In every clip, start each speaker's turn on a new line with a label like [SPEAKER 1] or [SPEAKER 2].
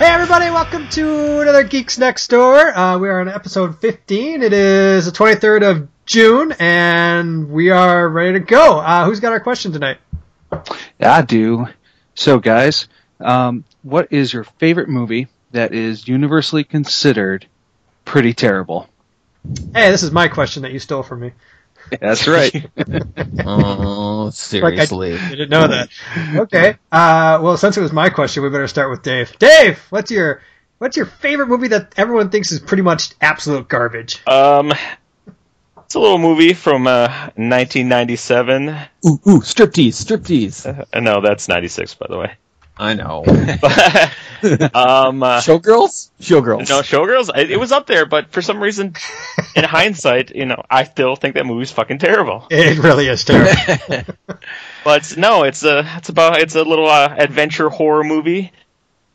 [SPEAKER 1] everybody. Welcome to another Geeks Next Door. Uh, we are on episode 15. It is the 23rd of June, and we are ready to go. Uh, who's got our question tonight?
[SPEAKER 2] Yeah, I do. So, guys, um, what is your favorite movie that is universally considered pretty terrible?
[SPEAKER 1] Hey, this is my question that you stole from me.
[SPEAKER 2] That's right.
[SPEAKER 3] Oh, seriously.
[SPEAKER 1] I didn't know that. Okay. Uh, well, since it was my question, we better start with Dave. Dave, what's your what's your favorite movie that everyone thinks is pretty much absolute garbage?
[SPEAKER 4] Um, it's a little movie from uh, 1997.
[SPEAKER 3] ooh, ooh, striptease, striptease.
[SPEAKER 4] Uh, no, that's 96, by the way.
[SPEAKER 3] I know.
[SPEAKER 4] um, uh,
[SPEAKER 3] Showgirls? Showgirls.
[SPEAKER 4] no, Showgirls. It, it was up there, but for some reason, in hindsight, you know, I still think that movie's fucking terrible.
[SPEAKER 1] It really is terrible.
[SPEAKER 4] But no, it's a it's about it's a little uh, adventure horror movie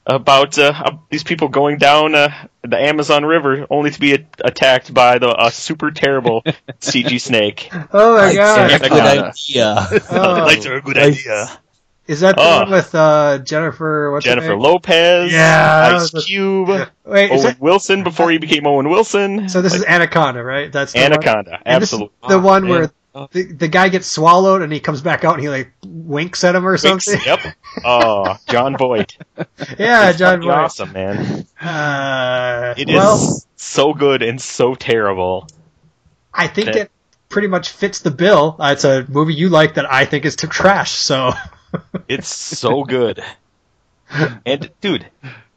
[SPEAKER 4] about uh, uh, these people going down uh, the Amazon River only to be a- attacked by the a super terrible CG snake.
[SPEAKER 1] Oh my
[SPEAKER 3] Lights are
[SPEAKER 1] god!
[SPEAKER 3] a good idea.
[SPEAKER 1] Oh.
[SPEAKER 4] Lights are a good
[SPEAKER 3] Lights.
[SPEAKER 4] idea.
[SPEAKER 1] Is that the
[SPEAKER 4] Oh.
[SPEAKER 1] one with uh, Jennifer? Oh, What's her
[SPEAKER 4] Jennifer
[SPEAKER 1] name?
[SPEAKER 4] Lopez,
[SPEAKER 1] Yeah, that
[SPEAKER 4] Ice
[SPEAKER 1] was-
[SPEAKER 4] Cube,
[SPEAKER 1] Wait, is
[SPEAKER 4] Owen
[SPEAKER 1] that,
[SPEAKER 4] Wilson before he became Owen Wilson.
[SPEAKER 1] so this is Anaconda, right? That's the one?
[SPEAKER 4] Anaconda,
[SPEAKER 1] And this is
[SPEAKER 4] absolutely.
[SPEAKER 1] the one
[SPEAKER 3] man.
[SPEAKER 1] where
[SPEAKER 3] Oh.
[SPEAKER 1] the, the guy gets swallowed and he comes back out and he like winks at him or something.
[SPEAKER 4] Yep. Oh, John Voight.
[SPEAKER 1] yeah,
[SPEAKER 4] It's
[SPEAKER 1] John.
[SPEAKER 4] fucking
[SPEAKER 1] Voight.
[SPEAKER 4] Awesome, man.
[SPEAKER 1] Uh,
[SPEAKER 4] It is
[SPEAKER 1] well,
[SPEAKER 4] so good and so terrible.
[SPEAKER 1] I think
[SPEAKER 4] that-
[SPEAKER 1] it pretty much fits the bill. Uh, it's a movie you like that I think is to trash. So
[SPEAKER 4] It's so good. And dude,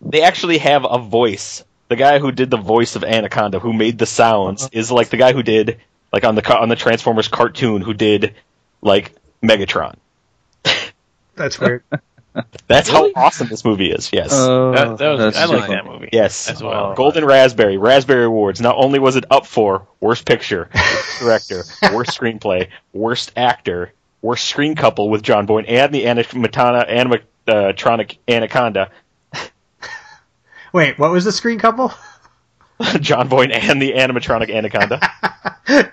[SPEAKER 4] they actually have a voice. The guy who did the voice of Anaconda, who made the
[SPEAKER 1] Uh-huh.
[SPEAKER 4] sounds, is like the guy who did like on the ca- on the Transformers cartoon, who did like Megatron.
[SPEAKER 1] that's weird.
[SPEAKER 4] That's
[SPEAKER 5] Really?
[SPEAKER 4] how awesome this movie is. Yes.
[SPEAKER 2] Oh,
[SPEAKER 5] That, that was,
[SPEAKER 2] that's
[SPEAKER 5] I like
[SPEAKER 2] so-
[SPEAKER 5] that movie.
[SPEAKER 4] Yes.
[SPEAKER 5] As well.
[SPEAKER 4] Oh. Golden Raspberry, Raspberry Awards. Not only was it up for worst picture, worst director, worst screenplay, worst actor, worst screen couple with John Boyne and the animatana, animatronic Anaconda,
[SPEAKER 1] Wait, what was the screen couple?
[SPEAKER 4] John Boyne and the animatronic Anaconda.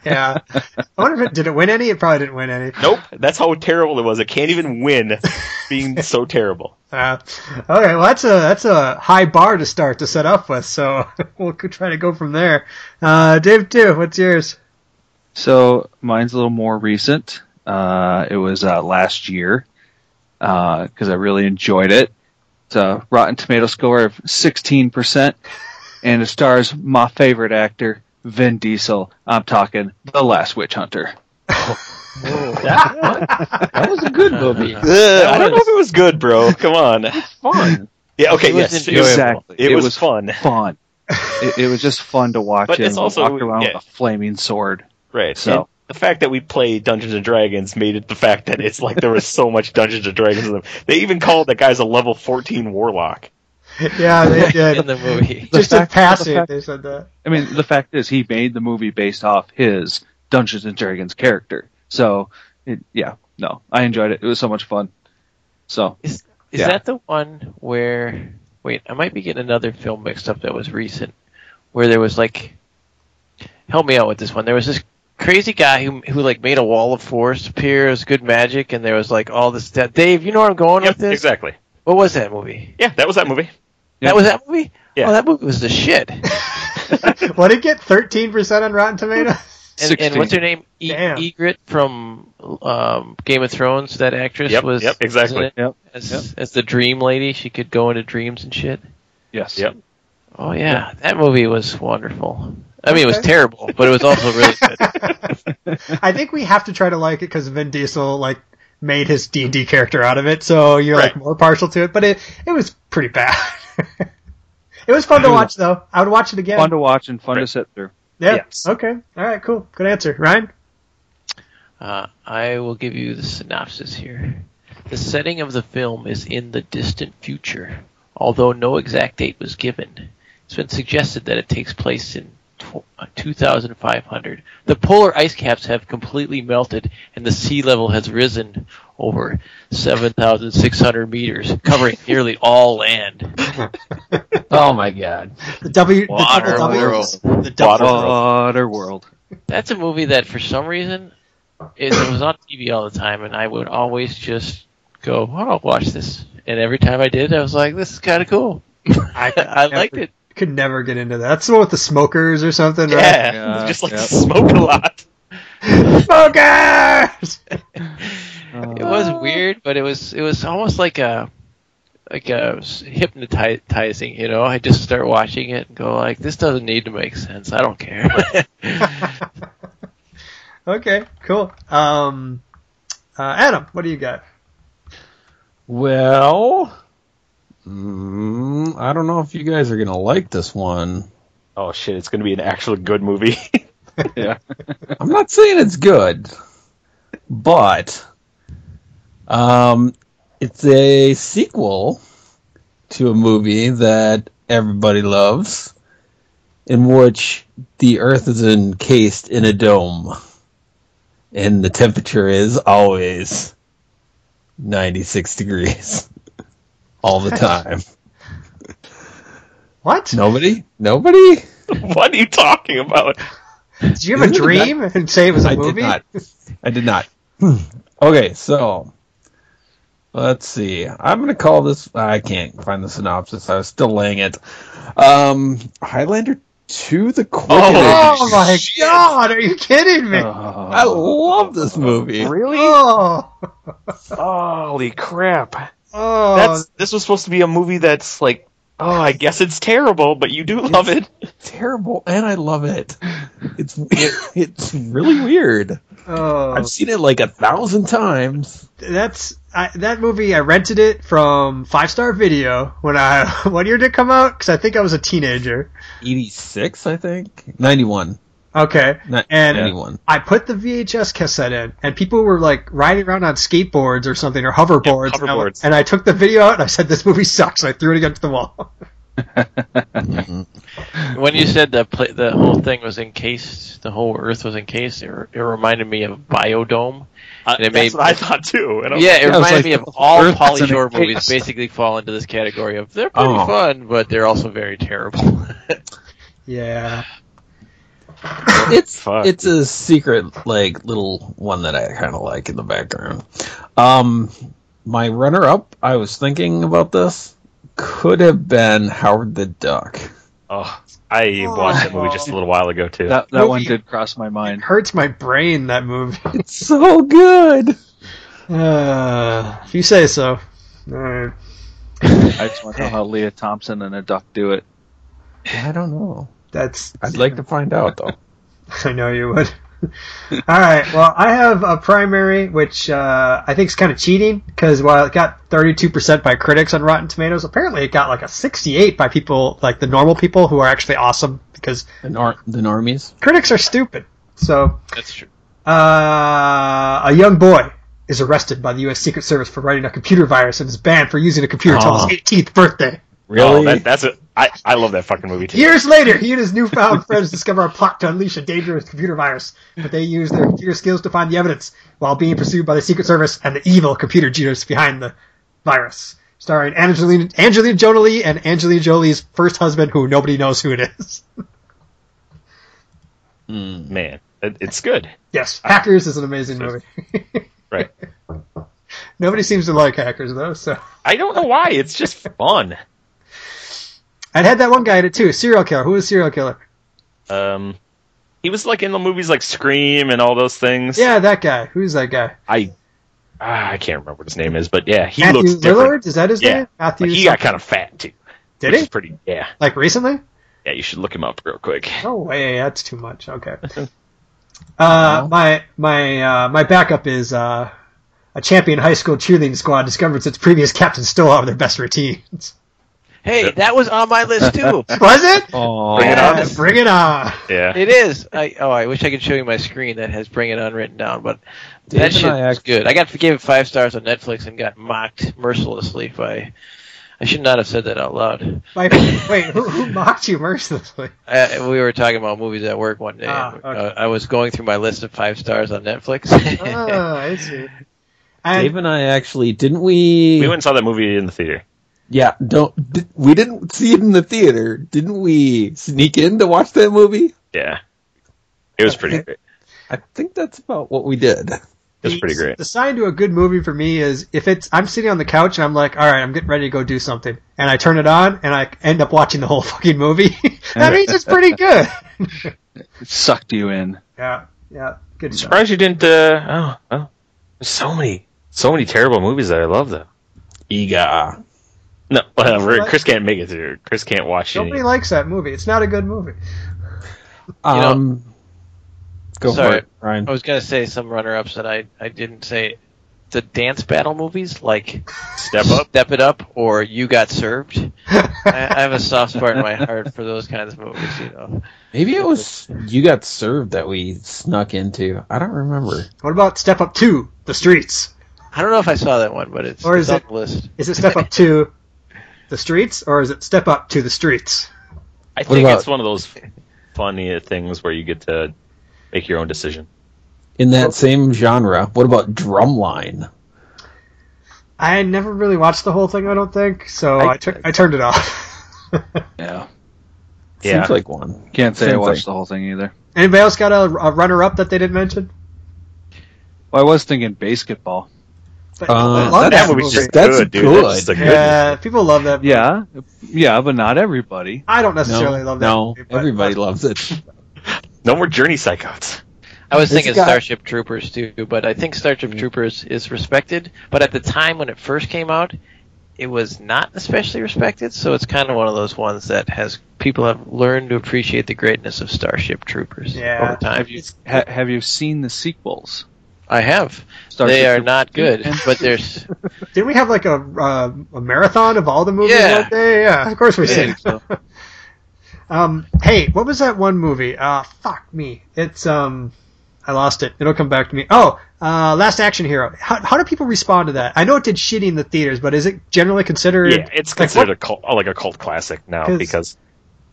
[SPEAKER 1] yeah, I wonder if it did it win any. It probably didn't win any.
[SPEAKER 4] nope. That's how terrible it was. It can't even win being so terrible.
[SPEAKER 1] Uh, all right, well that's a that's a high bar to start to set up with. So we'll try to go from there. Uh, Dave, too. What's yours?
[SPEAKER 2] So mine's a little more recent. Uh, it was uh, last year because I really enjoyed it. It's a Rotten Tomato score of 16%, and it stars my favorite actor, Vin Diesel. I'm talking The Last Witch Hunter.
[SPEAKER 5] That was a good movie.
[SPEAKER 4] I don't know if it was good, bro. Come on.
[SPEAKER 5] Fun.
[SPEAKER 4] Yeah. Okay.
[SPEAKER 5] It was
[SPEAKER 4] yes.
[SPEAKER 5] enjoyable.
[SPEAKER 2] Exactly.
[SPEAKER 4] It,
[SPEAKER 2] It
[SPEAKER 4] was,
[SPEAKER 2] was
[SPEAKER 4] fun.
[SPEAKER 2] Fun. it, it was just fun to watch.
[SPEAKER 4] But
[SPEAKER 2] and
[SPEAKER 4] it's also-
[SPEAKER 2] walked around
[SPEAKER 4] yeah.
[SPEAKER 2] with a flaming sword.
[SPEAKER 4] Right.
[SPEAKER 2] So-
[SPEAKER 4] and the fact that we play Dungeons and Dragons made it the fact that it's like there was so much Dungeons and Dragons in them. They even called that guy's a level fourteen warlock.
[SPEAKER 1] Yeah, they
[SPEAKER 5] in
[SPEAKER 1] did.
[SPEAKER 5] the movie.
[SPEAKER 1] Just in
[SPEAKER 2] The fact- the
[SPEAKER 1] passing,
[SPEAKER 2] fact-
[SPEAKER 1] they said that.
[SPEAKER 2] I mean, the fact is, he made the movie based off his Dungeons and Dragons character. So, it, yeah, no, I enjoyed it. It was so much fun. So,
[SPEAKER 5] Is, is
[SPEAKER 2] Yeah.
[SPEAKER 5] that the one where? Wait, I might be getting another film mixed up that was recent, where there was like. Help me out with this one. There was this crazy guy who who like made a wall of force appear as good magic, and there was like all this. That, Dave, you know where I'm going
[SPEAKER 4] Yep,
[SPEAKER 5] with this.
[SPEAKER 4] exactly.
[SPEAKER 5] What was that movie?
[SPEAKER 4] Yeah, that was that movie.
[SPEAKER 2] Yeah.
[SPEAKER 5] That was that movie.
[SPEAKER 4] Yeah.
[SPEAKER 5] Oh, that movie was the shit. And,
[SPEAKER 1] What did it get? Thirteen percent on Rotten Tomatoes.
[SPEAKER 5] and
[SPEAKER 2] 16.
[SPEAKER 5] what's her name? E-
[SPEAKER 1] Damn.
[SPEAKER 5] Egret from um, Game of Thrones. That actress
[SPEAKER 4] Yep,
[SPEAKER 5] was.
[SPEAKER 4] yep, exactly.
[SPEAKER 5] wasn't it?
[SPEAKER 2] Yep,
[SPEAKER 5] As,
[SPEAKER 2] yep.
[SPEAKER 5] as the dream lady, she could go into dreams and shit.
[SPEAKER 2] yes.
[SPEAKER 4] Yep.
[SPEAKER 5] Oh yeah, that movie was wonderful. I mean, it was
[SPEAKER 1] Okay.
[SPEAKER 5] terrible, but it was also really good.
[SPEAKER 1] I think we have to try to like it because Vin Diesel like made his D and D character out of it, so you're like
[SPEAKER 4] Right.
[SPEAKER 1] more partial to it. But it it was pretty bad. it was fun to watch though. I would watch it again.
[SPEAKER 2] Fun to watch and fun
[SPEAKER 4] Right.
[SPEAKER 2] to sit through.
[SPEAKER 1] yeah.
[SPEAKER 4] yes.
[SPEAKER 1] Okay. All right. Cool. Good answer, Ryan.
[SPEAKER 5] Uh, I will give you the synopsis here. The setting of the film is in the distant future, although no exact date was given. It's been suggested that it takes place in tw- uh, 2500. The polar ice caps have completely melted, and the sea level has risen over 7,600 meters, covering nearly all land.
[SPEAKER 3] Oh my god.
[SPEAKER 1] The W. the
[SPEAKER 5] Water
[SPEAKER 1] double W's.
[SPEAKER 5] world.
[SPEAKER 1] The double
[SPEAKER 4] Water.
[SPEAKER 2] Water World.
[SPEAKER 5] That's a movie that, for some reason, is, it was on TV all the time, and I would always just go, "Oh, I'll watch this." And every time I did, I was like, "This is kind of cool."
[SPEAKER 1] I, could
[SPEAKER 5] I liked
[SPEAKER 1] never-
[SPEAKER 5] it.
[SPEAKER 1] Could never get into that. That's the one with the smokers or something,
[SPEAKER 4] Yeah,
[SPEAKER 5] Uh,
[SPEAKER 2] Yeah,
[SPEAKER 4] just like
[SPEAKER 2] yeah.
[SPEAKER 4] smoke a lot.
[SPEAKER 1] right? Smokers.
[SPEAKER 5] It was weird, but it was it was almost like a like a s- hypnotizing. You know, I just start watching it and go like, this doesn't need to make sense. I don't care.
[SPEAKER 1] Okay, cool. Um, uh, Adam, what do you got?
[SPEAKER 3] Well, mm, I don't know if you guys are gonna like this one.
[SPEAKER 4] Oh shit, it's gonna be an actual good movie.
[SPEAKER 2] yeah.
[SPEAKER 3] I'm not saying it's good, but um, it's a sequel to a movie that everybody loves, in which the Earth is encased in a dome, and the temperature is always 96 degrees all the time.
[SPEAKER 1] What?
[SPEAKER 3] Nobody, nobody.
[SPEAKER 4] what are you talking about?
[SPEAKER 1] Did you have a
[SPEAKER 3] Isn't it
[SPEAKER 1] dream and say it was a
[SPEAKER 3] I
[SPEAKER 1] movie?
[SPEAKER 3] did not. I did not. okay, so let's see. I'm going to call this. I can't find the synopsis. I was still laying it. Um, Highlander two, the Quick.
[SPEAKER 1] Oh
[SPEAKER 3] Edition.
[SPEAKER 1] my god! Are you kidding me?
[SPEAKER 3] I
[SPEAKER 2] Oh.
[SPEAKER 3] love this movie.
[SPEAKER 4] Really?
[SPEAKER 1] Oh,
[SPEAKER 4] Holy crap.
[SPEAKER 1] oh,
[SPEAKER 4] That's this was supposed to be a movie that's like oh I guess it's terrible, but you do love it.
[SPEAKER 3] Terrible, and I love it. It's it's really weird.
[SPEAKER 1] oh.
[SPEAKER 3] I've seen it like a thousand times.
[SPEAKER 1] that's I, that movie. I rented it from Five Star Video when I what year did it come out? Because I think I was a teenager.
[SPEAKER 3] Eighty six, I think. Ninety one.
[SPEAKER 1] Okay, And-
[SPEAKER 3] Ninety one.
[SPEAKER 1] I put the VHS cassette in, and people were like riding around on skateboards or something or hoverboards.
[SPEAKER 4] Yeah,
[SPEAKER 1] and, I, went-
[SPEAKER 4] hoverboards.
[SPEAKER 1] and I took the video out and I said, "This movie sucks." And I threw it against the wall.
[SPEAKER 4] Oh.
[SPEAKER 5] when you said the pla the whole thing was encased, the whole Earth was encased. It, re- it reminded me of Biodome.
[SPEAKER 4] Uh,
[SPEAKER 5] And
[SPEAKER 4] that's
[SPEAKER 5] it made-
[SPEAKER 4] what I thought too. And I'm
[SPEAKER 5] Yeah, it
[SPEAKER 3] Yeah, I was
[SPEAKER 5] reminded
[SPEAKER 3] like,
[SPEAKER 5] me of
[SPEAKER 3] the
[SPEAKER 5] all
[SPEAKER 2] Earth
[SPEAKER 5] Polly
[SPEAKER 2] is
[SPEAKER 5] Shore movies.
[SPEAKER 2] encased.
[SPEAKER 5] Basically, fall into this category of they're pretty
[SPEAKER 3] Oh.
[SPEAKER 5] fun, but they're also very terrible.
[SPEAKER 1] Yeah,
[SPEAKER 3] it's
[SPEAKER 4] Fuck.
[SPEAKER 3] it's a secret like little one that I kind of like in the background. Um, my runner up, I was thinking about this, could have been Howard the Duck.
[SPEAKER 4] Oh, I watched that movie just a little while ago too.
[SPEAKER 2] That that
[SPEAKER 1] Movie.
[SPEAKER 2] one did cross my
[SPEAKER 1] it
[SPEAKER 2] mind.
[SPEAKER 1] hurts my brain that movie.
[SPEAKER 3] It's so good.
[SPEAKER 1] Uh, if you say so. Alright.
[SPEAKER 2] I just want to know how Leah Thompson and a duck do it.
[SPEAKER 3] I don't know.
[SPEAKER 1] That's
[SPEAKER 3] I'd like to find out though.
[SPEAKER 1] I know you would. All right. Well, I have a primary, which uh, I think is kind of cheating because while it got 32% by critics on Rotten Tomatoes, apparently it got like a 68 by people, like the normal people who are actually awesome because
[SPEAKER 3] The, nor- the normies.
[SPEAKER 1] critics are stupid. So,
[SPEAKER 5] That's true.
[SPEAKER 1] uh, a young boy is arrested by the U.S. Secret Service for writing a computer virus and is banned for using a computer until
[SPEAKER 3] Oh.
[SPEAKER 1] his 18th birthday.
[SPEAKER 4] Oh, that, that's it. I I love that fucking movie too.
[SPEAKER 1] Years later, he and his newfound friends discover a plot to unleash a dangerous computer virus, but they use their computer skills to find the evidence while being pursued by the Secret Service and the evil computer genius behind the virus. Starring Angelina, Angelina Jolie and Angelina Jolie's first husband, who nobody knows who it is.
[SPEAKER 4] Man, it, it's good.
[SPEAKER 1] Yes, Hackers is an amazing movie.
[SPEAKER 4] Right.
[SPEAKER 1] Nobody seems to like Hackers though, so
[SPEAKER 4] I don't know why. It's just fun.
[SPEAKER 1] I had that one guy in it too, serial killer. Who is serial killer?
[SPEAKER 4] Um, he was like in the movies like Scream and all those things.
[SPEAKER 1] Yeah, that guy. Who's that guy?
[SPEAKER 4] I ah, I can't remember what his name is, but yeah, he
[SPEAKER 1] Matthew
[SPEAKER 4] looks different.
[SPEAKER 1] Lillard? Is that his
[SPEAKER 4] Yeah.
[SPEAKER 1] name? Matthew.
[SPEAKER 4] Like, he got kind of fat too.
[SPEAKER 1] Did
[SPEAKER 4] which
[SPEAKER 1] he?
[SPEAKER 4] is pretty. Yeah,
[SPEAKER 1] Like recently?
[SPEAKER 4] yeah. You should look him up real quick.
[SPEAKER 1] No way, that's too much. Okay. Uh, My my uh, my backup is uh, a champion high school cheerleading squad discovers its previous captain still have their best routines.
[SPEAKER 5] Hey, that was on my list too.
[SPEAKER 1] Was it?
[SPEAKER 3] Oh,
[SPEAKER 4] Bring it on.
[SPEAKER 1] Yeah, bring it on!
[SPEAKER 4] Yeah,
[SPEAKER 5] It is. I oh, I wish I could show you my screen that has "Bring It On" written down, but
[SPEAKER 3] Dave
[SPEAKER 5] that
[SPEAKER 3] and
[SPEAKER 5] shit
[SPEAKER 3] I
[SPEAKER 5] is
[SPEAKER 3] actually-
[SPEAKER 5] good. I got gave it five stars on Netflix and got mocked mercilessly by. I should not have said that out loud.
[SPEAKER 1] Wait, wait, who, who mocked you mercilessly?
[SPEAKER 5] I, we were talking about movies at work one day.
[SPEAKER 1] Ah,
[SPEAKER 5] and,
[SPEAKER 1] okay.
[SPEAKER 5] uh, I was going through my list of five stars on Netflix.
[SPEAKER 3] Ah.
[SPEAKER 1] Oh, I see. And
[SPEAKER 3] Dave and I actually didn't we?
[SPEAKER 4] we went and saw that movie in the theater.
[SPEAKER 3] Yeah, don't di- we didn't see it in the theater, didn't we? Sneak in to watch that movie.
[SPEAKER 4] Yeah, it was pretty great.
[SPEAKER 3] I think that's about what we did.
[SPEAKER 4] It's
[SPEAKER 1] the-
[SPEAKER 4] pretty great.
[SPEAKER 1] The sign to a good movie for me is if it's I'm sitting on the couch and I'm like, all right, I'm getting ready to go do something, and I turn it on and I end up watching the whole fucking movie. that means it's pretty good.
[SPEAKER 2] It sucked you in.
[SPEAKER 1] yeah, yeah, good
[SPEAKER 4] I'm
[SPEAKER 1] stuff.
[SPEAKER 4] surprised you didn't. Uh, oh, oh, there's so many, so many terrible movies that I love though.
[SPEAKER 3] Ega.
[SPEAKER 4] No, whatever. Chris can't make it through. Chris can't watch
[SPEAKER 1] Nobody
[SPEAKER 4] it.
[SPEAKER 1] likes that movie. It's not a good movie.
[SPEAKER 5] know-
[SPEAKER 3] Um, go
[SPEAKER 5] Sorry. Oh,
[SPEAKER 3] for it, Ryan.
[SPEAKER 5] I was gonna say some runner-ups that I, I didn't say. The dance battle movies like
[SPEAKER 4] Step up.
[SPEAKER 5] Step It Up, or You Got Served.
[SPEAKER 4] Uh,
[SPEAKER 5] I, I have a soft spot in my heart for those kinds of movies. You know,
[SPEAKER 3] Maybe it was you got served that we snuck into. I don't remember.
[SPEAKER 1] What about Step Up Two, The Streets?
[SPEAKER 5] I don't know if I saw that one, but it's,
[SPEAKER 1] Or
[SPEAKER 5] it's
[SPEAKER 1] is
[SPEAKER 5] on
[SPEAKER 1] it-
[SPEAKER 5] the list.
[SPEAKER 1] Is it Step Up Two, The Streets, or is it Step Up to the Streets?
[SPEAKER 4] I think
[SPEAKER 3] about-
[SPEAKER 4] it's one of those funny things where you get to make your own decision.
[SPEAKER 3] In that same genre, what about Drumline?
[SPEAKER 1] I never really watched the whole thing. I don't think so.
[SPEAKER 3] I-
[SPEAKER 1] I tur- I turned it off.
[SPEAKER 2] Yeah.
[SPEAKER 4] Yeah.
[SPEAKER 3] Seems like one.
[SPEAKER 2] Can't say I
[SPEAKER 3] Same
[SPEAKER 2] watched
[SPEAKER 3] thing.
[SPEAKER 2] the whole thing either.
[SPEAKER 1] Anybody else got a, a runner up that they didn't mention?
[SPEAKER 2] Well, I was thinking basketball.
[SPEAKER 1] But-
[SPEAKER 3] Uh,
[SPEAKER 1] I love that
[SPEAKER 3] that's- that
[SPEAKER 1] movie.
[SPEAKER 3] movie- That's good.
[SPEAKER 4] That's just a good.
[SPEAKER 1] Yeah, people love that. movie.
[SPEAKER 2] Yeah, yeah, but not everybody.
[SPEAKER 1] I don't
[SPEAKER 3] No,
[SPEAKER 1] necessarily love that.
[SPEAKER 3] no,
[SPEAKER 1] movie, but-
[SPEAKER 3] everybody loves it.
[SPEAKER 4] No more journey psychouts.
[SPEAKER 5] I was
[SPEAKER 3] It's
[SPEAKER 5] thinking
[SPEAKER 3] got-
[SPEAKER 5] Starship Troopers too, but I think Starship
[SPEAKER 1] Mm-hmm.
[SPEAKER 5] Troopers is respected. But at the time when it first came out, it was not especially respected. So it's kind of one of those ones that has people have learned to appreciate the greatness of Starship Troopers
[SPEAKER 1] Yeah.
[SPEAKER 5] over time.
[SPEAKER 2] Have you ha- have you seen the sequels?
[SPEAKER 5] I have.
[SPEAKER 2] Starship
[SPEAKER 5] they are
[SPEAKER 2] Troopers
[SPEAKER 5] not good,
[SPEAKER 2] and-
[SPEAKER 5] but there's
[SPEAKER 1] Didn't we have like a uh, a marathon of all the movies
[SPEAKER 5] Yeah.
[SPEAKER 1] that day? Yeah, of course we
[SPEAKER 5] Yeah.
[SPEAKER 1] did. um, hey, what was that one movie? Uh, fuck me. It's um, I lost it. It'll come back to me. Oh, uh, Last Action Hero. How, how do people respond to that? I know it did shitty in the theaters, but is it generally considered?
[SPEAKER 4] Yeah, it's
[SPEAKER 1] Like,
[SPEAKER 4] considered a cult, oh, like a cult classic now
[SPEAKER 1] 'Cause-
[SPEAKER 4] because,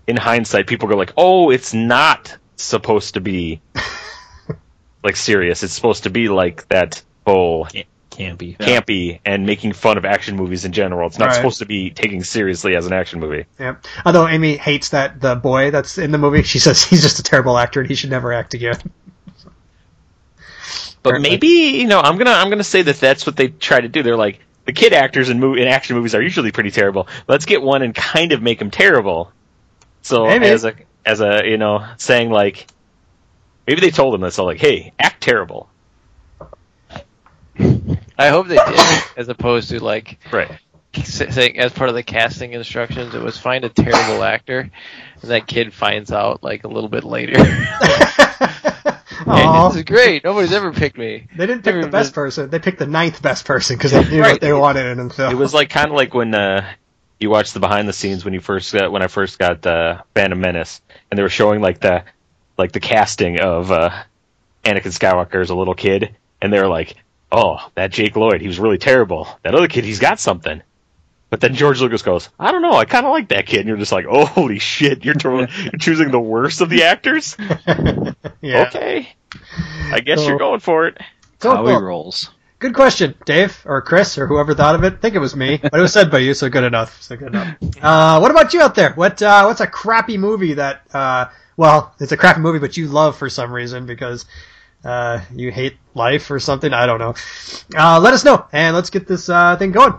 [SPEAKER 4] in hindsight, people go like, "Oh, it's not supposed to be like serious. It's supposed to be like that whole
[SPEAKER 3] Can't be.
[SPEAKER 4] campy and making fun of action movies in general. It's not
[SPEAKER 1] Right.
[SPEAKER 4] supposed to be taken seriously as an action movie."
[SPEAKER 1] Yeah. Although Amy hates that the boy that's in the movie, she says he's just a terrible actor and he should never act again.
[SPEAKER 4] But maybe you know, I'm gonna I'm gonna say that that's what they try to do. They're like the kid actors in movie in action movies are usually pretty terrible. Let's get one and kind of make them terrible. So
[SPEAKER 1] Maybe.
[SPEAKER 4] as a as a you know saying like maybe they told them that's all like hey act terrible
[SPEAKER 5] I hope they did, as opposed to like
[SPEAKER 4] right
[SPEAKER 5] s- saying as part of the casting instructions, it was find a terrible actor, and that kid finds out like a little bit later. Hey,
[SPEAKER 1] Aw,
[SPEAKER 5] this is great. Nobody's ever picked me.
[SPEAKER 1] they didn't pick the
[SPEAKER 5] Everyone-
[SPEAKER 1] best person. They picked the ninth best person because they knew
[SPEAKER 4] Right.
[SPEAKER 1] what they wanted in the film.
[SPEAKER 4] it was like kind of like when uh, you watched the behind the scenes when you first got, when I first got uh, Phantom Menace, and they were showing like the like the casting of uh, Anakin Skywalker as a little kid, and they were like, "Oh, that Jake Lloyd, he was really terrible. That other kid, he's got something." But then George Lucas goes, "I don't know, I kind of like that kid." And you're just like, "Oh, holy shit, you're, to- you're choosing the worst of the actors."
[SPEAKER 1] yeah.
[SPEAKER 4] Okay, I guess
[SPEAKER 1] So-
[SPEAKER 4] you're going for it.
[SPEAKER 3] Oh,
[SPEAKER 1] Cool,
[SPEAKER 2] Howie
[SPEAKER 1] cool.
[SPEAKER 2] rolls.
[SPEAKER 1] Good question, Dave or Chris or whoever thought of it. I think it was me, but it was said by you, so good enough. So good enough. Uh, what about you out there? What uh, what's a crappy movie that? Uh, well, it's a crappy movie, but you love for some reason because uh, you hate life or something. I don't know. Uh, let us know and let's get this uh, thing going.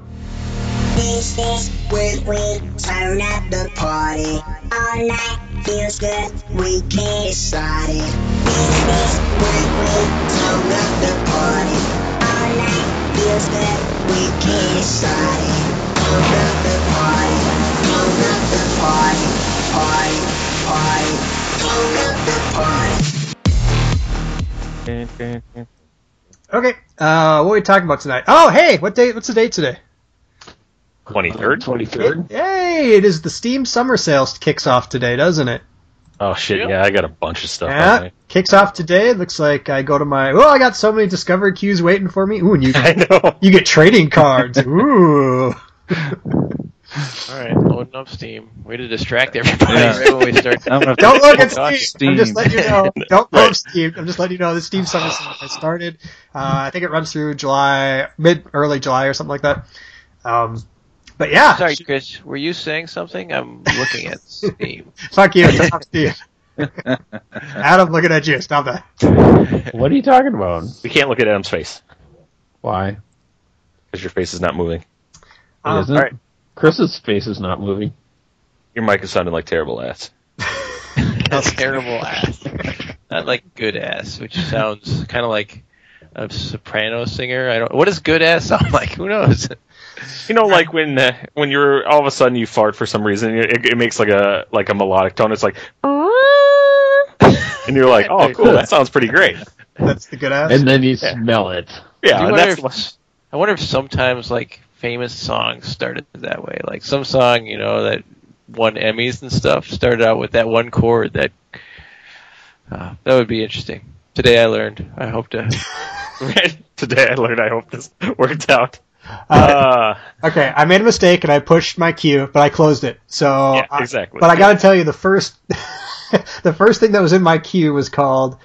[SPEAKER 6] This is with wind, turn up the party. All night feels good, we can't decide it. This is with wind, turn up the party. All night feels good, we can't decide it. Turn up the party, turn up the party, party, party, turn up the party.
[SPEAKER 1] Okay, uh, what are we talking about tonight? Oh, hey, what date? What's the date today?
[SPEAKER 4] Twenty third.
[SPEAKER 3] Twenty third.
[SPEAKER 1] Hey, it is the Steam Summer Sale kicks off today, doesn't it?
[SPEAKER 4] Oh shit, yeah, I got a bunch of stuff.
[SPEAKER 1] Yeah,
[SPEAKER 4] on me.
[SPEAKER 1] kicks off today. It looks like I go to my. Oh, I got so many discovery queues waiting for me. Ooh, and you
[SPEAKER 4] I know.
[SPEAKER 1] you get trading cards. Ooh.
[SPEAKER 5] All right, loading up Steam. Way to distract everybody
[SPEAKER 2] Yeah.
[SPEAKER 5] right when we start.
[SPEAKER 2] I'm gonna have to
[SPEAKER 1] Don't look at
[SPEAKER 2] watch
[SPEAKER 1] Steam. I'm just letting you know. Don't
[SPEAKER 4] Right.
[SPEAKER 1] love Steam. I'm just letting you know the Steam Summer Sale has started. Uh, I think it runs through July, mid early July or something like that. Um, but yeah,
[SPEAKER 5] Sorry, Chris. Were you saying something? I'm looking at Steam.
[SPEAKER 1] fuck you. Don't love Steam. Adam, looking at you. Stop that.
[SPEAKER 3] What are you talking about?
[SPEAKER 4] We can't look at Adam's face
[SPEAKER 3] Why?
[SPEAKER 4] because your face is not moving.
[SPEAKER 1] Um,
[SPEAKER 3] Isn't
[SPEAKER 4] alright.
[SPEAKER 3] Chris's face is not moving.
[SPEAKER 4] Your mic is sounding like terrible ass.
[SPEAKER 5] That's terrible ass. Not like good ass, which sounds kind of like a soprano singer. I don't. What is good ass sound like? Who knows?
[SPEAKER 4] You know, like when uh, when you're all of a sudden you fart for some reason, it, it makes like a like a melodic tone. It's like, and you're like, oh, cool, that sounds pretty great.
[SPEAKER 1] That's the good ass.
[SPEAKER 3] And then you smell it.
[SPEAKER 5] Do
[SPEAKER 4] Yeah,
[SPEAKER 5] you
[SPEAKER 4] and
[SPEAKER 5] wonder
[SPEAKER 4] that's
[SPEAKER 5] if-
[SPEAKER 4] why-
[SPEAKER 5] I wonder if sometimes like famous songs started that way. Like some song, you know, that won Emmys and stuff started out with that one chord. That uh, that would be interesting. Today I learned. I hope to.
[SPEAKER 4] today I learned. I hope this worked out.
[SPEAKER 1] Uh,
[SPEAKER 4] Uh,
[SPEAKER 1] okay, I made a mistake and I pushed my cue, but I closed it. So
[SPEAKER 4] Yeah,
[SPEAKER 1] I-
[SPEAKER 4] exactly.
[SPEAKER 1] but I got to tell you, the first the first thing that was in my queue was called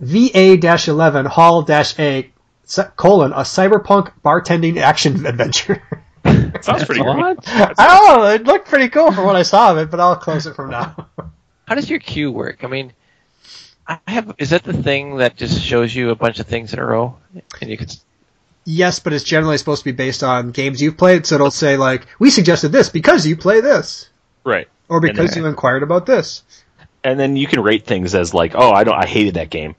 [SPEAKER 1] VA-11 Hall-A se- colon a cyberpunk bartending action adventure.
[SPEAKER 4] sounds pretty great.
[SPEAKER 1] oh, it looked pretty cool from what I saw of it, but I'll close it from now.
[SPEAKER 5] How does your cue work? I mean, I have. Is that the thing that just shows you a bunch of things in a row, and you can s-
[SPEAKER 1] yes, but it's generally supposed to be based on games you've played, so it'll say like, "We suggested this because you play this."
[SPEAKER 4] Right.
[SPEAKER 1] Or
[SPEAKER 4] And
[SPEAKER 1] because
[SPEAKER 4] then-
[SPEAKER 1] you inquired about this.
[SPEAKER 4] and then you can rate things as like, oh, I don't, I hated that game,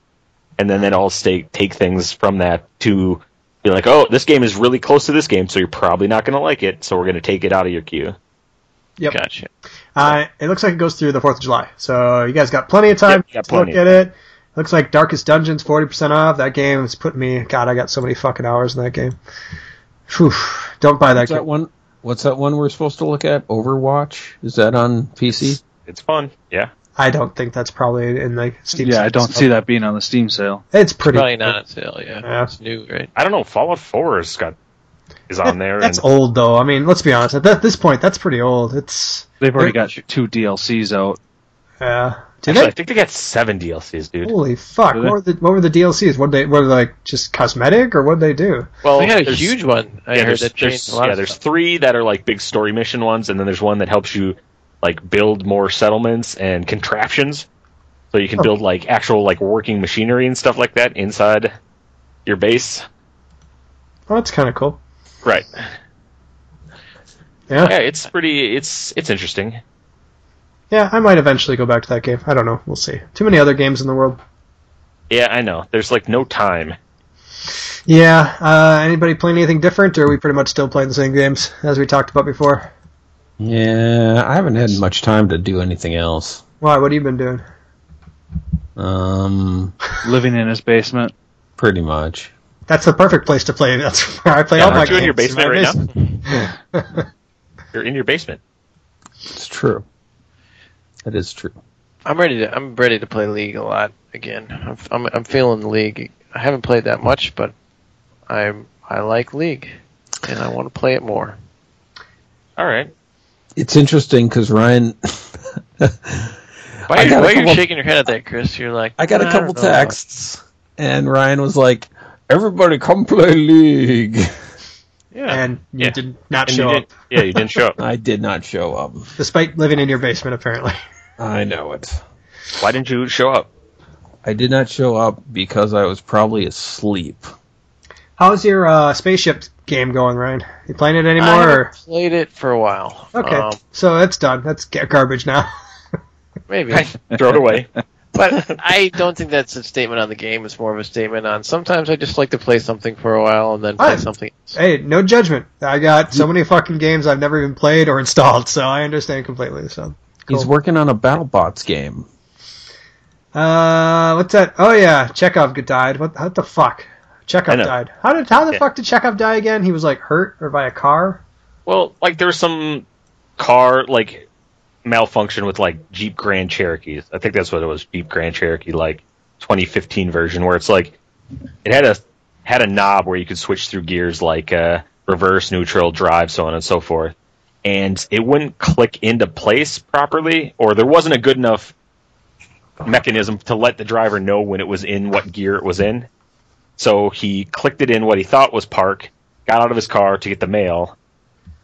[SPEAKER 4] and then then I'll stay, take things from that to be like, oh, this game is really close to this game, so you're probably not going to like it, so we're going to take it out of your queue.
[SPEAKER 1] Yep.
[SPEAKER 5] gotcha.
[SPEAKER 1] Uh, it looks like it goes through the 4th of July. So you guys got plenty of time
[SPEAKER 4] Yep, got
[SPEAKER 1] to
[SPEAKER 4] plenty.
[SPEAKER 1] look at it. Looks like Darkest Dungeons 40% off. That game has put me. God, I got so many fucking hours in that game. Whew. Don't buy that
[SPEAKER 3] What's that
[SPEAKER 1] game.
[SPEAKER 3] one? What's that one we're supposed to look at? Overwatch? Is that on PC?
[SPEAKER 4] It's fun, yeah.
[SPEAKER 1] I don't think that's probably in the Steam
[SPEAKER 2] Yeah,
[SPEAKER 1] sale.
[SPEAKER 2] I don't see that being on the Steam sale.
[SPEAKER 1] It's pretty.
[SPEAKER 5] Probably not on sale. Yeah.
[SPEAKER 1] Yeah.
[SPEAKER 5] it's new, right?
[SPEAKER 4] I don't know, Fallout Four has got is on there,
[SPEAKER 1] That's
[SPEAKER 4] and
[SPEAKER 1] old, though. I mean, let's be honest. At that, this point, that's pretty old. It's.
[SPEAKER 2] They've already got two DLCs out.
[SPEAKER 1] Yeah. Did
[SPEAKER 4] actually, I
[SPEAKER 1] they?
[SPEAKER 4] think they got seven DLCs, dude.
[SPEAKER 1] Holy fuck.
[SPEAKER 2] Did
[SPEAKER 1] What
[SPEAKER 2] they?
[SPEAKER 1] were, the, what were the DLCs? What they, were they like just cosmetic, or what did they do?
[SPEAKER 4] Well,
[SPEAKER 5] they had a
[SPEAKER 4] Oh, there's-
[SPEAKER 5] huge one. I
[SPEAKER 4] yeah,
[SPEAKER 5] heard
[SPEAKER 4] there's,
[SPEAKER 5] that changed
[SPEAKER 4] there's,
[SPEAKER 5] a lot.
[SPEAKER 4] yeah,
[SPEAKER 5] of
[SPEAKER 4] there's
[SPEAKER 5] stuff.
[SPEAKER 4] three that are like big story mission ones, and then there's one that helps you like build more settlements and contraptions, so
[SPEAKER 5] Oh.
[SPEAKER 4] you can build like actual like working machinery and stuff like that inside your base.
[SPEAKER 1] Well, that's kind of cool.
[SPEAKER 4] Right.
[SPEAKER 1] Yeah.
[SPEAKER 4] Yeah, it's pretty. It's it's interesting.
[SPEAKER 1] Yeah, I might eventually go back to that game. I don't know. We'll see. Too many other games in the world.
[SPEAKER 4] Yeah, I know. There's like no time.
[SPEAKER 1] Yeah. Uh, anybody playing anything different, or are we pretty much still playing the same games as we talked about before?
[SPEAKER 3] Yeah, I haven't had much time to do anything else.
[SPEAKER 1] Why? What have you been doing?
[SPEAKER 3] Um,
[SPEAKER 2] Living in his basement.
[SPEAKER 3] pretty much.
[SPEAKER 1] That's the perfect place to play. That's where I play
[SPEAKER 4] Yeah,
[SPEAKER 1] all Oh my
[SPEAKER 4] aren't you
[SPEAKER 1] games.
[SPEAKER 4] in your basement right
[SPEAKER 1] my basement.
[SPEAKER 4] You're in your basement.
[SPEAKER 3] It's true. That is true.
[SPEAKER 5] I'm ready to. I'm ready to play League a lot again. I'm f- I'm, I'm feeling the League. I haven't played that much, but I'm I like League, and I want to play it more.
[SPEAKER 4] All right.
[SPEAKER 3] It's interesting because Ryan,
[SPEAKER 5] Why
[SPEAKER 3] I
[SPEAKER 5] are you,
[SPEAKER 3] got a
[SPEAKER 5] why are you
[SPEAKER 3] couple-
[SPEAKER 5] shaking your head at that, Chris? You're like
[SPEAKER 3] I got a
[SPEAKER 5] "Nah,
[SPEAKER 3] couple
[SPEAKER 5] don't know about
[SPEAKER 3] texts, and Ryan was like, "Everybody, come play League."
[SPEAKER 5] it." Yeah.
[SPEAKER 1] And you
[SPEAKER 4] Yeah.
[SPEAKER 1] did not
[SPEAKER 4] And
[SPEAKER 1] show
[SPEAKER 4] you
[SPEAKER 1] up,
[SPEAKER 4] didn't, yeah, you didn't show up.
[SPEAKER 3] I did not show up.
[SPEAKER 1] despite living in your basement, apparently.
[SPEAKER 3] I know it.
[SPEAKER 4] Why didn't you show up?
[SPEAKER 3] I did not show up because I was probably asleep.
[SPEAKER 1] How's your uh, spaceship game going, Ryan? You playing it
[SPEAKER 5] Uh, I
[SPEAKER 1] anymore?
[SPEAKER 5] haven't
[SPEAKER 1] Or?
[SPEAKER 5] played it for a while.
[SPEAKER 1] Okay.
[SPEAKER 5] Um,
[SPEAKER 1] so that's done. That's ga- garbage now.
[SPEAKER 5] maybe.
[SPEAKER 4] Throw it away.
[SPEAKER 5] but I don't think that's a statement on the game. It's more of a statement on sometimes I just like to play something for a while and then play
[SPEAKER 1] Fine.
[SPEAKER 5] something. Else.
[SPEAKER 1] hey, no judgment. I got so many fucking games I've never even played or installed, so I understand completely. So.
[SPEAKER 3] He's working on a BattleBots game.
[SPEAKER 1] Uh, what's that? Oh yeah, Chekhov g- died. What? What the fuck?
[SPEAKER 4] I
[SPEAKER 1] Chekhov
[SPEAKER 4] know.
[SPEAKER 1] died. How did? How the
[SPEAKER 4] Yeah.
[SPEAKER 1] fuck did Chekhov die again? He was like hurt or by a car.
[SPEAKER 4] Well, like there was some car like malfunction with like Jeep Grand Cherokees. I think that's what it was. Jeep Grand Cherokee, like 2015 version, where it's like it had a had a knob where you could switch through gears, like uh, reverse, neutral, drive, so on and so forth. And it wouldn't click into place properly, or there wasn't a good enough mechanism to let the driver know when it was in what gear it was in. So he clicked it in what he thought was park, got out of his car to get the mail,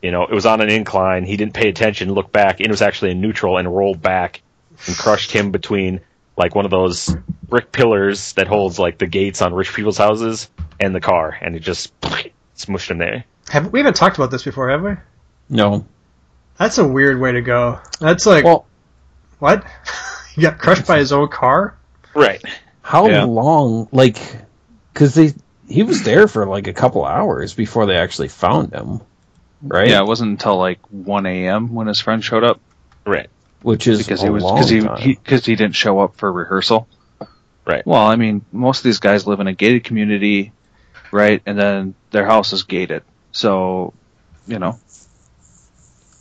[SPEAKER 4] you know, it was on an incline. He didn't pay attention, looked back, and it was actually in neutral and rolled back and crushed him between like one of those brick pillars that holds like the gates on rich people's houses and the car, and it just smushed him there.
[SPEAKER 1] Have we haven't talked about this before, have we?
[SPEAKER 3] No.
[SPEAKER 1] That's a weird way to go. That's like
[SPEAKER 3] Well,
[SPEAKER 1] what? he got crushed by his own car.
[SPEAKER 4] Right.
[SPEAKER 3] how
[SPEAKER 2] Yeah.
[SPEAKER 3] long? Like, because they he was there for like a couple hours before they actually found him, right?
[SPEAKER 2] Yeah, it wasn't until like 1 a.m. when his friend showed up
[SPEAKER 4] Right.
[SPEAKER 3] Which is
[SPEAKER 2] because
[SPEAKER 3] a
[SPEAKER 2] he was
[SPEAKER 3] long
[SPEAKER 2] because he
[SPEAKER 3] time.
[SPEAKER 2] because he didn't show up for rehearsal.
[SPEAKER 4] Right.
[SPEAKER 2] Well, I mean, most of these guys live in a gated community, right? And then their house is gated, so you know,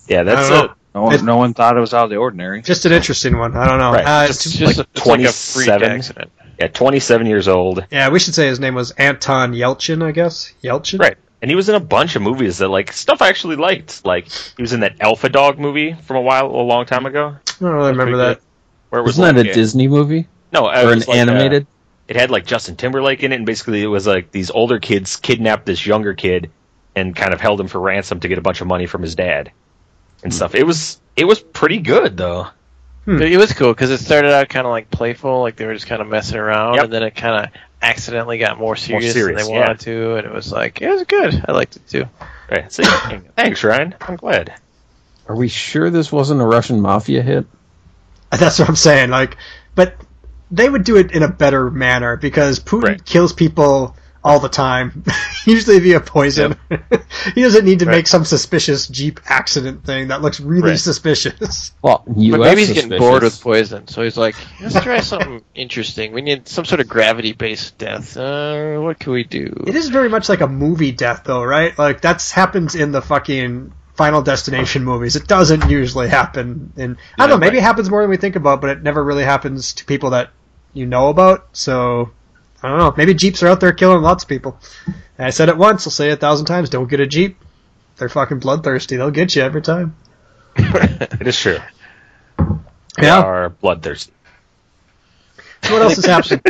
[SPEAKER 4] Yeah, that's
[SPEAKER 1] don't
[SPEAKER 4] a
[SPEAKER 2] no one,
[SPEAKER 1] It-
[SPEAKER 2] no one thought it was out of the ordinary.
[SPEAKER 1] Just an interesting one. I don't know.
[SPEAKER 4] Right.
[SPEAKER 1] Uh,
[SPEAKER 4] Just-
[SPEAKER 5] It's
[SPEAKER 1] t-
[SPEAKER 5] just
[SPEAKER 4] like
[SPEAKER 5] a, it's like a freak
[SPEAKER 4] 27?
[SPEAKER 5] accident.
[SPEAKER 4] yeah, twenty seven years old.
[SPEAKER 1] yeah, we should say his name was Anton Yelchin, I guess. Yelchin.
[SPEAKER 4] Right. And he was in a bunch of movies that like stuff I actually liked. Like he was in that Alpha Dog movie from a while a long time ago.
[SPEAKER 1] I don't really remember
[SPEAKER 4] pretty
[SPEAKER 1] that.
[SPEAKER 4] Where it was
[SPEAKER 3] Isn't that a
[SPEAKER 4] like, uh,
[SPEAKER 3] Disney movie
[SPEAKER 4] No, it
[SPEAKER 3] or an
[SPEAKER 4] was like, uh,
[SPEAKER 3] animated?
[SPEAKER 4] it had like Justin Timberlake in it, and basically it was like these older kids kidnapped this younger kid and kind of held him for ransom to get a bunch of money from his dad and stuff. It was it was pretty good though.
[SPEAKER 1] Hmm.
[SPEAKER 5] It was cool because it started out kind of like playful, like they were just kind of messing around,
[SPEAKER 4] Yep.
[SPEAKER 5] and then it kind of accidentally got more serious,
[SPEAKER 4] serious,
[SPEAKER 5] than they
[SPEAKER 4] yeah.
[SPEAKER 5] wanted to, and it was like it was good. I liked it too.
[SPEAKER 4] Right. See, thanks, Ryan. I'm glad.
[SPEAKER 3] Are we sure this wasn't a Russian mafia hit?
[SPEAKER 1] That's what I'm saying. Like, but they would do it in a better manner because Putin
[SPEAKER 4] Right.
[SPEAKER 1] kills people all the time, usually via poison. he doesn't need to
[SPEAKER 4] Right.
[SPEAKER 1] make some suspicious Jeep accident thing that looks really
[SPEAKER 4] Right.
[SPEAKER 1] suspicious.
[SPEAKER 3] Well, US
[SPEAKER 5] But maybe he's
[SPEAKER 3] suspicious.
[SPEAKER 5] getting bored with poison, so he's like, let's try something interesting. We need some sort of gravity-based death. Uh, what can we do?
[SPEAKER 1] It is very much like a movie death, though, right? Like that's happens in the fucking Final Destination movies. It doesn't usually happen, in I don't know. Maybe it happens more than we think about, but it never really happens to people that you know about. So I don't know. Maybe jeeps are out there killing lots of people. And I said it once. I'll say it a thousand times. Don't get a jeep. They're fucking bloodthirsty. They'll get you every time.
[SPEAKER 4] It is true. They
[SPEAKER 1] Yeah.
[SPEAKER 4] are bloodthirsty.
[SPEAKER 1] So what else is happening?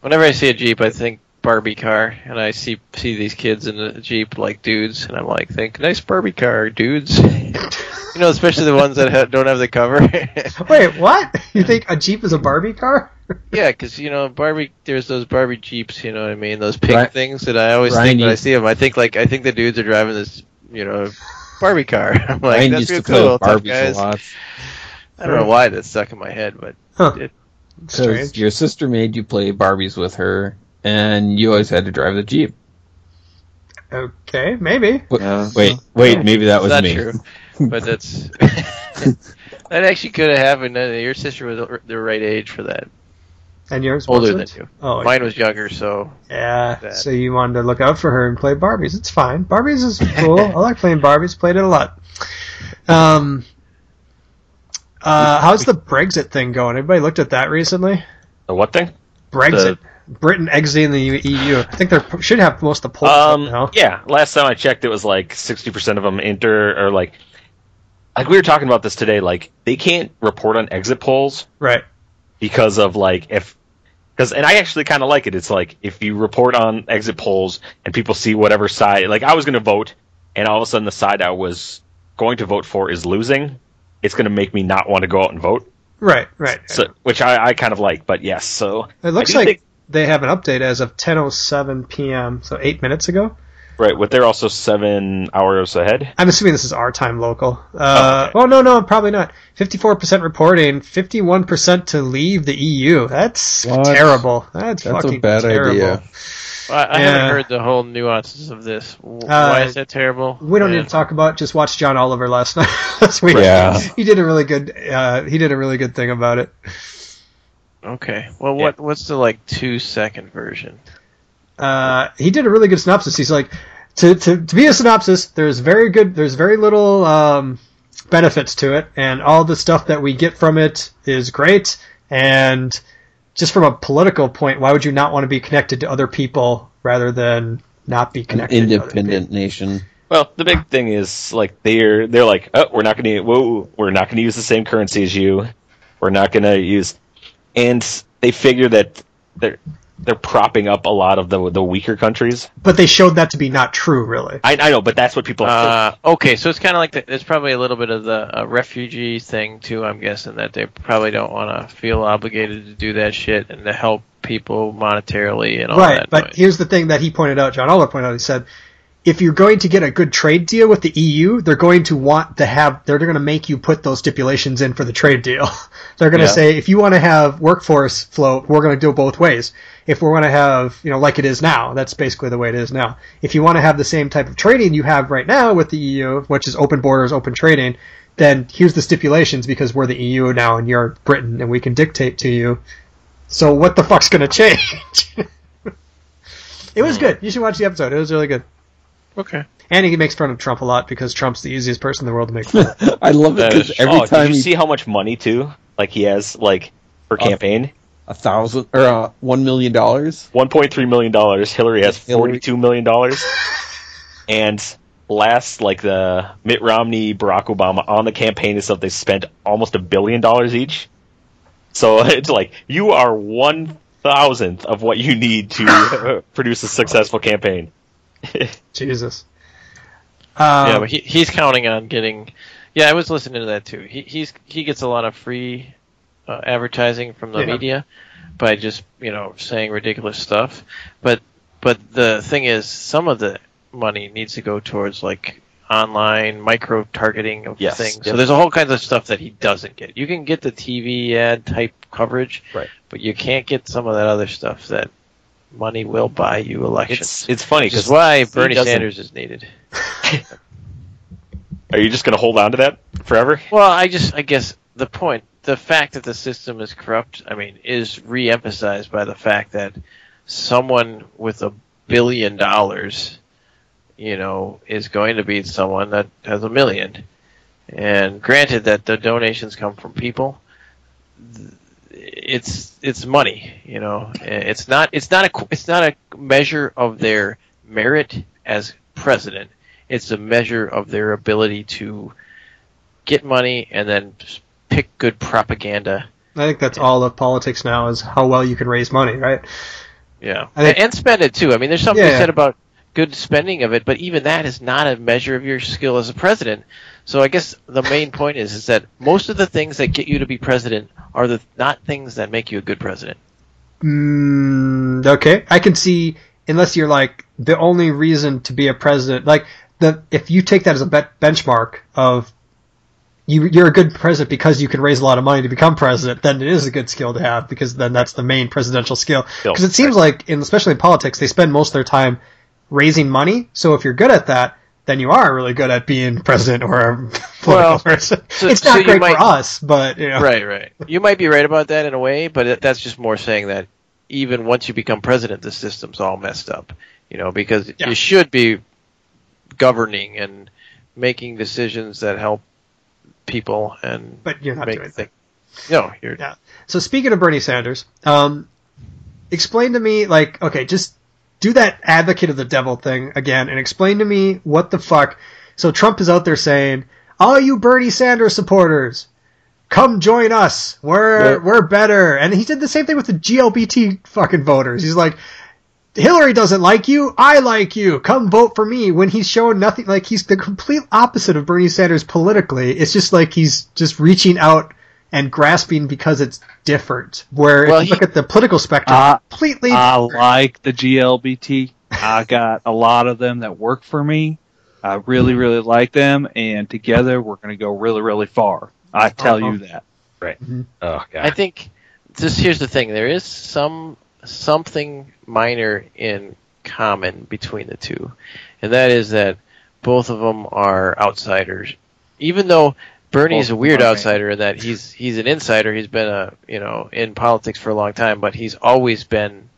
[SPEAKER 5] Whenever I see a jeep, I think Barbie car, and I see see these kids in a jeep like dudes, and I'm like, think nice Barbie car, dudes. you know, especially the ones that ha- don't have the cover.
[SPEAKER 1] Wait, what? You think a jeep is a Barbie car?
[SPEAKER 5] Yeah, because you know Barbie, there's those Barbie Jeeps. You know what I mean? Those pink
[SPEAKER 3] Right.
[SPEAKER 5] things that I always
[SPEAKER 3] Ryan
[SPEAKER 5] think when I
[SPEAKER 3] used-
[SPEAKER 5] see them. I think like I think the dudes are driving this, you know, Barbie car. I'm like,
[SPEAKER 3] Ryan used
[SPEAKER 5] that's real
[SPEAKER 3] to play
[SPEAKER 5] cool,
[SPEAKER 3] with
[SPEAKER 5] tough
[SPEAKER 3] Barbies
[SPEAKER 5] guys.
[SPEAKER 3] a lot
[SPEAKER 5] I don't know why that's stuck in my head, but
[SPEAKER 1] Huh.
[SPEAKER 5] It-
[SPEAKER 3] because your sister made you play Barbies with her, and you always had to drive the jeep.
[SPEAKER 1] Okay, maybe.
[SPEAKER 3] Wait,
[SPEAKER 2] Yeah.
[SPEAKER 3] wait, wait, maybe that was
[SPEAKER 5] that's
[SPEAKER 3] me.
[SPEAKER 5] true. But that's that actually could have happened. Uh, Your sister was the- the right age for that.
[SPEAKER 1] And yours
[SPEAKER 5] Older
[SPEAKER 1] wasn't?
[SPEAKER 5] than you.
[SPEAKER 1] Oh,
[SPEAKER 5] Mine was younger, so
[SPEAKER 1] Yeah.
[SPEAKER 5] that.
[SPEAKER 1] So you wanted to look out for her and play Barbies. It's fine. Barbies is cool. I like playing Barbies. Played it a lot. Um. Uh, how's the Brexit thing going? Anybody looked at that recently?
[SPEAKER 4] The what thing?
[SPEAKER 1] Brexit. Britain exiting the EU. I think they should have most of the polls up
[SPEAKER 4] Um,
[SPEAKER 1] now.
[SPEAKER 4] yeah. Last time I checked, it was like sixty percent of them enter or like, like we were talking about this today. Like they can't report on exit polls
[SPEAKER 1] Right.
[SPEAKER 4] because of like if because and I actually kind of like it. It's like if you report on exit polls and people see whatever side like I was going to vote and all of a sudden the side I was going to vote for is losing, it's going to make me not want to go out and vote.
[SPEAKER 1] Right. Right.
[SPEAKER 4] So which I, I kind of like, but yes, so
[SPEAKER 1] it looks
[SPEAKER 4] I do
[SPEAKER 1] like
[SPEAKER 4] think-
[SPEAKER 1] they have an update as of 10:07 p.m. So eight minutes ago.
[SPEAKER 4] right, but they're also seven hours ahead.
[SPEAKER 1] I'm assuming this is our time local. Uh,
[SPEAKER 4] Okay.
[SPEAKER 1] Well, no, no, probably not. 54% reporting, 51% to leave the EU. That's
[SPEAKER 3] What?
[SPEAKER 1] terrible. That's,
[SPEAKER 3] That's a
[SPEAKER 1] fucking
[SPEAKER 3] bad
[SPEAKER 1] terrible.
[SPEAKER 3] idea.
[SPEAKER 5] I, I
[SPEAKER 1] Yeah.
[SPEAKER 5] haven't heard the whole nuances of this. W-
[SPEAKER 1] Uh,
[SPEAKER 5] Why is that terrible?
[SPEAKER 1] We don't
[SPEAKER 5] And-
[SPEAKER 1] need to talk about. it. Just watch John Oliver last night. last week.
[SPEAKER 3] Yeah.
[SPEAKER 1] he did a really good. Uh, he did a really good thing about it.
[SPEAKER 5] Okay. Well, what what's the like two second version?
[SPEAKER 1] uh, he did a really good synopsis. He's like, to, to, to be a synopsis, there's very good, there's very little um, benefits to it, and all the stuff that we get from it is great. And just from a political point, why would you not want to be connected to other people rather than not be
[SPEAKER 3] An
[SPEAKER 1] connected? to other
[SPEAKER 3] independent nation.
[SPEAKER 4] Well, the big thing is like they're they're like, oh, we're not going to whoa, we're not going to use the same currency as you. We're not going to use, and they figure that they're they're propping up a lot of the the weaker countries.
[SPEAKER 1] But they showed that to be not true, really.
[SPEAKER 4] I, I know, but that's what people.
[SPEAKER 5] Uh, okay, so it's kind of like the, there's probably a little bit of the uh, refugee thing too. I'm guessing that they probably don't want to feel obligated to do that shit and to help people monetarily and all
[SPEAKER 1] right,
[SPEAKER 5] that.
[SPEAKER 1] but
[SPEAKER 5] noise.
[SPEAKER 1] here's the thing that he pointed out, John Oliver pointed out, he said, if you're going to get a good trade deal with the EU, they're going to want to have, they're going to make you put those stipulations in for the trade deal. they're going to
[SPEAKER 4] Yeah.
[SPEAKER 1] say, if you want to have workforce flow, we're going to do it both ways. If we're going to have, you know, like it is now, that's basically the way it is now. If you want to have the same type of trading you have right now with the EU, which is open borders, open trading, then here's the stipulations because we're the EU now and you're Britain and we can dictate to you. So what the fuck's going to change? it was good. You should watch the episode. It was really good.
[SPEAKER 5] okay,
[SPEAKER 1] And he makes fun of Trump a lot because Trump's the easiest person in the world to make fun of.
[SPEAKER 3] I love it
[SPEAKER 4] That
[SPEAKER 3] because
[SPEAKER 4] is,
[SPEAKER 3] every
[SPEAKER 4] oh,
[SPEAKER 3] time he
[SPEAKER 4] did
[SPEAKER 3] Oh.
[SPEAKER 4] you see how much money too? Like he has like for campaign
[SPEAKER 3] a thousand or uh, one million dollars.
[SPEAKER 4] one point three million dollars. Hillary has
[SPEAKER 3] Hillary.
[SPEAKER 4] forty two million dollars, and last like the Mitt Romney, Barack Obama on the campaign and stuff, they spent almost a billion dollars each. So it's like you are one thousandth of what you need to uh, produce a successful campaign.
[SPEAKER 1] Jesus. Um,
[SPEAKER 5] yeah, but he, he's counting on getting. Yeah, I was listening to that too. He he's he gets a lot of free uh, advertising from the
[SPEAKER 1] Yeah.
[SPEAKER 5] media by just you know saying ridiculous stuff. But but the thing is, some of the money needs to go towards like online micro targeting of
[SPEAKER 4] Yes,
[SPEAKER 5] things. So
[SPEAKER 4] yep.
[SPEAKER 5] there's a whole kinds of stuff that he doesn't get. You can get the TV ad type coverage,
[SPEAKER 3] Right.
[SPEAKER 5] But you can't get some of that other stuff that money will buy you elections.
[SPEAKER 4] It's it's funny
[SPEAKER 5] Which is
[SPEAKER 4] because
[SPEAKER 5] why Bernie
[SPEAKER 4] doesn't-
[SPEAKER 5] Sanders is needed.
[SPEAKER 4] are you just going to hold on to that forever?
[SPEAKER 5] Well, I just, I guess the point, the fact that the system is corrupt, I mean, is re-emphasized by the fact that someone with a billion dollars, you know, is going to beat someone that has a million. And granted that the donations come from people, th- it's it's money, you know. It's not it's not a qu- it's not a measure of their merit as president. It's a measure of their ability to get money and then just pick good propaganda.
[SPEAKER 1] I think that's all of politics now is how well you can raise money, right?
[SPEAKER 5] Yeah,
[SPEAKER 1] I think-
[SPEAKER 5] and, and spend it too. I mean, there's something
[SPEAKER 1] Yeah.
[SPEAKER 5] you said about good spending of it, but even that is not a measure of your skill as a president. So I guess the main point is is that most of the things that get you to be president are the not things that make you a good president.
[SPEAKER 1] Mm, okay, I can see unless you're like the only reason to be a president, like the if you take that as a be- benchmark of you you're a good president because you can raise a lot of money to become president, then it is a good skill to have because then that's the main presidential skill.
[SPEAKER 4] Skill,
[SPEAKER 1] Because it seems like, in, especially in politics, they spend most of their time raising money. So if you're good at that. Then you are really good at being president or a political
[SPEAKER 5] Well,
[SPEAKER 1] person.
[SPEAKER 5] so-
[SPEAKER 1] it's
[SPEAKER 5] so
[SPEAKER 1] not
[SPEAKER 5] you
[SPEAKER 1] great
[SPEAKER 5] might-
[SPEAKER 1] for us, but you know.
[SPEAKER 5] Right, right. You might be right about that in a way, but it, that's just more saying that even once you become president, the system's all messed up. You know, because
[SPEAKER 1] Yeah.
[SPEAKER 5] you should be governing and making decisions that help people and
[SPEAKER 1] But you're not
[SPEAKER 5] make
[SPEAKER 1] doing that.
[SPEAKER 5] thi- No, you're
[SPEAKER 1] Yeah. So speaking of Bernie Sanders, um, explain to me, like, okay, just do that advocate of the devil thing again, and explain to me what the fuck. So Trump is out there saying, "All you Bernie Sanders supporters, come join us. We're
[SPEAKER 3] Right.
[SPEAKER 1] we're better." And he did the same thing with the GLBT fucking voters. He's like. Hillary doesn't like you. I like you. Come vote for me. When he's showing nothing, like he's the complete opposite of Bernie Sanders politically. It's just like he's just reaching out and grasping because it's different. Where
[SPEAKER 5] Well,
[SPEAKER 1] if you
[SPEAKER 5] he- Uh,
[SPEAKER 1] look at the political spectrum,
[SPEAKER 2] Ah,
[SPEAKER 1] completely
[SPEAKER 2] I like the GLBT. I got a lot of them that work for me. I really,
[SPEAKER 4] Hmm.
[SPEAKER 2] really like them, and together we're going to go really, really far. I tell
[SPEAKER 4] Uh-huh.
[SPEAKER 2] you that.
[SPEAKER 4] Oh
[SPEAKER 5] I
[SPEAKER 4] god,
[SPEAKER 5] think just here's the thing: there is some something minor in common between the two, and that is that both of them are outsiders. Even though Bernie's
[SPEAKER 2] Both
[SPEAKER 5] a weird
[SPEAKER 2] are, right.
[SPEAKER 5] outsider in that he's he's an insider. He's been a you know in politics for a long time, but he's always been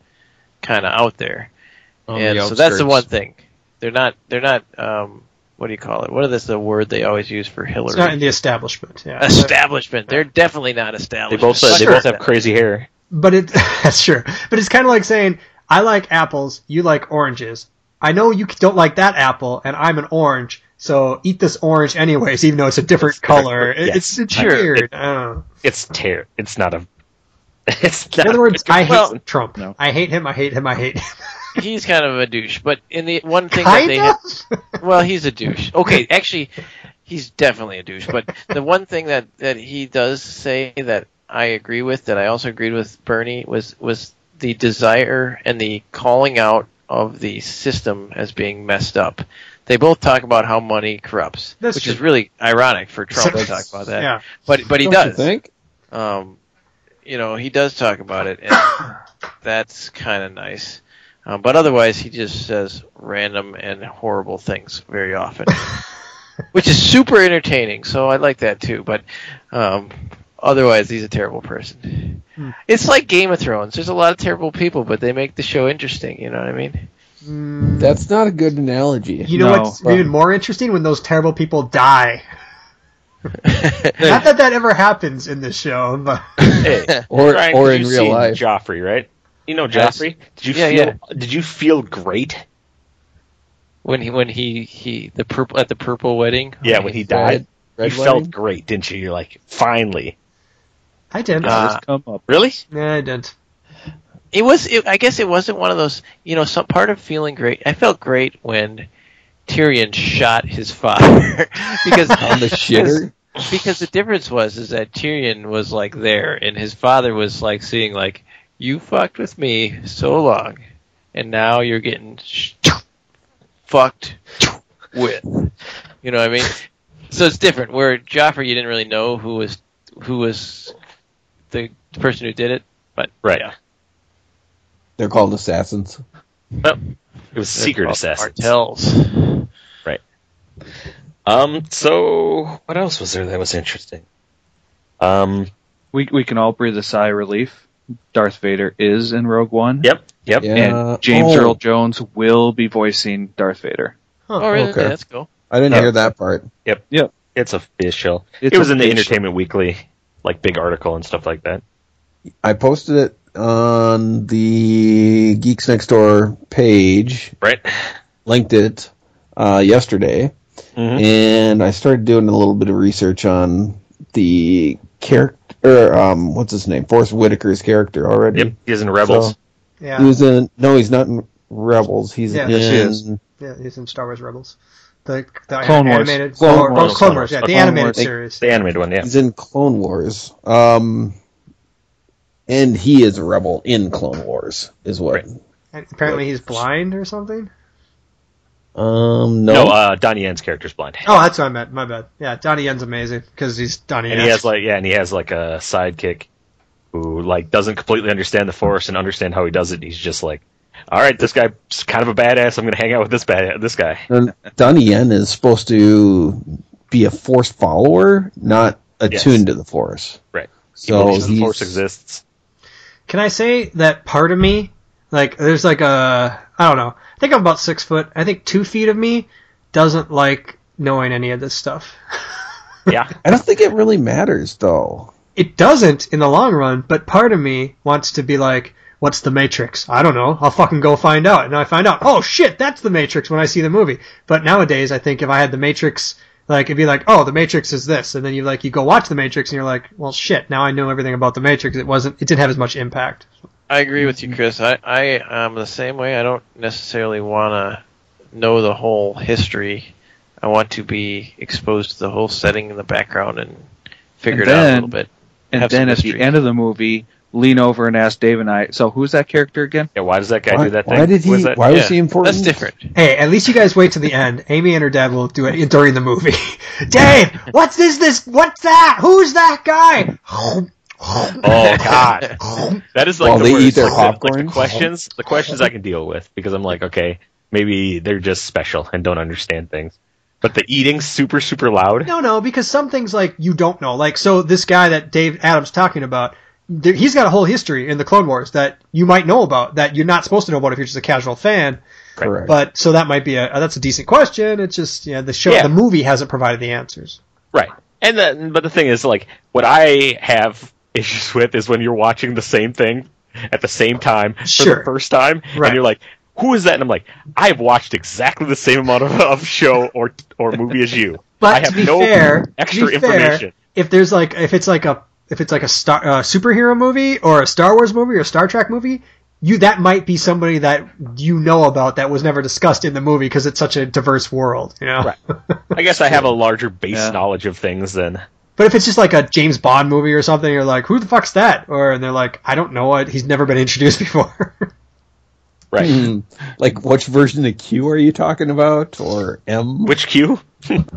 [SPEAKER 5] kind of out there and so that's the one thing. They're not. They're not. Um, what do you call it? What is the word they always use for Hillary?
[SPEAKER 1] it's not in the establishment. Yeah,
[SPEAKER 5] establishment. They're definitely not
[SPEAKER 4] they
[SPEAKER 5] establishment.
[SPEAKER 4] both
[SPEAKER 5] Fuck
[SPEAKER 4] they both
[SPEAKER 5] that.
[SPEAKER 4] have crazy hair.
[SPEAKER 1] but it that's true. But it's kind of like saying I like apples, you like oranges. I know you don't like that apple, and I'm an orange. So eat this orange anyways, even though it's a different color. It-
[SPEAKER 4] Yes.
[SPEAKER 1] It's, it's
[SPEAKER 4] Sure.
[SPEAKER 1] weird. I don't know.
[SPEAKER 4] It's tear. It's not a It's
[SPEAKER 1] In
[SPEAKER 4] not
[SPEAKER 1] other words, I hate
[SPEAKER 4] well,
[SPEAKER 1] Trump.
[SPEAKER 2] no.
[SPEAKER 1] I hate him. I hate him. I hate him.
[SPEAKER 5] He's kind of a douche, but in the one thing that
[SPEAKER 1] Kind
[SPEAKER 5] they
[SPEAKER 1] of.
[SPEAKER 5] had, well, he's a douche. Okay, actually, he's definitely a douche. But the one thing that that he does say that I agree with, that I also agreed with Bernie, was was the desire and the calling out of the system as being messed up. They both talk about how money corrupts,
[SPEAKER 1] That's
[SPEAKER 5] which
[SPEAKER 1] true.
[SPEAKER 5] is really ironic for Trump to talk about that.
[SPEAKER 1] Yeah.
[SPEAKER 5] But but he
[SPEAKER 3] Don't
[SPEAKER 5] does
[SPEAKER 3] You think?
[SPEAKER 5] um, you know, he does talk about it, and that's kind of nice. Um, but otherwise, he just says random and horrible things very often, which is super entertaining. So I like that too. But um, otherwise, he's a terrible person. It's like Game of Thrones. There's a lot of terrible people, but they make the show interesting. You know what I mean?
[SPEAKER 1] Mm,
[SPEAKER 3] That's not a good analogy.
[SPEAKER 1] you know
[SPEAKER 2] No.
[SPEAKER 1] what's even more interesting when those terrible people die. Not
[SPEAKER 5] hey,
[SPEAKER 1] that that ever happens in this show, but
[SPEAKER 4] Hey,
[SPEAKER 3] Or
[SPEAKER 4] Brian,
[SPEAKER 3] or in
[SPEAKER 4] did you
[SPEAKER 3] real
[SPEAKER 4] see
[SPEAKER 3] life.
[SPEAKER 4] Joffrey, right? You know
[SPEAKER 5] Yes.
[SPEAKER 4] Joffrey. Did you
[SPEAKER 5] Yeah,
[SPEAKER 4] feel?
[SPEAKER 5] yeah.
[SPEAKER 4] Did you feel great?
[SPEAKER 5] when he when he he the purple at the purple wedding.
[SPEAKER 4] Yeah, when he died,
[SPEAKER 3] Red- red
[SPEAKER 4] you
[SPEAKER 3] wedding?
[SPEAKER 4] felt great, didn't you? You're like, finally.
[SPEAKER 1] I didn't.
[SPEAKER 5] Uh,
[SPEAKER 2] Just come up.
[SPEAKER 4] Really?
[SPEAKER 1] nah, I didn't.
[SPEAKER 5] it was it, i guess it wasn't one of those you know some part of feeling great i felt great when tyrion shot his father because
[SPEAKER 3] on the shitter.
[SPEAKER 5] because the difference was is that tyrion was like there and his father was like seeing like you fucked with me so long and now you're getting sh- fucked with you know what i mean so it's different where joffrey you didn't really know who was who was the person who did it but
[SPEAKER 4] Right.
[SPEAKER 5] yeah.
[SPEAKER 3] They're called assassins.
[SPEAKER 5] Well,
[SPEAKER 4] It was secret
[SPEAKER 5] called
[SPEAKER 4] assassins.
[SPEAKER 5] Cartels.
[SPEAKER 4] Um. So what else was there that was interesting? Um.
[SPEAKER 2] We we can all breathe a sigh of relief. Darth Vader is in Rogue One.
[SPEAKER 4] Yep. Yep.
[SPEAKER 3] Yeah. Uh,
[SPEAKER 2] And James
[SPEAKER 3] oh.
[SPEAKER 2] Earl Jones will be voicing Darth Vader.
[SPEAKER 5] Oh, really?
[SPEAKER 3] Okay.
[SPEAKER 5] That's cool.
[SPEAKER 3] I didn't
[SPEAKER 4] Yeah.
[SPEAKER 3] hear that part.
[SPEAKER 4] It's official.
[SPEAKER 2] It's
[SPEAKER 4] it was in the
[SPEAKER 2] official.
[SPEAKER 4] Entertainment Weekly, like big article and stuff like that.
[SPEAKER 3] I posted it on the Geeks Next Door page,
[SPEAKER 4] Right.
[SPEAKER 3] linked it uh, yesterday,
[SPEAKER 4] Mhm.
[SPEAKER 3] and I started doing a little bit of research on the character. Or um, what's his name? Forrest Whitaker's character already.
[SPEAKER 4] Yep. He's in Rebels.
[SPEAKER 3] So-
[SPEAKER 1] Yeah,
[SPEAKER 3] He was in. No, he's not in Rebels. He's
[SPEAKER 1] Yeah,
[SPEAKER 3] in.
[SPEAKER 1] yes,
[SPEAKER 2] he is.
[SPEAKER 1] yeah, he's in Star Wars Rebels, the, the
[SPEAKER 2] Clone Wars.
[SPEAKER 1] animated
[SPEAKER 2] Clone
[SPEAKER 1] Clone,
[SPEAKER 2] Wars.
[SPEAKER 1] Wars. Clone Wars, yeah,
[SPEAKER 4] Clone
[SPEAKER 1] the animated
[SPEAKER 2] Wars.
[SPEAKER 1] series.
[SPEAKER 4] the animated one. Yeah.
[SPEAKER 3] He's in Clone Wars. Um, and he is a rebel in Clone Wars, is what.
[SPEAKER 4] Right.
[SPEAKER 1] And apparently, he's blind or something.
[SPEAKER 3] Um,
[SPEAKER 4] No.
[SPEAKER 3] no,
[SPEAKER 4] uh, Donnie Yen's character's blind.
[SPEAKER 1] Oh, that's what I meant. My bad. Yeah, Donnie Yen's amazing because he's Donnie Yen.
[SPEAKER 4] and he has like yeah, and he has like a sidekick who like doesn't completely understand the force and understand how he does it. He's just like, all right, this guy's kind of a badass. I'm gonna hang out with this bad this guy.
[SPEAKER 3] Dun- Donnie Yen is supposed to be a Force follower, not attuned to the Force.
[SPEAKER 4] Right. He
[SPEAKER 3] So
[SPEAKER 4] believes the
[SPEAKER 3] he's-
[SPEAKER 4] force exists.
[SPEAKER 1] Can I say that part of me, like, there's like a, I don't know. I think I'm about six foot. I think two feet of me doesn't like knowing any of this stuff.
[SPEAKER 4] Yeah,
[SPEAKER 3] I don't think it really matters, though.
[SPEAKER 1] It doesn't in the long run, but part of me wants to be like, what's the Matrix? I don't know. I'll fucking go find out. And I find out, oh shit, that's the Matrix when I see the movie. But nowadays, I think if I had the Matrix, like, it'd be like, oh, the Matrix is this. And then you like, you go watch the Matrix and you're like, well shit, now I know everything about the Matrix. It wasn't, it didn't have as much impact.
[SPEAKER 5] I agree with you, Chris. I, I am the same way. I don't necessarily want to know the whole history. I want to be exposed to the whole setting in the background and figure
[SPEAKER 2] And
[SPEAKER 5] it out a
[SPEAKER 2] then-
[SPEAKER 5] little bit.
[SPEAKER 2] And
[SPEAKER 5] Have some
[SPEAKER 2] then at the
[SPEAKER 5] history.
[SPEAKER 2] end of the movie, lean over and ask Dave and I. So who's that character again?
[SPEAKER 4] yeah. Why does that guy
[SPEAKER 3] Why,
[SPEAKER 4] do that thing?
[SPEAKER 3] why did he?
[SPEAKER 4] Was that-
[SPEAKER 3] why
[SPEAKER 5] yeah,
[SPEAKER 3] was he important?
[SPEAKER 5] That's different.
[SPEAKER 1] Hey, at least you guys wait to the end. Amy and her dad will do it during the movie. Dave, what's this? This? What's that? Who's that guy?
[SPEAKER 4] Oh God, that is like
[SPEAKER 3] While
[SPEAKER 4] the
[SPEAKER 3] they
[SPEAKER 4] worst.
[SPEAKER 3] eat their
[SPEAKER 4] Like, the- like,
[SPEAKER 3] popcorn.
[SPEAKER 4] the questions, the questions I can deal with because I'm like, okay, maybe they're just special and don't understand things. But the eating's super super loud.
[SPEAKER 1] No, no, because some things like you don't know. Like so, this guy that Dave Adams talking about, there, he's got a whole history in the Clone Wars that you might know about that you're not supposed to know about if you're just a casual fan.
[SPEAKER 3] Correct.
[SPEAKER 1] But so that might be a uh, that's a decent question. It's just yeah, the show
[SPEAKER 4] Yeah.
[SPEAKER 1] the movie hasn't provided the answers.
[SPEAKER 4] Right. And then, but the thing is, like, what I have issues with is when you're watching the same thing at the same time for
[SPEAKER 1] Sure.
[SPEAKER 4] the first time,
[SPEAKER 1] Right.
[SPEAKER 4] and you're like, "Who is that?" And I'm like, "I've watched exactly the same amount of, of show or or movie as you.
[SPEAKER 1] But
[SPEAKER 4] I have
[SPEAKER 1] to be
[SPEAKER 4] no
[SPEAKER 1] fair,
[SPEAKER 4] extra
[SPEAKER 1] to be fair,
[SPEAKER 4] information."
[SPEAKER 1] if there's like if it's like a if it's like a star uh, superhero movie or a Star Wars movie or a Star Trek movie, you that might be somebody that you know about that was never discussed in the movie because it's such a diverse world, you know.
[SPEAKER 4] Right. I guess I have a larger base
[SPEAKER 2] Yeah.
[SPEAKER 4] knowledge of things than
[SPEAKER 1] But if it's just like a James Bond movie or something, you're like, who the fuck's that? Or and they're like, I don't know it. He's never been introduced before.
[SPEAKER 4] right.
[SPEAKER 1] Mm-hmm.
[SPEAKER 3] Hmm. Like, which version of Q are you talking about, or M?
[SPEAKER 4] Which Q?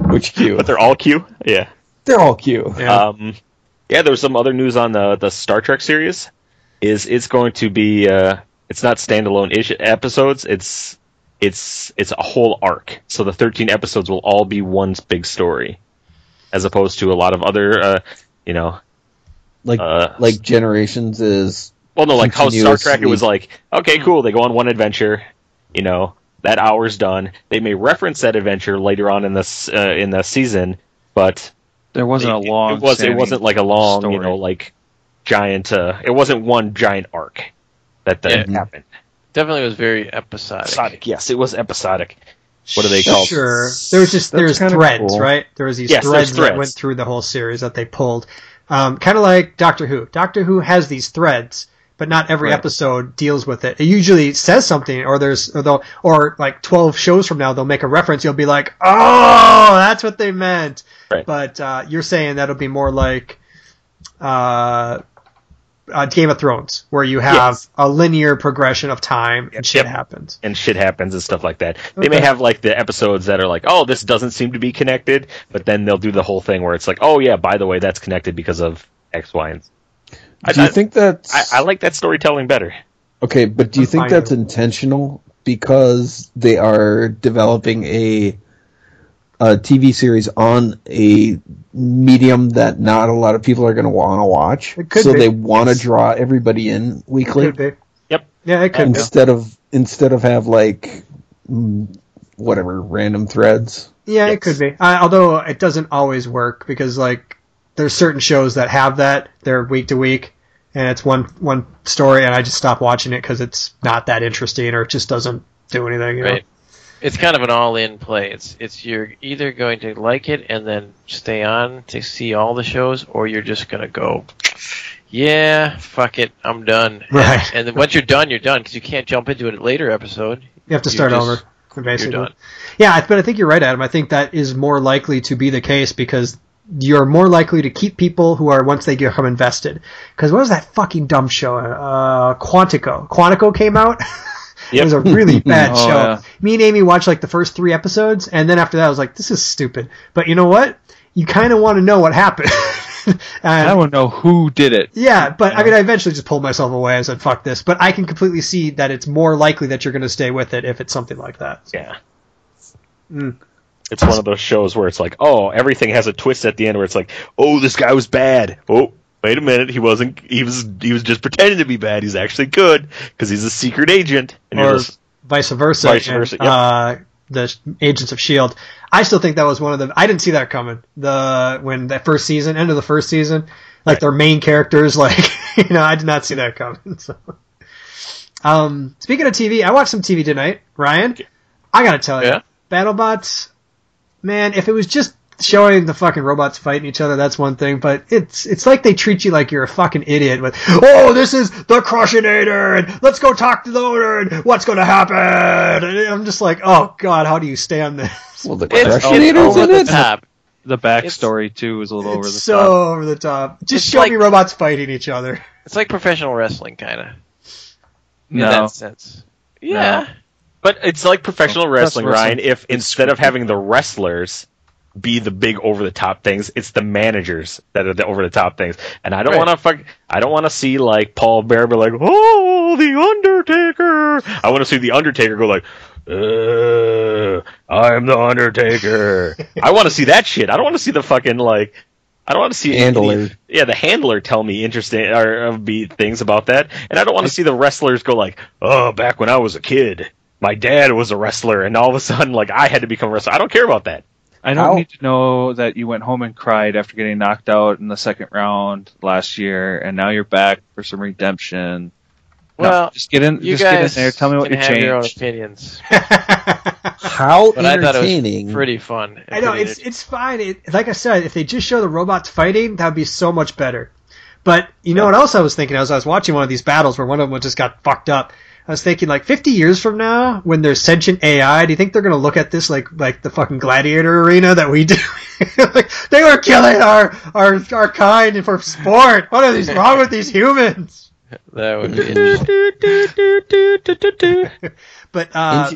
[SPEAKER 3] Which Q?
[SPEAKER 4] But they're all Q. Yeah.
[SPEAKER 3] They're all Q.
[SPEAKER 1] Yeah.
[SPEAKER 4] Um, yeah, there was some other news on the the Star Trek series. Is it's going to be? Uh, it's not standalone ish episodes. It's it's it's a whole arc. So the thirteen episodes will all be one big story, as opposed to a lot of other, uh, you know,
[SPEAKER 3] Like,
[SPEAKER 4] uh,
[SPEAKER 3] like Generations is
[SPEAKER 4] well, no, like how Star Trek, it
[SPEAKER 3] Continuously.
[SPEAKER 4] was like, okay, cool, they go on one adventure, you know, that hour's done. They may reference that adventure later on in this uh, in the season, but
[SPEAKER 2] There wasn't
[SPEAKER 4] it,
[SPEAKER 2] a
[SPEAKER 4] it-
[SPEAKER 2] long.
[SPEAKER 4] It, was. It wasn't like a long, you know,
[SPEAKER 2] story.
[SPEAKER 4] like giant. Uh, it wasn't one giant arc that that
[SPEAKER 5] Yeah.
[SPEAKER 4] happened.
[SPEAKER 5] Definitely was very episodic.
[SPEAKER 4] Episodic, yes, it was episodic. What are they called?
[SPEAKER 1] Sure. There was just
[SPEAKER 3] That's
[SPEAKER 1] there's
[SPEAKER 3] kinda
[SPEAKER 1] threads,
[SPEAKER 3] cool.
[SPEAKER 1] right? There was these
[SPEAKER 4] Yes, there's
[SPEAKER 1] threads, that
[SPEAKER 4] threads.
[SPEAKER 1] went through the whole series that they pulled. Um, kind of like Doctor Who. Doctor Who has these threads, but not every
[SPEAKER 2] Right.
[SPEAKER 1] episode deals with it. It usually says something, or there's or they'll or like twelve shows from now they'll make a reference. You'll be like, oh, that's what they meant.
[SPEAKER 4] Right.
[SPEAKER 1] But uh, you're saying that'll be more like. Uh, uh, Game of Thrones, where you have
[SPEAKER 4] Yes.
[SPEAKER 1] a linear progression of time and shit
[SPEAKER 4] Yep.
[SPEAKER 1] happens.
[SPEAKER 4] And shit happens and stuff like that. They may
[SPEAKER 1] Okay.
[SPEAKER 4] have like the episodes that are like, oh, this doesn't seem to be connected, but then they'll do the whole thing where it's like, oh yeah, by the way, that's connected because of X, Y, and Z. I,
[SPEAKER 3] do you
[SPEAKER 4] I-
[SPEAKER 3] think that's
[SPEAKER 4] I, I like that storytelling better.
[SPEAKER 3] okay? But do you
[SPEAKER 1] I'm
[SPEAKER 3] think
[SPEAKER 1] fine
[SPEAKER 3] that's
[SPEAKER 1] with
[SPEAKER 3] intentional because they are developing a a TV series on a medium that not a lot of people are going to want to watch,
[SPEAKER 1] It could
[SPEAKER 3] so
[SPEAKER 1] be.
[SPEAKER 3] they want to draw everybody in weekly
[SPEAKER 1] Could be.
[SPEAKER 4] Yep.
[SPEAKER 1] Yeah, it could be.
[SPEAKER 3] instead of instead of have like mm, whatever random threads.
[SPEAKER 1] Yeah, it could
[SPEAKER 4] Yes.
[SPEAKER 1] be. Uh, although it doesn't always work because like there's certain shows that have that. They're week to week, and it's one one story, and I just stop watching it because it's not that interesting or it just doesn't do anything. You know?
[SPEAKER 5] Right. It's kind of an all-in play. It's it's you're either going to like it and then stay on to see all the shows, or you're just gonna go, yeah, fuck it, I'm done.
[SPEAKER 1] Right.
[SPEAKER 5] And then once you're done, you're done because you can't jump into a later episode.
[SPEAKER 1] You have to
[SPEAKER 5] You
[SPEAKER 1] start
[SPEAKER 5] just-
[SPEAKER 1] over. Basically.
[SPEAKER 5] You're done.
[SPEAKER 1] Yeah, I- but I think you're right, Adam. I think that is more likely to be the case because you're more likely to keep people who are once they become invested. Because what was that fucking dumb show? Uh, Quantico. Quantico came out. It
[SPEAKER 4] Yep.
[SPEAKER 1] was a really bad
[SPEAKER 2] Oh,
[SPEAKER 1] show.
[SPEAKER 2] yeah.
[SPEAKER 1] Me and Amy watched like the first three episodes, and then after that, I was like, "This is stupid." But you know what? You kind of want to know what happened.
[SPEAKER 2] I
[SPEAKER 1] and,
[SPEAKER 2] don't know who did it.
[SPEAKER 1] yeah, but I mean, I eventually just pulled myself away and said, "Fuck this." But I can completely see that it's more likely that you're going to stay with it if it's something like that.
[SPEAKER 4] Yeah.
[SPEAKER 1] Mm.
[SPEAKER 4] It's one of those shows where it's like, oh, everything has a twist at the end where it's like, oh, this guy was bad. Oh, wait a minute, he wasn't. He was. He was just pretending to be bad. He's actually good because he's a secret agent. And you're
[SPEAKER 1] Or-
[SPEAKER 4] just-
[SPEAKER 1] vice versa.
[SPEAKER 4] Vice
[SPEAKER 1] and,
[SPEAKER 4] versa, yep.
[SPEAKER 1] uh, the Sh- Agents of Shield. I still think that was one of the. I didn't see that coming. The when that first season, end of the first season, like their main characters, like you know, I did not see that coming. So, um, speaking of TV, I watched some TV tonight, Ryan. I gotta tell you,
[SPEAKER 5] Yeah?
[SPEAKER 1] BattleBots, man, if it was just showing the fucking robots fighting each other, that's one thing. But it's it's like they treat you like you're a fucking idiot. With oh, this is the Crushinator, and let's go talk to the owner, and what's going to happen? And I'm just like, oh god, how do you stand this?
[SPEAKER 3] Well, the
[SPEAKER 5] It's, it's
[SPEAKER 3] Crushinator's
[SPEAKER 5] over
[SPEAKER 3] in
[SPEAKER 5] the
[SPEAKER 3] it.
[SPEAKER 5] top.
[SPEAKER 2] The backstory too is a little over the
[SPEAKER 1] It's so
[SPEAKER 2] top.
[SPEAKER 1] over the top. Just
[SPEAKER 5] It's
[SPEAKER 1] show
[SPEAKER 5] like-
[SPEAKER 1] me robots fighting each other.
[SPEAKER 5] It's like professional wrestling, kind of in
[SPEAKER 2] No,
[SPEAKER 5] that sense. Yeah.
[SPEAKER 4] but it's like professional
[SPEAKER 2] Oh, That's
[SPEAKER 4] wrestling,
[SPEAKER 2] wrestling.
[SPEAKER 4] Ryan. If instead of having the wrestlers be the big over the top things, it's the managers that are the over the top things. And I don't
[SPEAKER 5] Right.
[SPEAKER 4] want to fuck. I don't want to see like Paul Bear be like, oh, the Undertaker. I want to see the Undertaker go like. Uh, I'm the Undertaker. I want to see that shit. I don't want to see the fucking like. I don't want to see
[SPEAKER 3] Handler.
[SPEAKER 4] yeah, the handler tell me interesting or uh, be things about that, and I don't want to see the wrestlers go like, "Oh, back when I was a kid, my dad was a wrestler, and all of a sudden, like, I had to become a wrestler." I don't care about that.
[SPEAKER 2] I don't
[SPEAKER 3] How-
[SPEAKER 2] need to know that you went home and cried after getting knocked out in the second round last year, and now you're back for some redemption. No,
[SPEAKER 5] Well,
[SPEAKER 2] just get in,
[SPEAKER 5] you
[SPEAKER 2] just get in
[SPEAKER 5] guys
[SPEAKER 2] there. Tell me what
[SPEAKER 5] can
[SPEAKER 2] you
[SPEAKER 5] have your own
[SPEAKER 2] changed.
[SPEAKER 5] opinions.
[SPEAKER 3] How
[SPEAKER 5] But I thought it
[SPEAKER 3] entertaining!
[SPEAKER 5] was pretty fun. and
[SPEAKER 1] I know
[SPEAKER 5] pretty
[SPEAKER 1] it's it's fine. It, like I said, if they just show the robots fighting, that would be so much better. But you know what else I was thinking as I was watching one of these battles where one of them just got fucked up. I was thinking like 50 years from now, when there's sentient AI, do you think they're gonna look at this like like the fucking gladiator arena that we do? like they were killing our our our kind for sport. What is wrong with these humans?
[SPEAKER 5] That would be interesting.
[SPEAKER 1] But uh,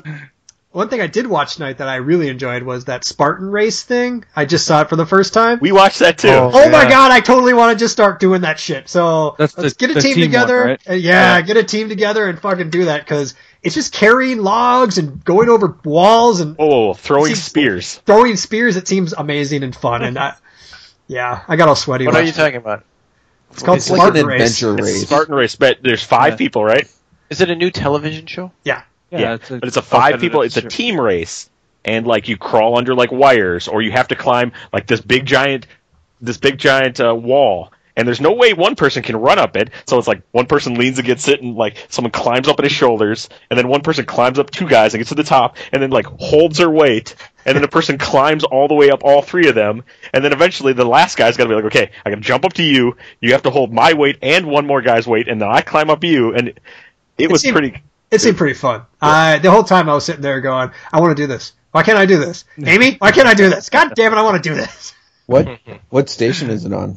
[SPEAKER 1] one thing I did watch tonight that I really enjoyed was that Spartan race thing. I just saw it for the first time.
[SPEAKER 4] We watched that too.
[SPEAKER 2] Oh.
[SPEAKER 1] Oh my
[SPEAKER 2] Yeah.
[SPEAKER 1] god, I totally want to just start doing that shit. So
[SPEAKER 2] That's the-
[SPEAKER 1] let's get a
[SPEAKER 2] the
[SPEAKER 1] team,
[SPEAKER 2] team
[SPEAKER 1] together.
[SPEAKER 2] one, right?
[SPEAKER 1] Uh, yeah, get a team together and fucking do that because it's just carrying logs and going over walls and
[SPEAKER 4] Whoa, whoa, whoa, throwing
[SPEAKER 1] Seems-
[SPEAKER 4] spears.
[SPEAKER 1] throwing spears. It seems amazing and fun. And I, yeah, I got all sweaty.
[SPEAKER 5] What are you
[SPEAKER 1] watching.
[SPEAKER 5] talking about?
[SPEAKER 1] It's called
[SPEAKER 5] It's
[SPEAKER 1] Spartan
[SPEAKER 5] like
[SPEAKER 3] an
[SPEAKER 1] Race.
[SPEAKER 3] adventure
[SPEAKER 4] It's
[SPEAKER 3] race.
[SPEAKER 4] Spartan race, but there's five
[SPEAKER 5] Yeah.
[SPEAKER 4] people, right?
[SPEAKER 5] Is it a new television show?
[SPEAKER 4] Yeah,
[SPEAKER 2] it's a
[SPEAKER 4] But it's a five
[SPEAKER 2] competitive
[SPEAKER 4] people. It's a
[SPEAKER 2] shooter.
[SPEAKER 4] team race, and like you crawl under like wires, or you have to climb like this big giant, this big giant uh, wall. And there's no way one person can run up it, so it's like one person leans against it, and like someone climbs up on his shoulders, and then one person climbs up two guys and gets to the top, and then like holds their weight, and then a person climbs all the way up all three of them, and then eventually the last guy's got to be like, okay, I gotta jump up to you, you have to hold my weight and one more guy's weight, and then I climb up you, and it, was
[SPEAKER 1] seemed-
[SPEAKER 4] pretty.
[SPEAKER 1] It seemed pretty fun. I the whole time I was sitting there going, I want to do this. Why can't I do this, Amy? Why can't I do this? God damn it, I want to do this.
[SPEAKER 3] What what station is it on?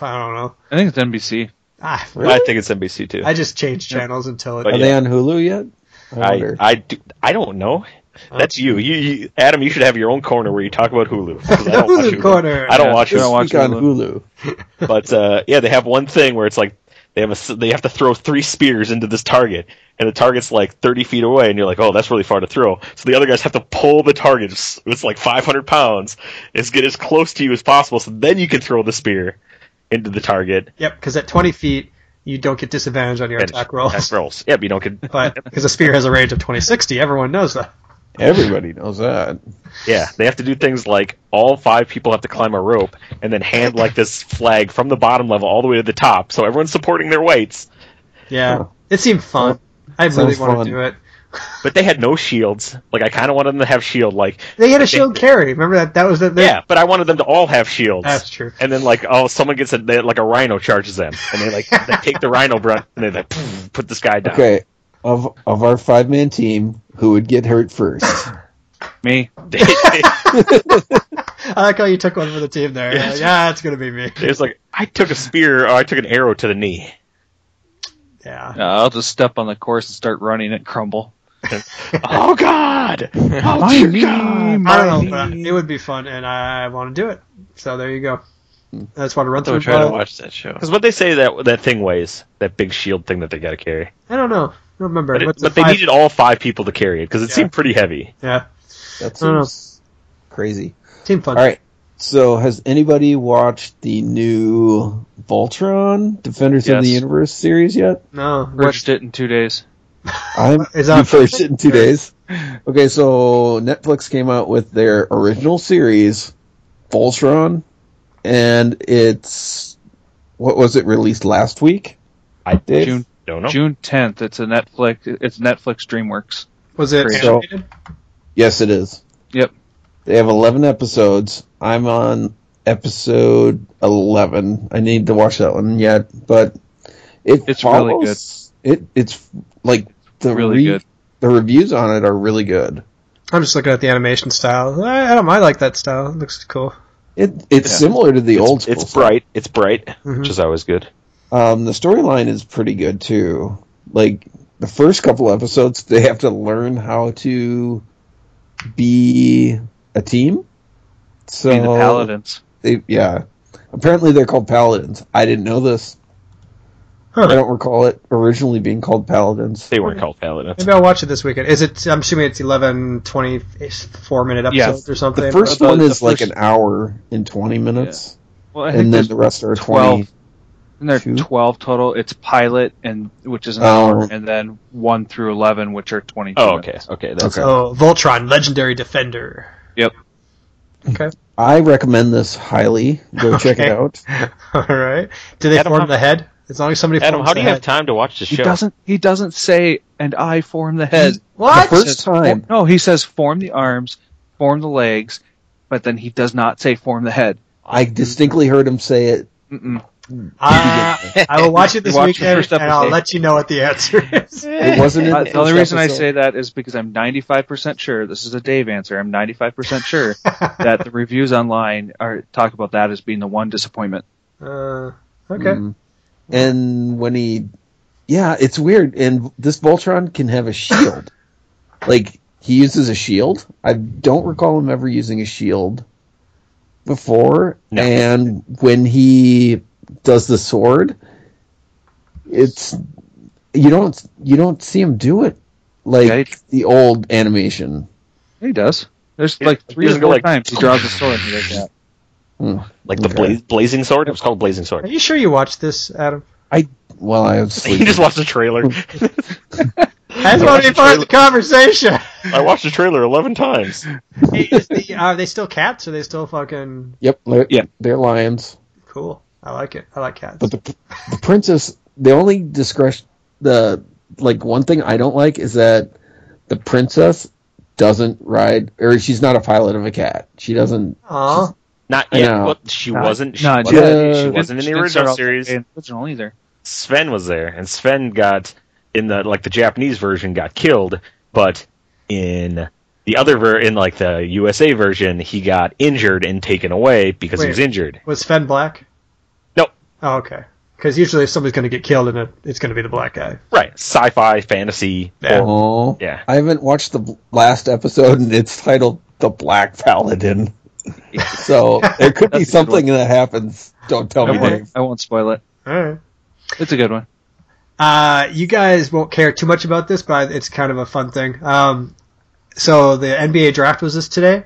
[SPEAKER 1] I don't know.
[SPEAKER 2] I think it's NBC.
[SPEAKER 1] Ah,
[SPEAKER 4] I think it's NBC too.
[SPEAKER 1] I just changed channels until it.
[SPEAKER 4] But
[SPEAKER 3] Are they on Hulu yet? I
[SPEAKER 4] I,
[SPEAKER 3] wonder.
[SPEAKER 4] I, do, I don't know. That's you. you. You Adam, you should have your own corner where you talk about Hulu. 'cause I don't watch
[SPEAKER 1] Hulu corner.
[SPEAKER 4] I don't
[SPEAKER 2] Yeah,
[SPEAKER 4] watch
[SPEAKER 2] sure.
[SPEAKER 4] it.
[SPEAKER 2] watch
[SPEAKER 3] This week on
[SPEAKER 2] Hulu.
[SPEAKER 3] Hulu.
[SPEAKER 4] But uh, yeah, they have one thing where it's like they have a s they have to throw three spears into this target, and the target's like thirty feet away, and you're like, oh, that's really far to throw. So the other guys have to pull the target. It's it's like five hundred pounds. Is get as close to you as possible, so then you can throw the spear into the target.
[SPEAKER 1] Yep, because at 20 feet, you don't get disadvantage on your
[SPEAKER 4] And
[SPEAKER 1] attack rolls.
[SPEAKER 4] attack rolls. Yeah, but you don't get.
[SPEAKER 1] But because a spear has a range of 2060, everyone knows that.
[SPEAKER 3] Everybody knows that.
[SPEAKER 4] Yeah, they have to do things like all five people have to climb a rope and then hand like this flag from the bottom level all the way to the top, so everyone's supporting their weights.
[SPEAKER 1] Yeah,
[SPEAKER 3] Huh.
[SPEAKER 1] it seemed fun. I really
[SPEAKER 3] Sounds
[SPEAKER 1] want
[SPEAKER 3] fun.
[SPEAKER 1] to do it.
[SPEAKER 4] But they had no shields. Like I kind of wanted them to have shield. Like
[SPEAKER 1] They had a
[SPEAKER 4] They-
[SPEAKER 1] shield carry. Remember that? That was the, the
[SPEAKER 4] yeah, but I wanted them to all have shields.
[SPEAKER 1] That's true.
[SPEAKER 4] And then like oh, someone gets a they, like a rhino charges them, and they like they take the rhino brunt and they like pff, put this guy down.
[SPEAKER 3] Okay. Of of our five man team, who would get hurt first?
[SPEAKER 2] Me. Uh,
[SPEAKER 1] I like how you took one for the team there.
[SPEAKER 4] Yes.
[SPEAKER 1] Yeah, it's gonna be me.
[SPEAKER 4] it's like I took a spear or I took an arrow to the knee.
[SPEAKER 1] Yeah.
[SPEAKER 2] Uh, I'll just step on the course and start running and crumble.
[SPEAKER 4] oh God! Oh
[SPEAKER 2] My
[SPEAKER 4] dear
[SPEAKER 2] knee,
[SPEAKER 4] God!
[SPEAKER 1] I
[SPEAKER 2] my
[SPEAKER 1] don't know, but
[SPEAKER 2] knee.
[SPEAKER 1] it would be fun, and I want to do it. So there you go. I just want to run
[SPEAKER 5] I
[SPEAKER 1] through.
[SPEAKER 5] would try to
[SPEAKER 1] my-
[SPEAKER 5] watch that show.
[SPEAKER 4] Because what they say that that thing weighs, that big shield thing that they got to carry.
[SPEAKER 1] I don't know. I don't remember.
[SPEAKER 4] But, it,
[SPEAKER 1] What's
[SPEAKER 4] but
[SPEAKER 1] the
[SPEAKER 4] they
[SPEAKER 1] five-
[SPEAKER 4] needed all five people to carry it because it
[SPEAKER 1] Yeah.
[SPEAKER 4] seemed pretty heavy.
[SPEAKER 1] Yeah,
[SPEAKER 3] That
[SPEAKER 1] I don't know.
[SPEAKER 3] seems crazy.
[SPEAKER 1] team fun.
[SPEAKER 3] All right. So, has anybody watched the new Voltron Defenders of the
[SPEAKER 2] Yes.
[SPEAKER 3] Universe series yet?
[SPEAKER 1] No, what,
[SPEAKER 2] Bridged it in two days.
[SPEAKER 3] I'm
[SPEAKER 1] Is
[SPEAKER 3] is
[SPEAKER 1] that-
[SPEAKER 3] you first in two days. Okay, so Netflix came out with their original series, Voltron, and it's what was it released last week?
[SPEAKER 4] I
[SPEAKER 3] Dave?
[SPEAKER 2] June
[SPEAKER 4] don't know.
[SPEAKER 2] June tenth. It's a Netflix. It's Netflix DreamWorks.
[SPEAKER 1] was it?
[SPEAKER 2] Great.
[SPEAKER 1] animated?
[SPEAKER 3] Yes, it is.
[SPEAKER 2] Yep.
[SPEAKER 3] They have eleven episodes. I'm on episode eleven. I need to watch that one yet, but it
[SPEAKER 2] It's really
[SPEAKER 3] follows, really good. It it's like the
[SPEAKER 2] really
[SPEAKER 3] re-
[SPEAKER 2] good.
[SPEAKER 3] The reviews on it are really good.
[SPEAKER 1] I'm just looking at the animation style. I, I don't. I like that style. It looks cool.
[SPEAKER 3] It it's
[SPEAKER 2] Yeah.
[SPEAKER 3] similar to the old
[SPEAKER 4] It's,
[SPEAKER 3] school.
[SPEAKER 4] it's
[SPEAKER 3] stuff.
[SPEAKER 4] bright. It's bright,
[SPEAKER 1] Mhm.
[SPEAKER 4] which is always good.
[SPEAKER 3] Um, the storyline is pretty good too. Like the first couple episodes, they have to learn how to be a team. So
[SPEAKER 2] Being the Paladins.
[SPEAKER 3] They, yeah, apparently they're called paladins. I didn't know this.
[SPEAKER 1] Huh.
[SPEAKER 3] I don't recall it originally being called paladins.
[SPEAKER 4] They weren't called paladins.
[SPEAKER 1] Maybe I'll watch it this weekend. Is it? I'm assuming it's 11, 24 minute episodes or something.
[SPEAKER 3] The first
[SPEAKER 2] the-
[SPEAKER 3] one
[SPEAKER 2] the
[SPEAKER 3] is like
[SPEAKER 2] first-
[SPEAKER 3] an hour and twenty minutes,
[SPEAKER 2] Well, I think
[SPEAKER 3] and then
[SPEAKER 2] there's
[SPEAKER 3] the rest are
[SPEAKER 2] 12.
[SPEAKER 3] twenty.
[SPEAKER 2] isn't there
[SPEAKER 3] two?
[SPEAKER 2] twelve total. It's pilot and which is an
[SPEAKER 3] Oh.
[SPEAKER 2] hour, and then one through eleven, which are twenty.
[SPEAKER 4] Oh, okay, okay. That's
[SPEAKER 3] Okay.
[SPEAKER 1] Oh, Voltron, legendary defender.
[SPEAKER 3] I recommend this highly. Go check it
[SPEAKER 1] Okay.
[SPEAKER 3] out.
[SPEAKER 1] All right. Do they
[SPEAKER 4] Adam,
[SPEAKER 1] form
[SPEAKER 4] how-
[SPEAKER 1] the head? As long as somebody
[SPEAKER 4] Adam.
[SPEAKER 1] forms
[SPEAKER 4] How do
[SPEAKER 1] the
[SPEAKER 4] you have
[SPEAKER 1] head.
[SPEAKER 4] time to watch the
[SPEAKER 2] He
[SPEAKER 4] show?
[SPEAKER 2] doesn't. He doesn't say. And I form the head.
[SPEAKER 1] What?
[SPEAKER 3] The first
[SPEAKER 2] Says,
[SPEAKER 3] time.
[SPEAKER 2] "For-" no, he says form the arms, form the legs, but then he does not say form the head.
[SPEAKER 3] I distinctly heard him say it
[SPEAKER 2] Mm-mm.
[SPEAKER 1] Uh, I will watch it this
[SPEAKER 2] You watched
[SPEAKER 1] week,
[SPEAKER 2] the
[SPEAKER 1] Aaron,
[SPEAKER 2] first
[SPEAKER 1] and I'll
[SPEAKER 2] episode.
[SPEAKER 1] let you know what the answer is.
[SPEAKER 3] It wasn't in
[SPEAKER 2] Uh,
[SPEAKER 3] the,
[SPEAKER 2] the only
[SPEAKER 3] first
[SPEAKER 2] reason I
[SPEAKER 3] episode.
[SPEAKER 2] say that is because I'm 95% sure this is a Dave answer. I'm 95% sure that the reviews online are talk about that as being the one disappointment.
[SPEAKER 1] Uh, okay.
[SPEAKER 3] Mm. And when he, yeah, it's weird. And this Voltron can have a shield. like he uses a shield. I don't recall him ever using a shield before.
[SPEAKER 4] No.
[SPEAKER 3] And when he does the sword, it's you don't you don't see him do it like
[SPEAKER 2] Right.
[SPEAKER 3] the old animation.
[SPEAKER 2] He does. There's
[SPEAKER 4] He-
[SPEAKER 2] like
[SPEAKER 4] he
[SPEAKER 2] three or
[SPEAKER 4] doesn't go
[SPEAKER 2] four
[SPEAKER 4] like-
[SPEAKER 2] times he draws a sword. and he does that.
[SPEAKER 4] Like the
[SPEAKER 3] Okay.
[SPEAKER 4] bla- blazing sword. It was called blazing
[SPEAKER 1] Are
[SPEAKER 4] sword.
[SPEAKER 1] you sure you watched this, Adam?
[SPEAKER 3] Well, I was
[SPEAKER 4] You
[SPEAKER 3] sleeping.
[SPEAKER 4] just watched the trailer.
[SPEAKER 1] I just want to be part of the conversation.
[SPEAKER 4] I watched the trailer eleven times.
[SPEAKER 1] Hey, is the, are they still cats? Are they still fucking
[SPEAKER 3] Yep, they're,
[SPEAKER 2] Yeah.
[SPEAKER 3] they're lions.
[SPEAKER 1] cool? I like it. I like cats.
[SPEAKER 3] But the, the princess, the only discretion, the like one thing I don't like is that the princess doesn't ride, or she's not a pilot of a cat. She doesn't.
[SPEAKER 1] Aw.
[SPEAKER 4] Not
[SPEAKER 3] I
[SPEAKER 4] yet.
[SPEAKER 3] know.
[SPEAKER 4] But she
[SPEAKER 2] Not-
[SPEAKER 4] wasn't. She,
[SPEAKER 2] no,
[SPEAKER 4] wasn't,
[SPEAKER 2] she-
[SPEAKER 3] she
[SPEAKER 4] she
[SPEAKER 3] didn't-
[SPEAKER 4] wasn't in
[SPEAKER 2] she
[SPEAKER 4] the
[SPEAKER 2] didn't start
[SPEAKER 4] original
[SPEAKER 2] off
[SPEAKER 4] series.
[SPEAKER 2] in the original either.
[SPEAKER 4] Sven was there, and Sven got in the like the Japanese version got killed, but in the other ver in like the USA version, he got injured and taken away because he
[SPEAKER 1] Wait.
[SPEAKER 4] was injured.
[SPEAKER 1] Was Fen black?
[SPEAKER 4] Nope.
[SPEAKER 1] Oh, okay. Because usually if somebody's going to get killed, and it's going to be the black guy.
[SPEAKER 4] Right, sci-fi, fantasy.
[SPEAKER 1] Yeah.
[SPEAKER 4] horror.
[SPEAKER 3] Oh,
[SPEAKER 4] yeah.
[SPEAKER 3] I haven't watched the last episode, and it's titled "The Black Paladin." so there
[SPEAKER 2] That's a good
[SPEAKER 3] could be
[SPEAKER 2] one.
[SPEAKER 3] something that happens. Don't tell
[SPEAKER 2] I
[SPEAKER 3] me,
[SPEAKER 1] Okay.
[SPEAKER 2] won't,
[SPEAKER 3] Dave.
[SPEAKER 2] I won't spoil it.
[SPEAKER 1] All right.
[SPEAKER 2] It's a good one.
[SPEAKER 1] Uh, you guys won't care too much about this, but it's kind of a fun thing. Um, so the NBA draft was this today.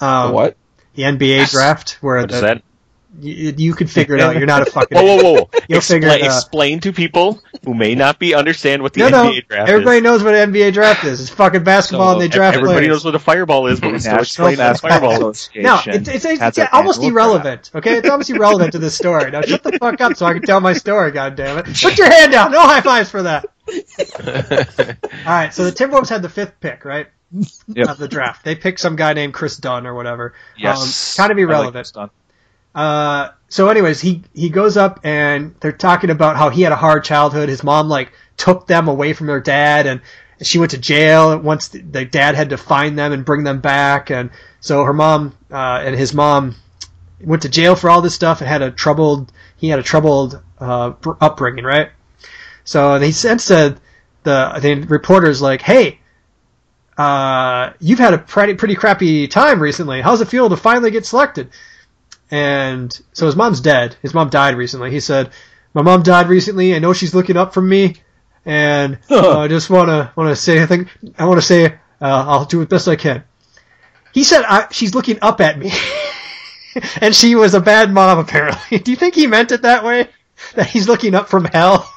[SPEAKER 1] Um,
[SPEAKER 3] The what?
[SPEAKER 1] The NBA draft, where
[SPEAKER 4] What
[SPEAKER 1] the,
[SPEAKER 4] is that?
[SPEAKER 1] You, you can figure it out. You're not a fucking.
[SPEAKER 4] Whoa, whoa, whoa!
[SPEAKER 1] You'll figure it
[SPEAKER 4] explain,
[SPEAKER 1] out.
[SPEAKER 4] explain to people who may not be understand what the
[SPEAKER 1] No, no.
[SPEAKER 4] NBA draft
[SPEAKER 1] Everybody
[SPEAKER 4] is.
[SPEAKER 1] knows what an NBA draft is. It's fucking basketball,
[SPEAKER 2] So,
[SPEAKER 1] and they
[SPEAKER 2] ev-
[SPEAKER 1] draft
[SPEAKER 4] Everybody
[SPEAKER 1] players.
[SPEAKER 4] knows what a fireball is, but we still explain that
[SPEAKER 2] National Basketball
[SPEAKER 4] fireball.
[SPEAKER 2] Association
[SPEAKER 1] no, it's, it's, it's,
[SPEAKER 2] has
[SPEAKER 1] it's
[SPEAKER 2] their
[SPEAKER 1] almost
[SPEAKER 2] annual
[SPEAKER 1] irrelevant. Okay, it's almost irrelevant to this story. Now shut the fuck up so I can tell my story. God damn it! Put your hand down. No high fives for that. All right. So the Timberwolves had the fifth pick, right?
[SPEAKER 2] Yep.
[SPEAKER 1] Of the draft, they picked some guy named Chris Dunn or whatever.
[SPEAKER 2] draft. Yes,
[SPEAKER 1] Um, kind of
[SPEAKER 2] I like
[SPEAKER 1] irrelevant.
[SPEAKER 2] this one.
[SPEAKER 1] Uh, so anyways, he he goes up and they're talking about how he had a hard childhood. His mom like took them away from their dad and she went to jail once the, the dad had to find them and bring them back and so her mom uh, and his mom went to jail for all this stuff and had a troubled he had a troubled uh, br- upbringing, right? So and he said said the the reporters like, "Hey, uh, you've had a pretty pretty crappy time recently. How's it feel to finally get selected?" and so his mom's dead. His mom died recently. He said, "My mom died recently. I know she's looking up from me, and uh, I just wanna wanna say I think I wanna say uh, I'll do the best I can." He said, I, "She's looking up at me," and she was a bad mom apparently. do you think he meant it that way? That he's looking up from hell?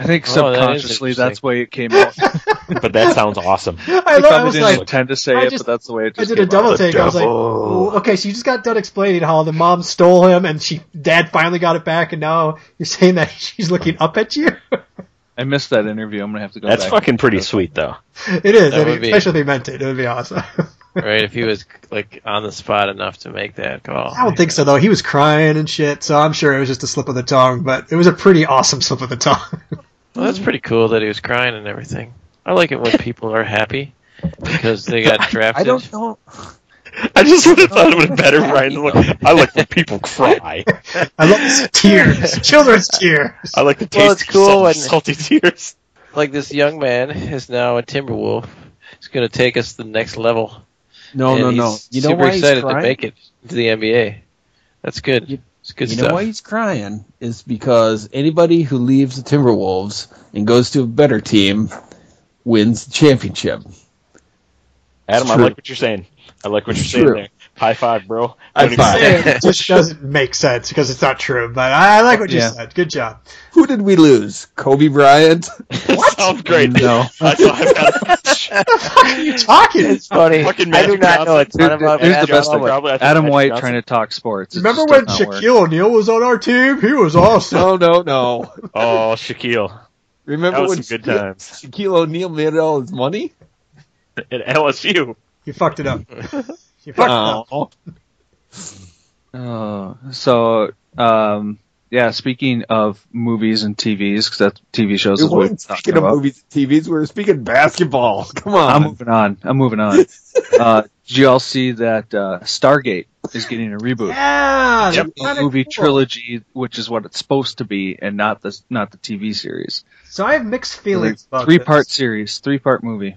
[SPEAKER 2] I think
[SPEAKER 5] Oh, that is
[SPEAKER 2] subconsciously that's
[SPEAKER 5] interesting.
[SPEAKER 2] why it came out.
[SPEAKER 4] But that sounds awesome.
[SPEAKER 1] I,
[SPEAKER 2] I
[SPEAKER 1] love. I was
[SPEAKER 2] didn't
[SPEAKER 1] like,
[SPEAKER 2] intend to say
[SPEAKER 1] I
[SPEAKER 2] it,
[SPEAKER 1] just-
[SPEAKER 2] but that's the way it
[SPEAKER 1] I
[SPEAKER 2] just
[SPEAKER 1] did a
[SPEAKER 2] came
[SPEAKER 1] double
[SPEAKER 2] out.
[SPEAKER 1] take. I was like,
[SPEAKER 4] devil.
[SPEAKER 1] "Oh, okay, so you just got done explaining how the mom stole him and she dad finally got it back, and now you're saying that she's looking up at you.
[SPEAKER 2] I missed that interview. I'm gonna have to go.
[SPEAKER 4] That's
[SPEAKER 2] back.
[SPEAKER 4] fucking pretty sweet, though.
[SPEAKER 1] it is,
[SPEAKER 5] That
[SPEAKER 1] and
[SPEAKER 5] would be-
[SPEAKER 1] especially if he meant it. It would be awesome.
[SPEAKER 5] right? If he was like on the spot enough to make that call,
[SPEAKER 1] I don't think so though. He was crying and shit, so I'm sure it was just a slip of the tongue. But it was a pretty awesome slip of the tongue.
[SPEAKER 5] Well, that's pretty cool that he was crying and everything. I like it when people are happy because they got drafted.
[SPEAKER 3] I don't know.
[SPEAKER 4] I just would have thought it would have better, Brian. Like, I like when people
[SPEAKER 1] I
[SPEAKER 4] cry.
[SPEAKER 1] love tears, children's tears.
[SPEAKER 4] I like the taste
[SPEAKER 5] Well, it's cool
[SPEAKER 4] of
[SPEAKER 5] when-
[SPEAKER 4] salty, salty tears.
[SPEAKER 5] Like this young man is now a Timberwolf. He's going to take us to the next level.
[SPEAKER 3] No,
[SPEAKER 5] and
[SPEAKER 3] no,
[SPEAKER 5] he's
[SPEAKER 3] no. You know
[SPEAKER 5] super
[SPEAKER 3] why he's
[SPEAKER 5] excited to
[SPEAKER 3] crying?
[SPEAKER 5] make it to the NBA. That's good.
[SPEAKER 3] You-
[SPEAKER 5] it's good
[SPEAKER 3] you
[SPEAKER 5] stuff.
[SPEAKER 3] know why he's crying is because anybody who leaves the Timberwolves and goes to a better team wins the championship.
[SPEAKER 4] Adam, I
[SPEAKER 3] true.
[SPEAKER 4] like what you're saying. I like what you're
[SPEAKER 3] It's
[SPEAKER 4] saying
[SPEAKER 3] true.
[SPEAKER 4] there. High five, bro.
[SPEAKER 3] High
[SPEAKER 4] Don't even
[SPEAKER 3] five.
[SPEAKER 4] say it.
[SPEAKER 1] It just doesn't make sense because it's not true. But I, I like what you
[SPEAKER 2] Yeah.
[SPEAKER 1] said. Good job.
[SPEAKER 3] Who did we lose? Kobe Bryant?
[SPEAKER 4] Sounds great.
[SPEAKER 2] No.
[SPEAKER 4] High five, Adam.
[SPEAKER 1] What are you talking?
[SPEAKER 5] It's funny. I
[SPEAKER 4] Fucking
[SPEAKER 5] do not
[SPEAKER 4] Magic
[SPEAKER 5] know a ton about
[SPEAKER 2] Here's the
[SPEAKER 5] Magic
[SPEAKER 2] best thing.
[SPEAKER 5] Johnson.
[SPEAKER 4] Probably, I think
[SPEAKER 2] Adam
[SPEAKER 4] Magic
[SPEAKER 2] White
[SPEAKER 4] Johnson-
[SPEAKER 2] trying to talk sports. It
[SPEAKER 1] Remember
[SPEAKER 2] just
[SPEAKER 1] when
[SPEAKER 2] does not work.
[SPEAKER 1] Shaquille O'Neal was on our team? He was awesome.
[SPEAKER 3] No, no, no.
[SPEAKER 4] Oh, Shaquille. That
[SPEAKER 3] Remember
[SPEAKER 4] was
[SPEAKER 3] when
[SPEAKER 4] some good
[SPEAKER 3] Sha-
[SPEAKER 4] times.
[SPEAKER 3] Shaquille O'Neal made all his money?
[SPEAKER 4] At LSU.
[SPEAKER 1] You fucked it up.
[SPEAKER 2] Uh,
[SPEAKER 1] You fucked it up.
[SPEAKER 3] Oh.
[SPEAKER 2] Oh, so um, yeah, speaking of movies and TVs, because that's TV shows is
[SPEAKER 3] We
[SPEAKER 2] what we're
[SPEAKER 3] weren't
[SPEAKER 2] talking
[SPEAKER 3] speaking of
[SPEAKER 2] about.
[SPEAKER 3] movies and TVs. We were speaking basketball. Come on.
[SPEAKER 2] I'm moving on. I'm moving on. uh, did you all see that uh, Stargate is getting a reboot?
[SPEAKER 1] Yeah,
[SPEAKER 2] Yep.
[SPEAKER 1] that's
[SPEAKER 2] A
[SPEAKER 1] kinda
[SPEAKER 2] movie
[SPEAKER 1] cool.
[SPEAKER 2] trilogy, which is what it's supposed to be, and not the not the TV series.
[SPEAKER 1] So I have mixed feelings. about
[SPEAKER 2] Three
[SPEAKER 1] this.
[SPEAKER 2] part series, three part movie.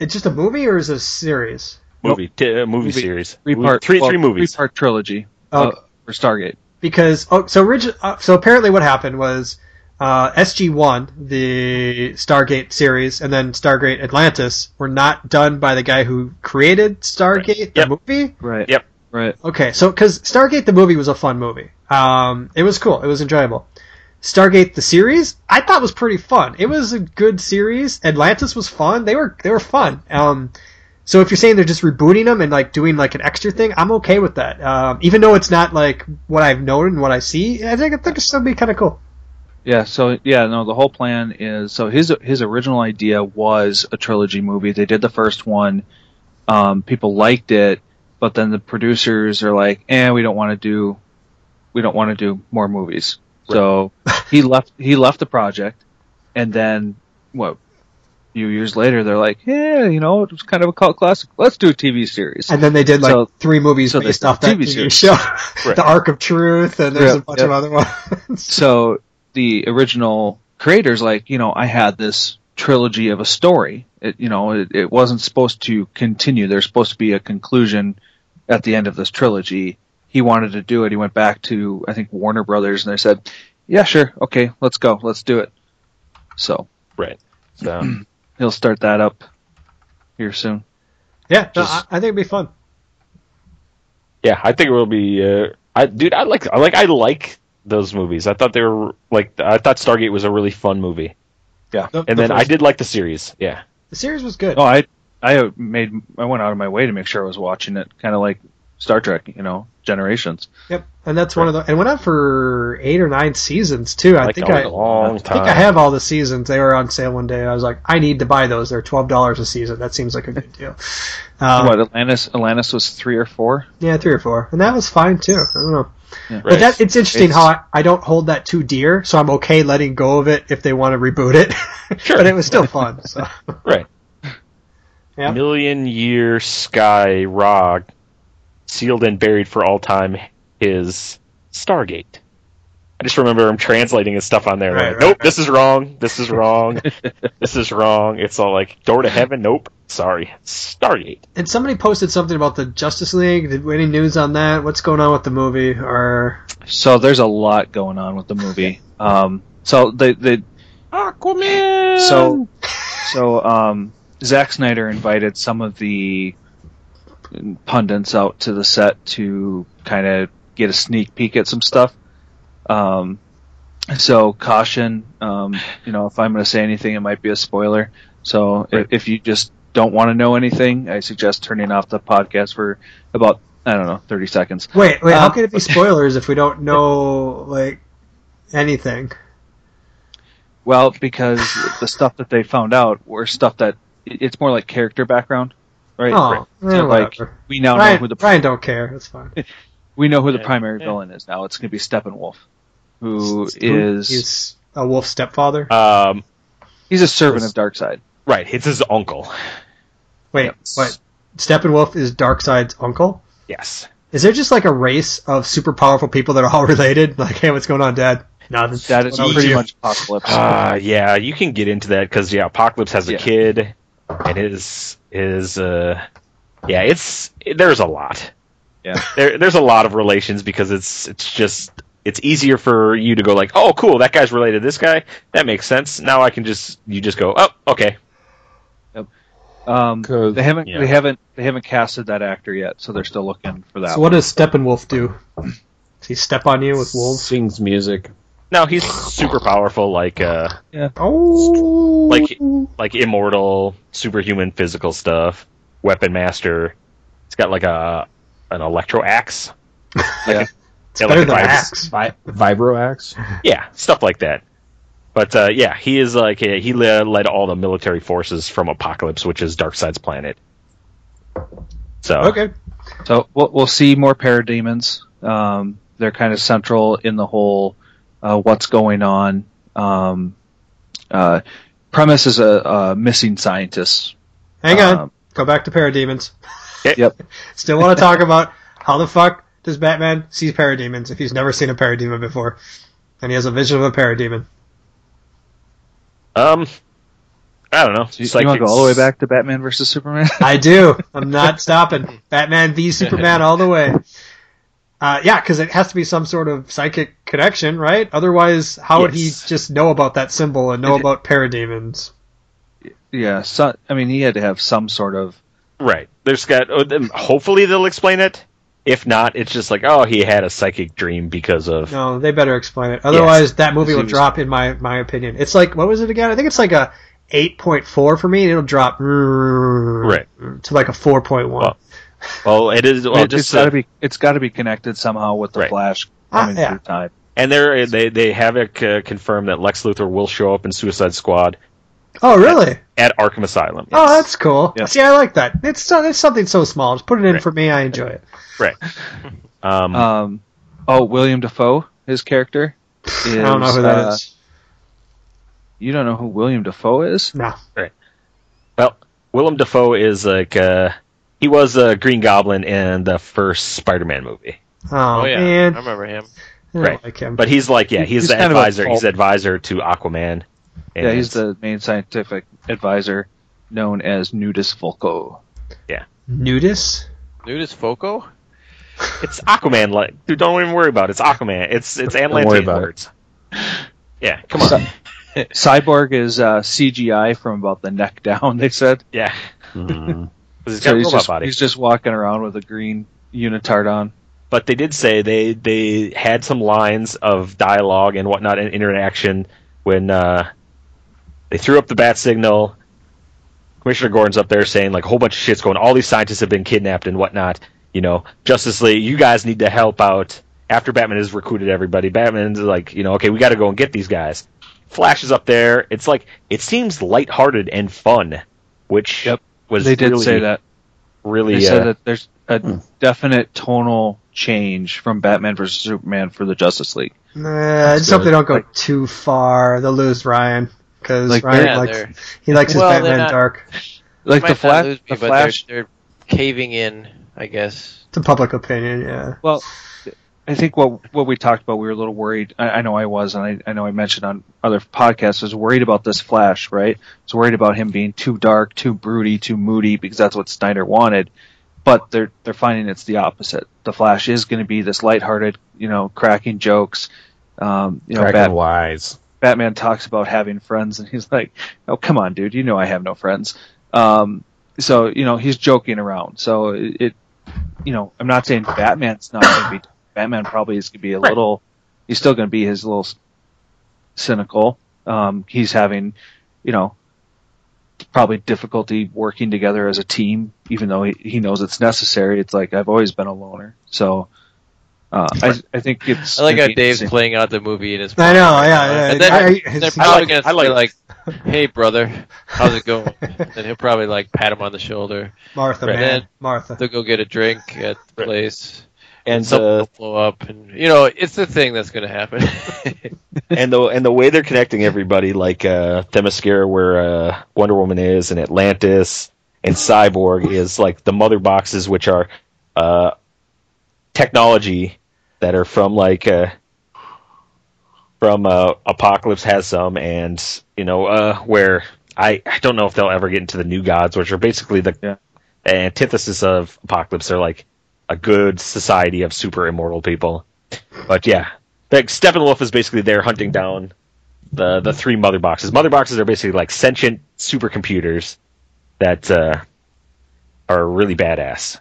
[SPEAKER 1] It's just a movie or is it a series?
[SPEAKER 4] Movie, t- uh, movie
[SPEAKER 2] Movie.
[SPEAKER 4] series.
[SPEAKER 2] Three part,
[SPEAKER 4] three, three movies.
[SPEAKER 2] Three part trilogy
[SPEAKER 1] Okay.
[SPEAKER 2] uh, for Stargate.
[SPEAKER 1] because oh, so origi- uh, so apparently what happened was uh, SG One, the Stargate series, and then Stargate Atlantis were not done by the guy who created Stargate the
[SPEAKER 4] Yep.
[SPEAKER 1] movie.
[SPEAKER 2] Right.
[SPEAKER 4] Yep.
[SPEAKER 2] Right.
[SPEAKER 1] Okay, so because Stargate the movie was a fun movie, um, it was cool, it was enjoyable. Stargate the series, I thought was pretty fun. It was a good series. Atlantis was fun. They were they were fun. Um, so if you're saying they're just rebooting them and like doing like an extra thing, I'm okay with that. Um, even though it's not like what I've known and what I see, I think I think it's still be kind of cool.
[SPEAKER 2] Yeah. So yeah, no. The whole plan is so his his original idea was a trilogy movie. They did the first one. Um, people liked it, but then the producers are like, "Eh, we don't want to do, we don't want to do more movies." So he left. He left the project, and then what? A few years later, they're like, "Yeah, you know, it was kind of a cult classic. Let's do a TV series."
[SPEAKER 1] And then they did like
[SPEAKER 2] So-
[SPEAKER 1] three movies
[SPEAKER 2] so they
[SPEAKER 1] based
[SPEAKER 2] did
[SPEAKER 1] off that
[SPEAKER 2] TV
[SPEAKER 1] TV,
[SPEAKER 2] series.
[SPEAKER 1] show,
[SPEAKER 4] Right.
[SPEAKER 1] The Arc of Truth, and there's
[SPEAKER 2] Yeah,
[SPEAKER 1] a bunch
[SPEAKER 2] yeah.
[SPEAKER 1] of other ones.
[SPEAKER 2] so the original creators like you know i had this trilogy of a story it, you know it, it wasn't supposed to continue there's supposed to be a conclusion at the end of this trilogy he wanted to do it he went back to i think warner brothers and they said yeah sure okay let's go let's do it so
[SPEAKER 4] So,
[SPEAKER 2] he'll start that up here soon
[SPEAKER 1] yeah, no,
[SPEAKER 4] Just-
[SPEAKER 1] I, I think it'd be fun.
[SPEAKER 4] yeah, I think it will be. Uh, I dude, I like, I like, I like those movies. I thought they were like, I thought Stargate was a really fun movie,
[SPEAKER 1] The-
[SPEAKER 4] and
[SPEAKER 1] the
[SPEAKER 4] then I
[SPEAKER 1] first-
[SPEAKER 4] did like the series. Yeah,
[SPEAKER 1] The series was good.
[SPEAKER 2] oh i i made i went out of my way to make sure i was watching it kind of like star trek you know generations
[SPEAKER 1] Yep, and that's one of the. And went on for eight or nine seasons too. I
[SPEAKER 4] like
[SPEAKER 1] think
[SPEAKER 4] a
[SPEAKER 1] I,
[SPEAKER 4] long
[SPEAKER 1] I
[SPEAKER 4] time.
[SPEAKER 1] think I have all the seasons. They were on sale one day. I was like, I need to buy those. They're twelve dollars a season. That seems like a good deal. Um,
[SPEAKER 2] what atlantis atlantis was three or four
[SPEAKER 1] yeah, three or four, and that was fine too. I don't know, but
[SPEAKER 4] Right.
[SPEAKER 1] that it's interesting
[SPEAKER 2] It's-
[SPEAKER 1] how I, I don't hold that too dear, so I'm okay letting go of it if they want to reboot it.
[SPEAKER 4] Sure.
[SPEAKER 1] but it was still fun. So
[SPEAKER 4] Right.
[SPEAKER 1] Yeah.
[SPEAKER 4] Million year sky rock sealed and buried for all time is Stargate. I just remember him translating his stuff on there.
[SPEAKER 1] Right,
[SPEAKER 4] like,
[SPEAKER 1] right,
[SPEAKER 4] nope,
[SPEAKER 1] right.
[SPEAKER 4] this is wrong. This is wrong. this is wrong. It's all like door to heaven. Nope. Sorry. Stargate.
[SPEAKER 1] and somebody posted something about the Justice League. Did any news on that? What's going on with the movie? Or
[SPEAKER 2] So there's a lot going on with the movie. Um, so they, they
[SPEAKER 3] Aquaman.
[SPEAKER 2] so so um, Zack Snyder invited some of the pundits out to the set to kind of get a sneak peek at some stuff. Um, so caution, um, you know, if I'm going to say anything, it might be a spoiler. So if, if you just don't want to know anything, I suggest turning off the podcast for about I don't know 30 seconds.
[SPEAKER 1] wait, wait, how
[SPEAKER 2] Um,
[SPEAKER 1] can it be spoilers if we don't know like anything?
[SPEAKER 2] Well, because the stuff that they found out were stuff that it's more like character background, right?
[SPEAKER 1] Oh,
[SPEAKER 2] So,
[SPEAKER 1] eh,
[SPEAKER 2] like
[SPEAKER 1] whatever.
[SPEAKER 2] we now
[SPEAKER 1] Ryan,
[SPEAKER 2] know who the
[SPEAKER 1] Ryan don't care. That's fine.
[SPEAKER 2] we know who the
[SPEAKER 4] Yeah.
[SPEAKER 2] primary
[SPEAKER 4] Yeah.
[SPEAKER 2] villain is now. It's going to be Steppenwolf, who is Uh, he's,
[SPEAKER 1] He's a wolf stepfather.
[SPEAKER 4] Um,
[SPEAKER 2] a servant of Darkseid.
[SPEAKER 4] right. It's his uncle.
[SPEAKER 1] Wait,
[SPEAKER 2] yes.
[SPEAKER 1] what? Steppenwolf is Darkseid's uncle.
[SPEAKER 4] Yes.
[SPEAKER 1] Is there just like a race of super powerful people that are all related? Like, hey, what's going on, Dad? Nothing.
[SPEAKER 2] That is
[SPEAKER 1] What else
[SPEAKER 2] pretty
[SPEAKER 1] you-
[SPEAKER 2] much Apocalypse.
[SPEAKER 1] Ah,
[SPEAKER 4] Uh, yeah, you can get into that because yeah, Apocalypse has a
[SPEAKER 2] Yeah.
[SPEAKER 4] kid, and his his uh, yeah, it's there's a lot.
[SPEAKER 2] Yeah.
[SPEAKER 4] there there's a lot of relations because it's it's just it's easier for you to go like, oh, cool, that guy's related to this guy. That makes sense. Now I can just you just go, oh, okay,
[SPEAKER 2] um,
[SPEAKER 3] 'Cause-
[SPEAKER 2] they haven't
[SPEAKER 4] yeah.
[SPEAKER 2] they haven't they haven't casted that actor yet, so they're still looking for that.
[SPEAKER 1] So, what does Steppenwolf do? Does he step on you with wolves?
[SPEAKER 3] sings music.
[SPEAKER 4] now he's super powerful, like uh,
[SPEAKER 1] Oh,
[SPEAKER 4] like like immortal, superhuman, physical stuff. Weapon master. He's got like a an electro axe.
[SPEAKER 2] Yeah.
[SPEAKER 1] it's better than
[SPEAKER 4] electrifies-
[SPEAKER 1] axe.
[SPEAKER 3] Vi- Vibroax.
[SPEAKER 4] yeah, stuff like that. But uh, yeah, he is like uh, he le- led all the military forces from Apocalypse, which is Darkseid's planet. So
[SPEAKER 1] Okay,
[SPEAKER 2] So we'll, we'll see more parademons. Um, they're kind of central in the whole uh, what's going on. Um, uh, premise is a, a missing scientist.
[SPEAKER 1] Hang on.
[SPEAKER 2] Um,
[SPEAKER 1] Go back to parademons.
[SPEAKER 2] Yep.
[SPEAKER 1] Still want to talk about how the fuck does Batman see parademons if he's never seen a parademon before, and he has a vision of a parademon.
[SPEAKER 4] Um, I don't know.
[SPEAKER 2] Do you,
[SPEAKER 4] Psychic-
[SPEAKER 2] want to go all the way back to Batman versus Superman?
[SPEAKER 1] I do. I'm not stopping. Batman v Superman all the way. Uh, yeah, because it has to be some sort of psychic connection, right? Otherwise, how would he
[SPEAKER 4] Yes.
[SPEAKER 1] just know about that symbol and know
[SPEAKER 2] It-
[SPEAKER 1] about parademons?
[SPEAKER 2] yeah. So, I mean, he had to have some sort of.
[SPEAKER 4] Right. There's got. oh, then Hopefully they'll explain it. If not, it's just like, oh, he had a psychic dream because of.
[SPEAKER 1] No, they better explain it. Otherwise, that movie
[SPEAKER 2] He
[SPEAKER 1] will
[SPEAKER 2] was-
[SPEAKER 1] drop, in my my opinion. It's like what was it again? I think it's like a 8.4 for me. and It'll drop right to like a 4.1.
[SPEAKER 4] Well, Well, it is. Well,
[SPEAKER 2] it, has
[SPEAKER 4] just
[SPEAKER 2] got
[SPEAKER 4] uh,
[SPEAKER 2] to be. It's got to be connected somehow with the
[SPEAKER 4] Right.
[SPEAKER 2] Flash
[SPEAKER 1] Ah,
[SPEAKER 2] coming
[SPEAKER 1] yeah.
[SPEAKER 2] through time.
[SPEAKER 4] and they're, they they have it uh, confirmed that Lex Luthor will show up in Suicide Squad
[SPEAKER 1] oh, really?
[SPEAKER 4] at Arkham Asylum.
[SPEAKER 1] Oh,
[SPEAKER 4] Yes.
[SPEAKER 1] that's cool.
[SPEAKER 2] Yeah.
[SPEAKER 1] See, I like that. It's so- it's something so small. Just put it in
[SPEAKER 4] Right.
[SPEAKER 1] for me. I enjoy it.
[SPEAKER 4] um,
[SPEAKER 2] Um, oh, William Defoe, his character. Is,
[SPEAKER 1] I don't know who that is.
[SPEAKER 2] uh, You don't know who William Defoe is?
[SPEAKER 5] uh,
[SPEAKER 1] No.
[SPEAKER 4] Well, Willem Dafoe is like uh, he was a Green Goblin in the first Spider-Man movie,
[SPEAKER 1] Oh,
[SPEAKER 5] Oh, yeah,
[SPEAKER 1] man,
[SPEAKER 5] I
[SPEAKER 1] I
[SPEAKER 5] remember him.
[SPEAKER 1] don't
[SPEAKER 4] Right.
[SPEAKER 1] like him.
[SPEAKER 4] but he's like yeah,
[SPEAKER 2] He's
[SPEAKER 4] he's, the
[SPEAKER 2] kind of a
[SPEAKER 4] advisor. He's
[SPEAKER 2] fault.
[SPEAKER 4] the advisor to Aquaman. And
[SPEAKER 2] Yeah, he's the main scientific advisor known as Nudis Volko.
[SPEAKER 1] Nudis.
[SPEAKER 5] Nudis Foco?
[SPEAKER 4] it's Aquaman. Like, dude, don't even worry about it. It's Aquaman. It's it's
[SPEAKER 3] worry
[SPEAKER 4] Atlantean
[SPEAKER 3] about it.
[SPEAKER 4] words. Yeah, come on.
[SPEAKER 2] Cyborg is uh, CGI from about the neck down, they said.
[SPEAKER 4] Yeah, 'Cause he's got
[SPEAKER 2] So
[SPEAKER 4] a
[SPEAKER 2] he's
[SPEAKER 4] robot
[SPEAKER 2] just,
[SPEAKER 4] body.
[SPEAKER 2] he's just walking around with a green unitard on.
[SPEAKER 4] but they did say they they had some lines of dialogue and whatnot and interaction when uh, they threw up the bat signal. Commissioner Gordon's up there saying like a whole bunch of shit's going. All these scientists have been kidnapped and whatnot. You know, Justice League, you guys need to help out. After Batman has recruited everybody, Batman's like, you know, okay, we got to go and get these guys. Flash is up there. It's like it seems lighthearted and fun, which
[SPEAKER 2] Yep.
[SPEAKER 4] was
[SPEAKER 2] They did
[SPEAKER 4] really,
[SPEAKER 2] say that.
[SPEAKER 4] Really,
[SPEAKER 2] They
[SPEAKER 4] uh, Hmm.
[SPEAKER 2] said that there's a definite tonal change from Batman vs Superman for the Justice League.
[SPEAKER 1] Nah, I just hope
[SPEAKER 3] good.
[SPEAKER 1] they don't go too far. They'll lose Ryan because
[SPEAKER 2] Like,
[SPEAKER 1] Ryan
[SPEAKER 5] yeah, they're-
[SPEAKER 1] likes he likes his
[SPEAKER 5] Well, they're
[SPEAKER 1] Batman
[SPEAKER 5] not-
[SPEAKER 1] dark.
[SPEAKER 2] Like
[SPEAKER 5] Might
[SPEAKER 2] the
[SPEAKER 5] not
[SPEAKER 2] Flash,
[SPEAKER 5] lose me,
[SPEAKER 2] the
[SPEAKER 5] but they're-
[SPEAKER 2] Flash.
[SPEAKER 5] They're, caving in, I guess.
[SPEAKER 1] It's a public opinion. Yeah.
[SPEAKER 2] Well, I think what what we talked about, we were a little worried. I, I know I was, and I, I know I mentioned on other podcasts, I was worried about this Flash, right? I was worried about him being too dark, too broody, too moody, because that's what Snyder wanted. But they're they're finding it's the opposite. The Flash is going to be this lighthearted, you know, cracking jokes. Um, you know,
[SPEAKER 3] Cracking
[SPEAKER 2] Bat-
[SPEAKER 3] wise.
[SPEAKER 2] Batman talks about having friends, and he's like, "Oh, come on, dude, you know I have no friends." Um, so you know he's joking around. So it, it you know, I'm not saying Batman's not going to be. Batman probably is going to be a
[SPEAKER 4] Right.
[SPEAKER 2] little. He's still going to be his little s- cynical. Um, he's having, you know, probably difficulty working together as a team, even though he, he knows it's necessary. It's like I've always been a loner, so. Uh, I, I think it's.
[SPEAKER 5] I like
[SPEAKER 2] gonna
[SPEAKER 5] how
[SPEAKER 2] be
[SPEAKER 5] Dave's
[SPEAKER 2] interesting.
[SPEAKER 5] playing out the movie in his
[SPEAKER 1] I know.
[SPEAKER 5] mind.
[SPEAKER 1] Yeah.
[SPEAKER 5] And
[SPEAKER 1] yeah.
[SPEAKER 5] then-
[SPEAKER 1] I-
[SPEAKER 5] They're
[SPEAKER 1] it's-
[SPEAKER 5] probably
[SPEAKER 4] like- I
[SPEAKER 5] gonna say like, "Hey, brother, how's it going?" and he'll probably like pat him on the shoulder.
[SPEAKER 1] Martha,
[SPEAKER 5] Right.
[SPEAKER 1] man,
[SPEAKER 5] And-
[SPEAKER 1] Martha.
[SPEAKER 5] They'll go get a drink at the place.
[SPEAKER 4] and
[SPEAKER 5] Something
[SPEAKER 4] uh,
[SPEAKER 5] will blow up, and you know it's the thing that's gonna happen.
[SPEAKER 4] and the and the way they're connecting everybody, like uh, Themyscira, where uh, Wonder Woman is, and Atlantis, and Cyborg is like the mother boxes, which are uh, technology that are from like uh, from uh, Apocalypse has some, and you know uh, where I I don't know if they'll ever get into the New Gods, which are basically the
[SPEAKER 2] Yeah.
[SPEAKER 4] antithesis of Apocalypse. They're like a good society of super immortal people, but yeah. Like Steppenwolf is basically there hunting down the the three mother boxes. Mother boxes are basically like sentient supercomputers that uh, are really badass.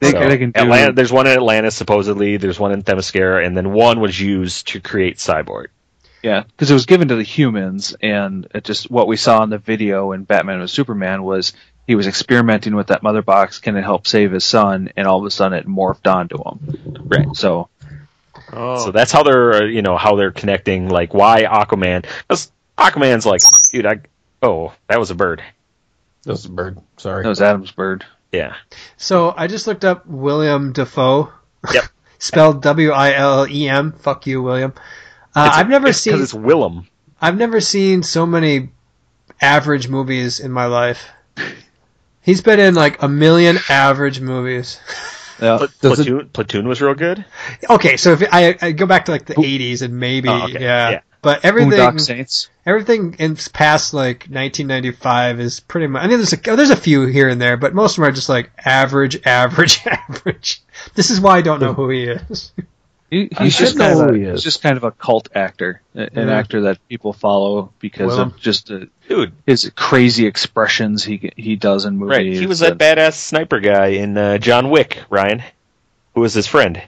[SPEAKER 2] They,
[SPEAKER 4] So,
[SPEAKER 2] they can do,
[SPEAKER 4] Atlan- there's one in Atlantis supposedly. There's one in Themyscira, and then one was used to create Cyborg.
[SPEAKER 2] Yeah, because it was given to the humans, and it just what we saw in the video in Batman with Superman was he was experimenting with that mother box. Can it help save his son? And all of a sudden, it morphed onto him.
[SPEAKER 4] Right.
[SPEAKER 2] So
[SPEAKER 5] oh,
[SPEAKER 4] So that's how they're uh, you know how they're connecting. Like why Aquaman? 'Cause Aquaman's like, dude, I oh that was a bird.
[SPEAKER 3] That was a bird. Sorry.
[SPEAKER 2] that was Adam's bird.
[SPEAKER 4] Yeah,
[SPEAKER 1] So I just looked up William Defoe.
[SPEAKER 4] Yep.
[SPEAKER 1] Spelled W I L L E M. Fuck you, William. Uh, I've never
[SPEAKER 4] It's 'cause
[SPEAKER 1] seen
[SPEAKER 4] it's Willem.
[SPEAKER 1] I've never seen so many average movies in my life. He's been in like a million average movies.
[SPEAKER 2] Yeah.
[SPEAKER 4] Pla-
[SPEAKER 3] does it-
[SPEAKER 4] Platoon, Platoon was real good.
[SPEAKER 1] Okay, so if I, I go back to like the '80s and maybe
[SPEAKER 4] Oh, okay,
[SPEAKER 1] yeah.
[SPEAKER 4] yeah.
[SPEAKER 1] but
[SPEAKER 2] Boondock
[SPEAKER 1] everything
[SPEAKER 2] Saints.
[SPEAKER 1] everything in past like 1995 is pretty much. I mean, there's a oh, there's a few here and there, but most of them are just like average, average, average. This is why I don't know who he is.
[SPEAKER 2] He,
[SPEAKER 3] I
[SPEAKER 2] he's just
[SPEAKER 3] should know
[SPEAKER 2] kind of
[SPEAKER 3] who
[SPEAKER 2] a,
[SPEAKER 3] he is.
[SPEAKER 2] he's just kind of a cult actor, a- an
[SPEAKER 1] Yeah.
[SPEAKER 2] actor that people follow because
[SPEAKER 1] Willem.
[SPEAKER 2] of just uh
[SPEAKER 4] Dude,
[SPEAKER 2] his crazy expressions he he does in movies.
[SPEAKER 4] right? He was
[SPEAKER 2] and-
[SPEAKER 4] that badass sniper guy in uh, John Wick, Ryan, who was his friend.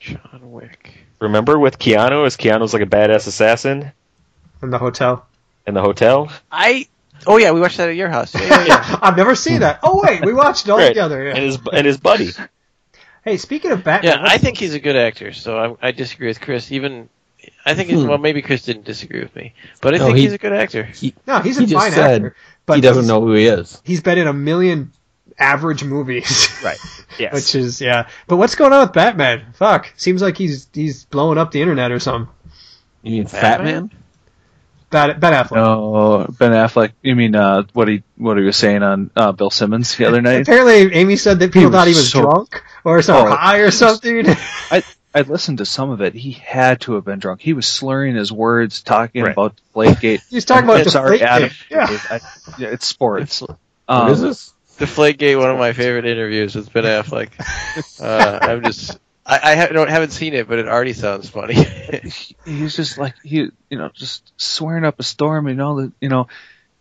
[SPEAKER 5] John Wick.
[SPEAKER 4] Remember with Keanu, as Keanu's like a badass assassin
[SPEAKER 1] In the hotel.
[SPEAKER 4] in the hotel.
[SPEAKER 5] I. Oh yeah, we watched that at your house. Yeah, yeah, yeah.
[SPEAKER 1] I've never seen that. Oh wait, we watched it all
[SPEAKER 4] Right.
[SPEAKER 1] together.
[SPEAKER 4] And
[SPEAKER 1] Yeah.
[SPEAKER 4] his and his buddy.
[SPEAKER 1] Hey, speaking of Batman,
[SPEAKER 5] Yeah, I think he's a good actor. So I, I disagree with Chris. Even I think it's,
[SPEAKER 3] Hmm.
[SPEAKER 5] well, maybe Chris didn't disagree with me, but I
[SPEAKER 3] No,
[SPEAKER 5] think
[SPEAKER 3] he-
[SPEAKER 5] he's a good actor.
[SPEAKER 1] no, he's a
[SPEAKER 3] he just
[SPEAKER 1] fine
[SPEAKER 3] said
[SPEAKER 1] actor. But
[SPEAKER 3] he doesn't know who he is.
[SPEAKER 1] he's been in a million average movies.
[SPEAKER 4] Right. Yes.
[SPEAKER 1] Which is yeah. But what's going on with Batman? Fuck. Seems like he's he's blowing up the internet or something.
[SPEAKER 3] You mean Fat Man?
[SPEAKER 5] Batman?
[SPEAKER 1] Bat Ben Affleck.
[SPEAKER 2] No, Oh, Ben Affleck. You mean uh, what he what he was saying on uh, Bill Simmons the other night?
[SPEAKER 1] Apparently Amy said that people
[SPEAKER 2] He was
[SPEAKER 1] thought he was
[SPEAKER 2] so-
[SPEAKER 1] drunk or so
[SPEAKER 2] Oh.
[SPEAKER 1] high or something.
[SPEAKER 2] I I listened to some of it. He had to have been drunk. He was slurring his words, talking
[SPEAKER 4] Right.
[SPEAKER 2] about Deflategate.
[SPEAKER 1] he's talking about
[SPEAKER 2] I'm sorry,
[SPEAKER 1] Deflategate.
[SPEAKER 2] Adam.
[SPEAKER 1] Yeah.
[SPEAKER 2] I- yeah, it's sports.
[SPEAKER 3] What
[SPEAKER 2] Um,
[SPEAKER 3] is this?
[SPEAKER 5] Deflategate, one of my favorite interviews with Ben Affleck. Uh, I'm just, I, I ha- don't haven't seen it, but it already sounds funny.
[SPEAKER 2] he's just like he, you know, just swearing up a storm and all the, you know,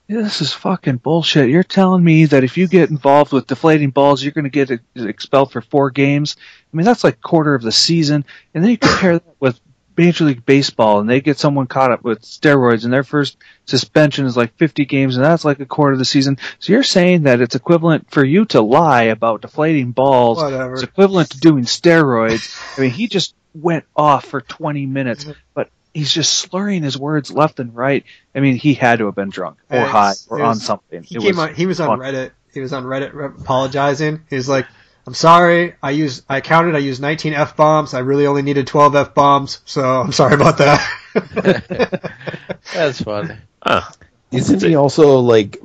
[SPEAKER 2] this is fucking bullshit. You're telling me that if you get involved with deflating balls, you're going to get ex- expelled for four games. I mean, that's like quarter of the season, and then you compare that with Major League Baseball, and they get someone caught up with steroids, and their first suspension is like 50 games, and that's like a quarter of the season. So you're saying that it's equivalent for you to lie about deflating balls.
[SPEAKER 1] Whatever.
[SPEAKER 2] It's equivalent to doing steroids. I mean, he just went off for 20 minutes,
[SPEAKER 4] Mm-hmm.
[SPEAKER 2] but he's just slurring his words left and right. I mean, he had to have been drunk or
[SPEAKER 1] Yeah, it's-
[SPEAKER 2] high or
[SPEAKER 1] it
[SPEAKER 2] on
[SPEAKER 1] was-
[SPEAKER 2] something.
[SPEAKER 1] He
[SPEAKER 2] It
[SPEAKER 1] came
[SPEAKER 2] was
[SPEAKER 1] on. He was on
[SPEAKER 2] fun.
[SPEAKER 1] Reddit. He was on Reddit re- apologizing. He was like, "I'm sorry. I used. I counted. I used 19 f bombs. I really only needed 12 f bombs. So I'm sorry about that."
[SPEAKER 5] That's fun.
[SPEAKER 3] Isn't he also like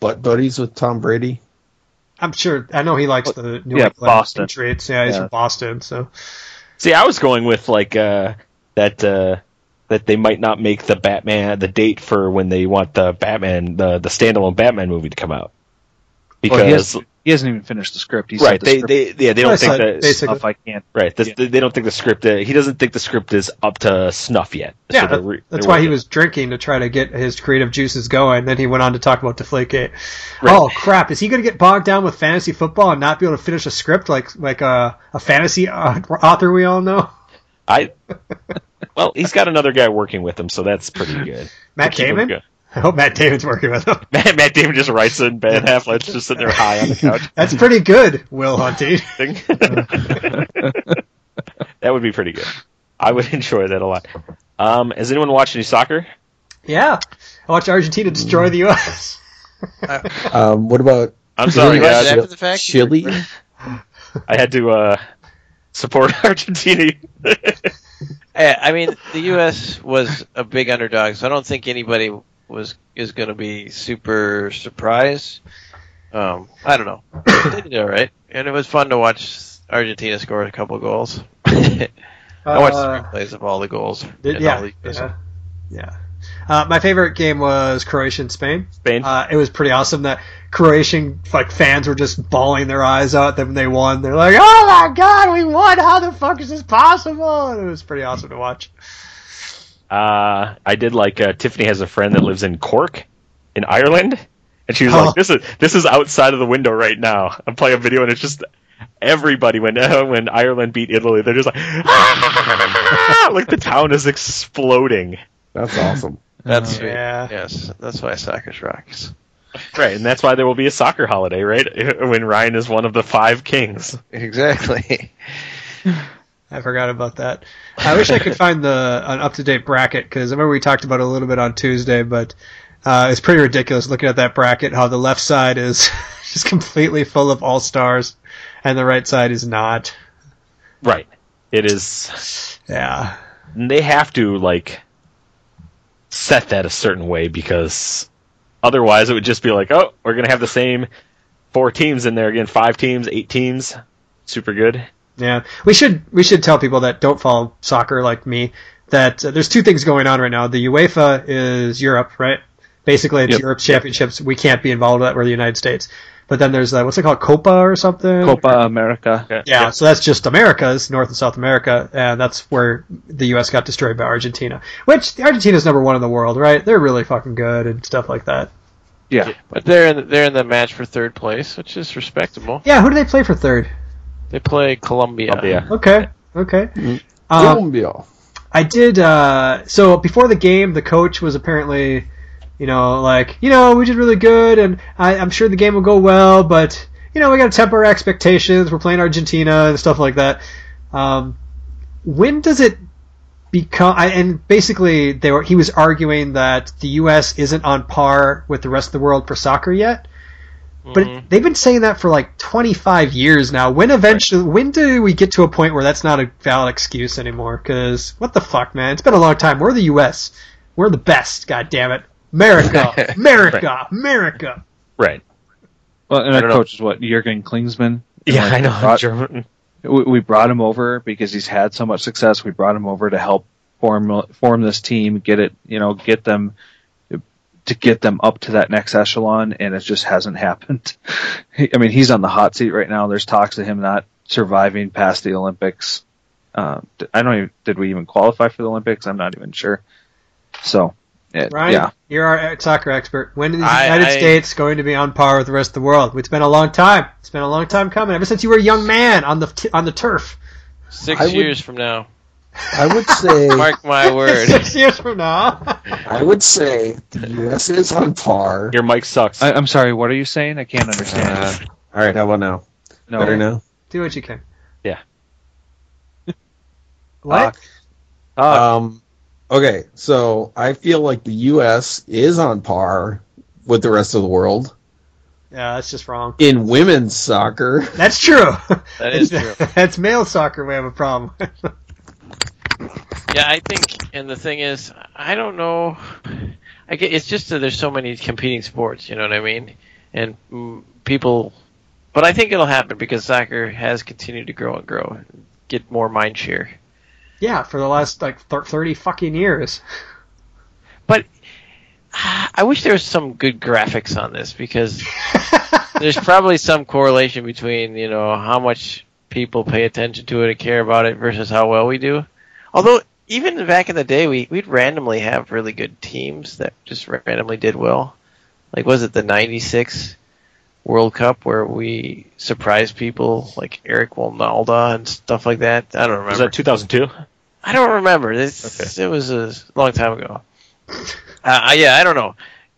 [SPEAKER 3] butt buddies with Tom Brady?
[SPEAKER 1] I'm sure. I know he likes the New
[SPEAKER 2] Yeah,
[SPEAKER 1] England
[SPEAKER 2] Boston.
[SPEAKER 1] Patriots. Yeah, he's
[SPEAKER 2] Yeah.
[SPEAKER 1] from Boston. So
[SPEAKER 4] See, I was going with like uh, that uh, that they might not make the Batman the date for when they want the Batman the the standalone Batman movie to come out
[SPEAKER 2] Well, he,
[SPEAKER 4] because
[SPEAKER 2] hasn't, he hasn't even finished the script. He
[SPEAKER 4] right
[SPEAKER 2] said the
[SPEAKER 4] they,
[SPEAKER 2] script
[SPEAKER 4] they yeah they don't
[SPEAKER 1] That's
[SPEAKER 4] think
[SPEAKER 1] not-
[SPEAKER 4] that
[SPEAKER 1] basic-
[SPEAKER 2] stuff I can't.
[SPEAKER 4] right this,
[SPEAKER 2] yeah.
[SPEAKER 4] they don't think the script uh, he doesn't think the script is up to snuff yet. So
[SPEAKER 1] yeah,
[SPEAKER 4] they're re-
[SPEAKER 1] that's
[SPEAKER 4] they're
[SPEAKER 1] why he
[SPEAKER 4] working.
[SPEAKER 1] was drinking to try to get his creative juices going. Then he went on to talk about Deflategate.
[SPEAKER 4] Right.
[SPEAKER 1] Oh crap! Is he going to get bogged down with fantasy football and not be able to finish a script like like a, a fantasy uh, author we all know?
[SPEAKER 4] I well he's got another guy working with him so that's pretty good.
[SPEAKER 1] Matt
[SPEAKER 4] Keep him
[SPEAKER 1] Damon.
[SPEAKER 4] good.
[SPEAKER 1] I hope Matt Damon's working with him.
[SPEAKER 4] Matt, Matt Damon just writes it and Ben Affleck's just sitting there high on the couch.
[SPEAKER 5] Hmm.
[SPEAKER 1] That's pretty good, Will Hunting.
[SPEAKER 4] thing. that would be pretty good. I would enjoy that a lot. Um, has anyone watched any soccer?
[SPEAKER 1] yeah. I watched Argentina destroy the U.S.
[SPEAKER 3] Um, what about
[SPEAKER 4] I'm
[SPEAKER 3] Is
[SPEAKER 4] sorry,
[SPEAKER 3] anyone
[SPEAKER 5] Right
[SPEAKER 3] watched
[SPEAKER 4] guys.
[SPEAKER 5] after
[SPEAKER 3] Chile-
[SPEAKER 5] the fact,
[SPEAKER 3] Chile?
[SPEAKER 4] I had to uh, support Argentina.
[SPEAKER 5] Eh, I, I mean, the U.S. was a big underdog, so I don't think anybody was is going to be super surprised. Um, I don't know. they did all right, and it was fun to watch Argentina score a couple goals. I watched
[SPEAKER 1] Uh,
[SPEAKER 5] the replays of all the goals.
[SPEAKER 1] Did-
[SPEAKER 5] and
[SPEAKER 1] yeah,
[SPEAKER 5] all the US.
[SPEAKER 1] yeah. Yeah. Uh, my favorite game was Croatia and Spain.
[SPEAKER 4] Spain.
[SPEAKER 1] Uh, it was pretty awesome that Croatian like fans were just bawling their eyes out that when they won. They're like, "Oh my god, we won! How the fuck is this possible?" And it was pretty awesome to watch.
[SPEAKER 4] Uh, I did like uh, Tiffany has a friend that lives in Cork, in Ireland, and she was
[SPEAKER 1] Oh.
[SPEAKER 4] like, "This is this is outside of the window right now." I'm playing a video, and it's just everybody when when Ireland beat Italy, they're just like, "Ah!" like the town is exploding.
[SPEAKER 3] That's awesome.
[SPEAKER 5] That's sweet.
[SPEAKER 1] Yeah.
[SPEAKER 5] Yes, that's why soccer rocks.
[SPEAKER 4] Right, and that's why there will be a soccer holiday, right? When Ryan is one of the five kings.
[SPEAKER 5] Exactly.
[SPEAKER 1] I forgot about that. I wish I could find the an up to date bracket because I remember we talked about it a little bit on Tuesday, but uh, it's pretty ridiculous looking at that bracket how the left side is just completely full of all stars, and the right side is not.
[SPEAKER 4] Right. It is.
[SPEAKER 1] Yeah,
[SPEAKER 4] And they have to like set that a certain way because otherwise it would just be like, oh, we're gonna have the same four teams in there again, five teams, eight teams, super good.
[SPEAKER 1] Yeah, we should we should tell people that don't follow soccer like me that uh, there's two things going on right now. The UEFA is Europe, right? Basically, it's
[SPEAKER 2] Yep.
[SPEAKER 1] Europe's championships. We can't be involved with that. We're the United States. But then there's uh, what's it called, Copa or something?
[SPEAKER 2] Copa America.
[SPEAKER 1] Yeah, so that's just Americas, North and South America, and that's where the U.S. got destroyed by Argentina. Which Argentina's number one in the world, right? They're really fucking good and stuff like that.
[SPEAKER 2] Yeah.
[SPEAKER 5] But they're in they're in the match for third place, which is respectable.
[SPEAKER 1] Yeah, who do they play for third?
[SPEAKER 5] They play Colombia.
[SPEAKER 4] yeah.
[SPEAKER 1] Okay, okay. Um,
[SPEAKER 3] Colombia.
[SPEAKER 1] I did. Uh, so before the game, the coach was apparently, you know, like you know, we did really good, and I, I'm sure the game will go well, but you know, we got to temper our expectations. We're playing Argentina and stuff like that. Um, when does it become? I, and basically, they were, he was arguing that the U.S. isn't on par with the rest of the world for soccer yet. But
[SPEAKER 5] Mhm.
[SPEAKER 1] they've been saying that for like 25 years now. When eventually, when do we get to a point where that's not a valid excuse anymore? Because what the fuck, man? It's been a long time. We're the U.S. We're the best. God damn it, America, America, America.
[SPEAKER 4] Right.
[SPEAKER 2] Well, and
[SPEAKER 4] I
[SPEAKER 2] our
[SPEAKER 4] don't know.
[SPEAKER 2] coach is what Jurgen Klinsmann. And,
[SPEAKER 4] Yeah,
[SPEAKER 2] like,
[SPEAKER 4] I know.
[SPEAKER 2] we brought-
[SPEAKER 4] German.
[SPEAKER 2] We, we brought him over because he's had so much success. We brought him over to help form form this team, get it, you know, get them to get them up to that next echelon, and it just hasn't happened. He- I mean, he's on the hot seat right now. There's talks of him not surviving past the Olympics. Uh, d- I don't even did we even qualify for the Olympics? I'm not even sure. So, it,
[SPEAKER 1] Ryan,
[SPEAKER 2] yeah,
[SPEAKER 1] you're our soccer expert. When is the
[SPEAKER 5] I-
[SPEAKER 1] United
[SPEAKER 5] I-
[SPEAKER 1] States going to be on par with the rest of the world? It's been a long time. It's been a long time coming. Ever since you were a young man on the t- on the turf.
[SPEAKER 5] Six
[SPEAKER 3] I would-
[SPEAKER 5] years from now.
[SPEAKER 3] I would say
[SPEAKER 5] Mark my word.
[SPEAKER 1] Six years from now.
[SPEAKER 3] I would say the U.S. is on par.
[SPEAKER 4] Your mic sucks.
[SPEAKER 2] I, I'm sorry. What are you saying? I can't understand.
[SPEAKER 3] Uh, all right, how about now?
[SPEAKER 2] no,
[SPEAKER 3] Better now.
[SPEAKER 1] Do what you can.
[SPEAKER 4] Yeah.
[SPEAKER 1] What?
[SPEAKER 2] Uh,
[SPEAKER 3] Um, okay, so I feel like the U.S. is on par with the rest of the world
[SPEAKER 1] yeah, that's just wrong.
[SPEAKER 3] in women's soccer.
[SPEAKER 1] That's true.
[SPEAKER 5] That is true.
[SPEAKER 1] That's male soccer. We have a problem.
[SPEAKER 5] Yeah, I think, and the thing is, I don't know. I get, it's just that there's so many competing sports. You know what I mean? And mm, people, but I think it'll happen because soccer has continued to grow and grow, get more mind share.
[SPEAKER 1] yeah, for the last like th- thirty fucking years.
[SPEAKER 5] But ah, I wish there was some good graphics on this because there's probably some correlation between you know how much people pay attention to it and care about it versus how well we do. Although even back in the day, we we'd randomly have really good teams that just ra- randomly did well. Like was it the '96 World Cup where we surprised people like Eric Walnalda and stuff like that? I don't remember.
[SPEAKER 4] Was that 2002?
[SPEAKER 5] I don't remember. This it was a long time ago. Uh, I- yeah, I don't know.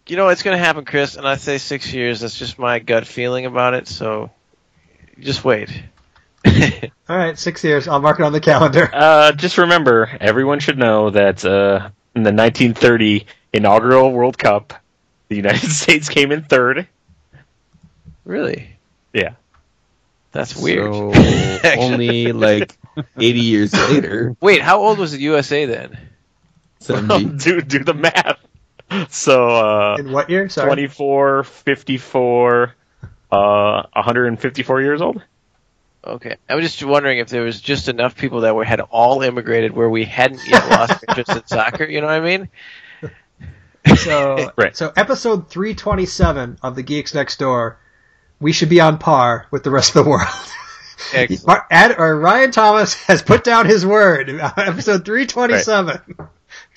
[SPEAKER 5] You know, it's going to happen, Chris, and I say six years. That's just my gut feeling about it. So, just wait.
[SPEAKER 1] All right, six years. I'll mark it on the calendar.
[SPEAKER 4] Uh, just remember, everyone should know that uh, in the 1930 inaugural World Cup, the United States came in third.
[SPEAKER 5] really?
[SPEAKER 4] Yeah.
[SPEAKER 5] That's weird.
[SPEAKER 3] So,
[SPEAKER 5] Actually.
[SPEAKER 3] only like 80 years later,
[SPEAKER 5] Wait, how old was the USA then?
[SPEAKER 3] 70.
[SPEAKER 4] do do the math. So uh,
[SPEAKER 1] In what year? Sorry.
[SPEAKER 4] 24, 54, uh, 154 years old.
[SPEAKER 5] Okay, I was just wondering if there was just enough people that were had all immigrated where we hadn't yet lost interest in soccer. You know what I mean?
[SPEAKER 1] So,
[SPEAKER 4] Right.
[SPEAKER 1] so episode three twenty seven of the Geeks Next Door, we should be on par with the rest of the world.
[SPEAKER 5] Excellent.
[SPEAKER 1] Mar- Ad, or Ryan Thomas has put down his word. Episode 327.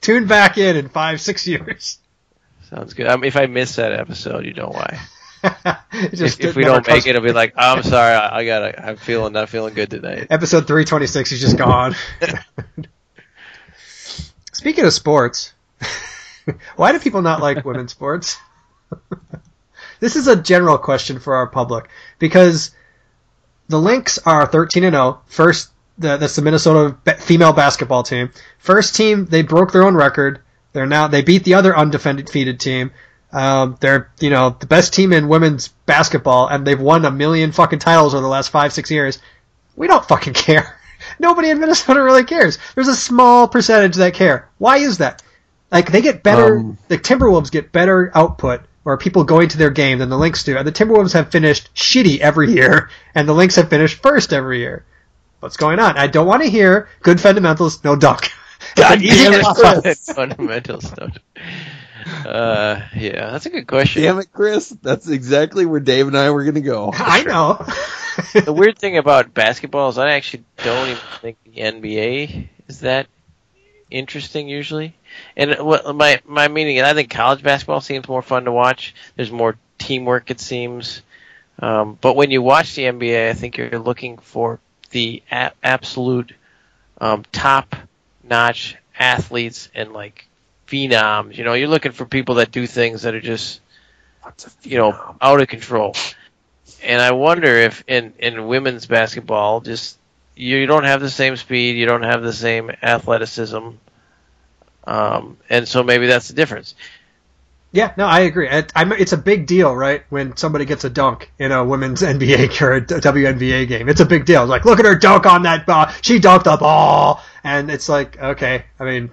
[SPEAKER 1] Tune back in in five, six years.
[SPEAKER 5] Sounds good. Um, if I miss that episode, you know why.
[SPEAKER 1] It
[SPEAKER 5] if,
[SPEAKER 1] just-
[SPEAKER 5] if
[SPEAKER 1] it
[SPEAKER 5] we
[SPEAKER 1] never
[SPEAKER 5] don't
[SPEAKER 1] comes-
[SPEAKER 5] make it, it'll be like, I'm sorry, I, I gotta, I'm feeling not feeling good tonight.
[SPEAKER 1] Episode 326 is just gone. Speaking of sports, why do people not like women's sports? this is a general question for our public because the Lynx are 13 and 0. First, the, that's the Minnesota ba- female basketball team. First team, they broke their own record. They're now they beat the other undefeated team. Um, they're you know the best team in women's basketball, and they've won a million fucking titles over the last five six years. We don't fucking care. Nobody in Minnesota really cares. There's a small percentage that care. Why is that? Like they get better.
[SPEAKER 3] Um,
[SPEAKER 1] the Timberwolves get better output or people going to their game than the Lynx do, and the Timberwolves have finished shitty every year, and the Lynx have finished first every year. What's going on? I don't want to hear good fundamentals, no dunk.
[SPEAKER 4] God damn it.
[SPEAKER 3] damn it,
[SPEAKER 5] Fundamental stuff. Uh, yeah, that's a good question.
[SPEAKER 3] damn it, Chris. That's exactly where Dave and I were going to go.
[SPEAKER 1] I know.
[SPEAKER 5] The weird thing about basketball is I actually don't even think the NBA is that interesting usually. And what my my meaning, and I think college basketball seems more fun to watch. There's more teamwork, it seems. Um, but when you watch the NBA, I think you're looking for the a- absolute um, top notch athletes and like phenoms. You know, you're looking for people that do things that are just you know out of control. And I wonder if in in women's basketball, just you, you don't have the same speed, you don't have the same athleticism, um, and so maybe that's the difference.
[SPEAKER 1] yeah, no, I agree. It, I'm, it's a big deal, right? When somebody gets a dunk in a women's NBA or a WNBA game, it's a big deal. Like, look at her dunk on that ball. She dunked the ball, and it's like, okay. I mean,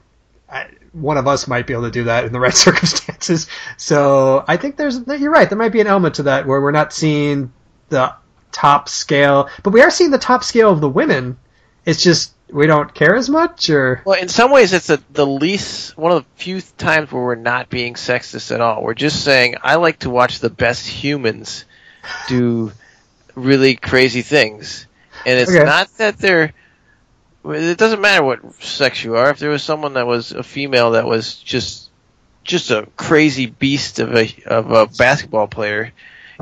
[SPEAKER 1] I, one of us might be able to do that in the right circumstances. So I think there's you're right. There might be an element to that where we're not seeing the top scale, but we are seeing the top scale of the women. It's just we don't care as much, or
[SPEAKER 5] Well, in some ways, it's the the least one of the few times where we're not being sexist at all. We're just saying I like to watch the best humans do really crazy things, and it's
[SPEAKER 1] Okay.
[SPEAKER 5] not that they're. It doesn't matter what sex you are. If there was someone that was a female that was just just a crazy beast of a of a basketball player,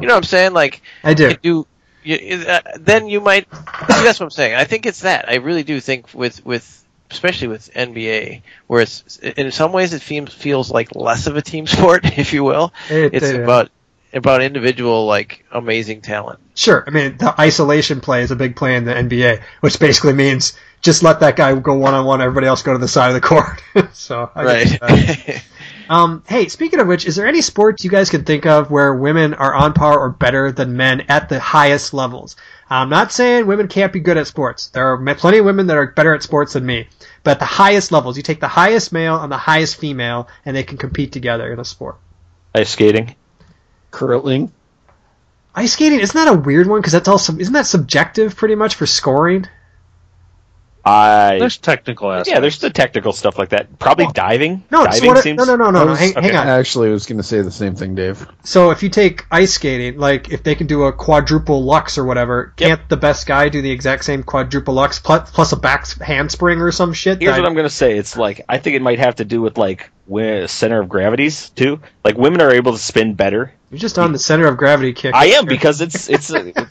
[SPEAKER 5] you know what I'm saying? Like
[SPEAKER 1] I do.
[SPEAKER 5] could do. You, is- uh, then you might. See, that's what I'm saying. I think it's that. I really do think with with especially with NBA, where it's in some ways it feels feels like less of a team sport, if you will.
[SPEAKER 1] It-
[SPEAKER 5] It's
[SPEAKER 1] uh,
[SPEAKER 5] about about individual like amazing talent.
[SPEAKER 1] Sure. I mean, the isolation play is a big play in the NBA, which basically means just let that guy go one on one, everybody else go to the side of the court. so, I get that. um, hey, speaking of which, is there any sports you guys can think of where women are on par or better than men at the highest levels? I'm not saying women can't be good at sports. There are ma- plenty of women that are better at sports than me. But at the highest levels, you take the highest male and the highest female, and they can compete together in a sport.
[SPEAKER 4] Ice skating.
[SPEAKER 3] Curling.
[SPEAKER 1] Ice skating isn't that a weird one because that's all sub- isn't that subjective pretty much for scoring?
[SPEAKER 4] I
[SPEAKER 2] There's technical aspects.
[SPEAKER 4] yeah, there's the technical stuff like that. Probably diving.
[SPEAKER 1] No,
[SPEAKER 4] diving
[SPEAKER 1] sort of-
[SPEAKER 4] seems
[SPEAKER 1] no, no, no, no,
[SPEAKER 3] I
[SPEAKER 1] no.
[SPEAKER 3] was-
[SPEAKER 1] Hang, hang
[SPEAKER 4] okay.
[SPEAKER 1] on.
[SPEAKER 3] I actually was going to say the same thing, Dave.
[SPEAKER 1] So if you take ice skating, like if they can do a quadruple lux or whatever, can't the best guy do the exact same quadruple lux plus, plus a back s- handspring or some shit?
[SPEAKER 4] Here's
[SPEAKER 1] that-
[SPEAKER 4] what I'm gonna say. It's like I think it might have to do with like wi- center of gravities too. Like women are able to spin better.
[SPEAKER 1] You're just on the center of gravity kick.
[SPEAKER 4] I am because it's it's, it's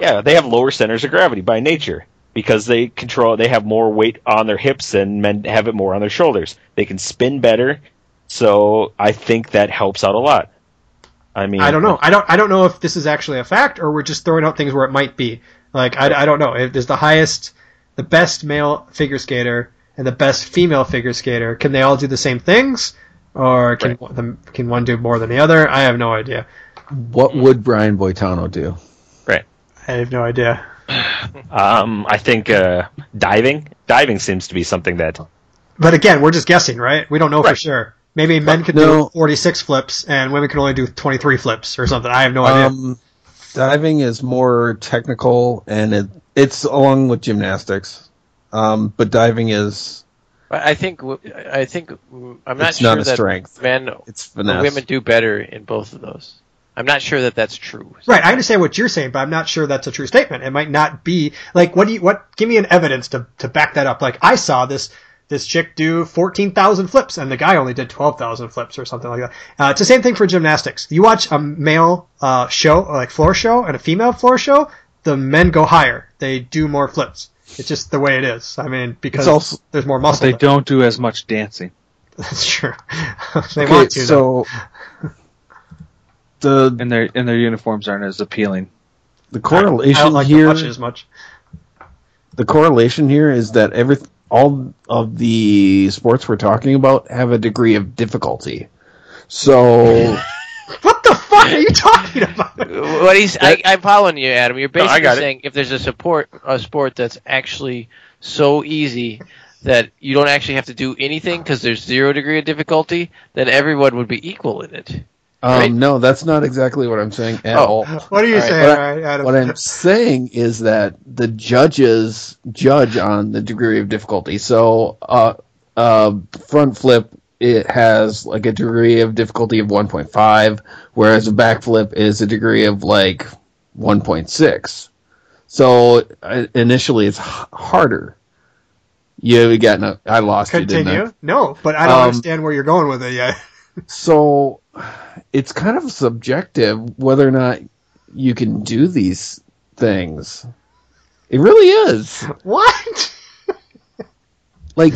[SPEAKER 4] yeah they have lower centers of gravity by nature because they control they have more weight on their hips and men have it more on their shoulders. They can spin better, so I think that helps out a lot. I mean,
[SPEAKER 1] I don't know. I don't. I don't know if this is actually a fact or we're just throwing out things where it might be. Like I, I don't know. If there's the highest, the best male figure skater and the best female figure skater, can they all do the same things, or can one- them can one do more than the other? I have no idea.
[SPEAKER 3] What would Brian Boitano do?
[SPEAKER 1] I have no idea.
[SPEAKER 4] Um, I think uh, diving diving seems to be something that
[SPEAKER 1] But again, we're just guessing, right? We don't know for
[SPEAKER 4] Right.
[SPEAKER 1] sure. Maybe men can do
[SPEAKER 3] No.
[SPEAKER 1] 46 flips and women can only do 23 flips or something. I have no idea.
[SPEAKER 3] Um, diving is more technical, and it it's along with gymnastics. Um, but diving is
[SPEAKER 5] But I think w- I think mm, I'm not
[SPEAKER 3] It's
[SPEAKER 5] sure
[SPEAKER 3] not a
[SPEAKER 5] that
[SPEAKER 3] strength.
[SPEAKER 5] men
[SPEAKER 3] it's
[SPEAKER 5] or
[SPEAKER 3] finesse.
[SPEAKER 5] women do better in both of those. I'm not sure that that's true.
[SPEAKER 1] Right, I understand what you're saying, but I'm not sure that's a true statement. It might not be like what do you what give me an evidence to to back that up. Like I saw this this chick do 14,000 flips and the guy only did 12,000 flips or something like that. Uh, it's the same thing for gymnastics. You watch a male uh, show like floor show and a female floor show, the men go higher. They do more flips. It's just the way it is. I mean, because
[SPEAKER 3] It's also-
[SPEAKER 1] there's more muscle.
[SPEAKER 2] They
[SPEAKER 1] there.
[SPEAKER 2] don't do as much dancing.
[SPEAKER 1] That's true. they
[SPEAKER 3] Okay,
[SPEAKER 1] want to. though.
[SPEAKER 3] so the
[SPEAKER 2] and their and their uniforms aren't as appealing.
[SPEAKER 3] the
[SPEAKER 1] I
[SPEAKER 3] correlation
[SPEAKER 1] don't like to
[SPEAKER 3] here
[SPEAKER 1] watch it as much.
[SPEAKER 3] the correlation here is that every all of the sports we're talking about have a degree of difficulty. So
[SPEAKER 1] What the fuck are you talking about?
[SPEAKER 5] what he's I, I'm following you, Adam. You're
[SPEAKER 4] No, I
[SPEAKER 5] basically
[SPEAKER 4] got it.
[SPEAKER 5] saying if there's a support a sport that's actually so easy that you don't actually have to do anything because there's zero degree of difficulty, then everyone would be equal in it.
[SPEAKER 3] Um,
[SPEAKER 5] Right.
[SPEAKER 3] No, that's not exactly what I'm saying at
[SPEAKER 5] Oh.
[SPEAKER 3] all.
[SPEAKER 1] What are you
[SPEAKER 3] All right,
[SPEAKER 1] saying,
[SPEAKER 3] what I-
[SPEAKER 1] right, Adam?
[SPEAKER 3] What I'm saying is that the judges judge on the degree of difficulty. So, uh, uh, front flip it has like a degree of difficulty of 1.5, whereas a back flip is a degree of like 1.6. So uh, initially, it's h- harder. You got no. I lost you. Didn't I?
[SPEAKER 1] Continue. No, but I don't
[SPEAKER 3] Um,
[SPEAKER 1] understand where you're going with it yet.
[SPEAKER 3] so it's kind of subjective whether or not you can do these things it really is
[SPEAKER 1] What?
[SPEAKER 3] like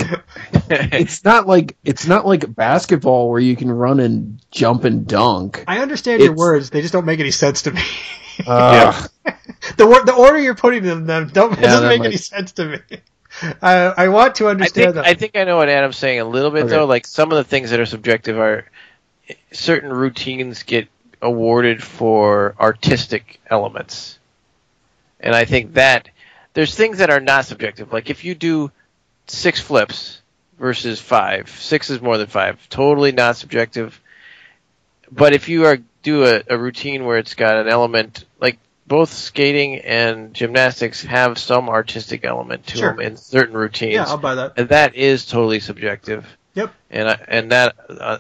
[SPEAKER 3] it's not like it's not like basketball where you can run and jump and dunk
[SPEAKER 1] I understand your
[SPEAKER 3] It's-
[SPEAKER 1] words. They just don't make any sense to me.
[SPEAKER 3] Ugh.
[SPEAKER 1] the wor- the order you're putting them them don't
[SPEAKER 3] Yeah,
[SPEAKER 1] doesn't
[SPEAKER 3] that
[SPEAKER 1] make
[SPEAKER 3] might-
[SPEAKER 1] any sense to me. I I want to
[SPEAKER 5] I
[SPEAKER 1] understand
[SPEAKER 5] think
[SPEAKER 1] that.
[SPEAKER 5] I think I know what Adam's saying a little bit
[SPEAKER 3] Okay.
[SPEAKER 5] though. Like some of the things that are subjective are certain routines get awarded for artistic elements, and I think that there's things that are not subjective. Like if you do six flips versus five, six is more than five, totally not subjective. But if you are do a, a routine where it's got an element like both skating and gymnastics have some artistic element to
[SPEAKER 1] Sure.
[SPEAKER 5] them in certain routines
[SPEAKER 1] yeah, I'll buy that.
[SPEAKER 5] and that is totally subjective.
[SPEAKER 1] Yep.
[SPEAKER 5] And I, and that, uh,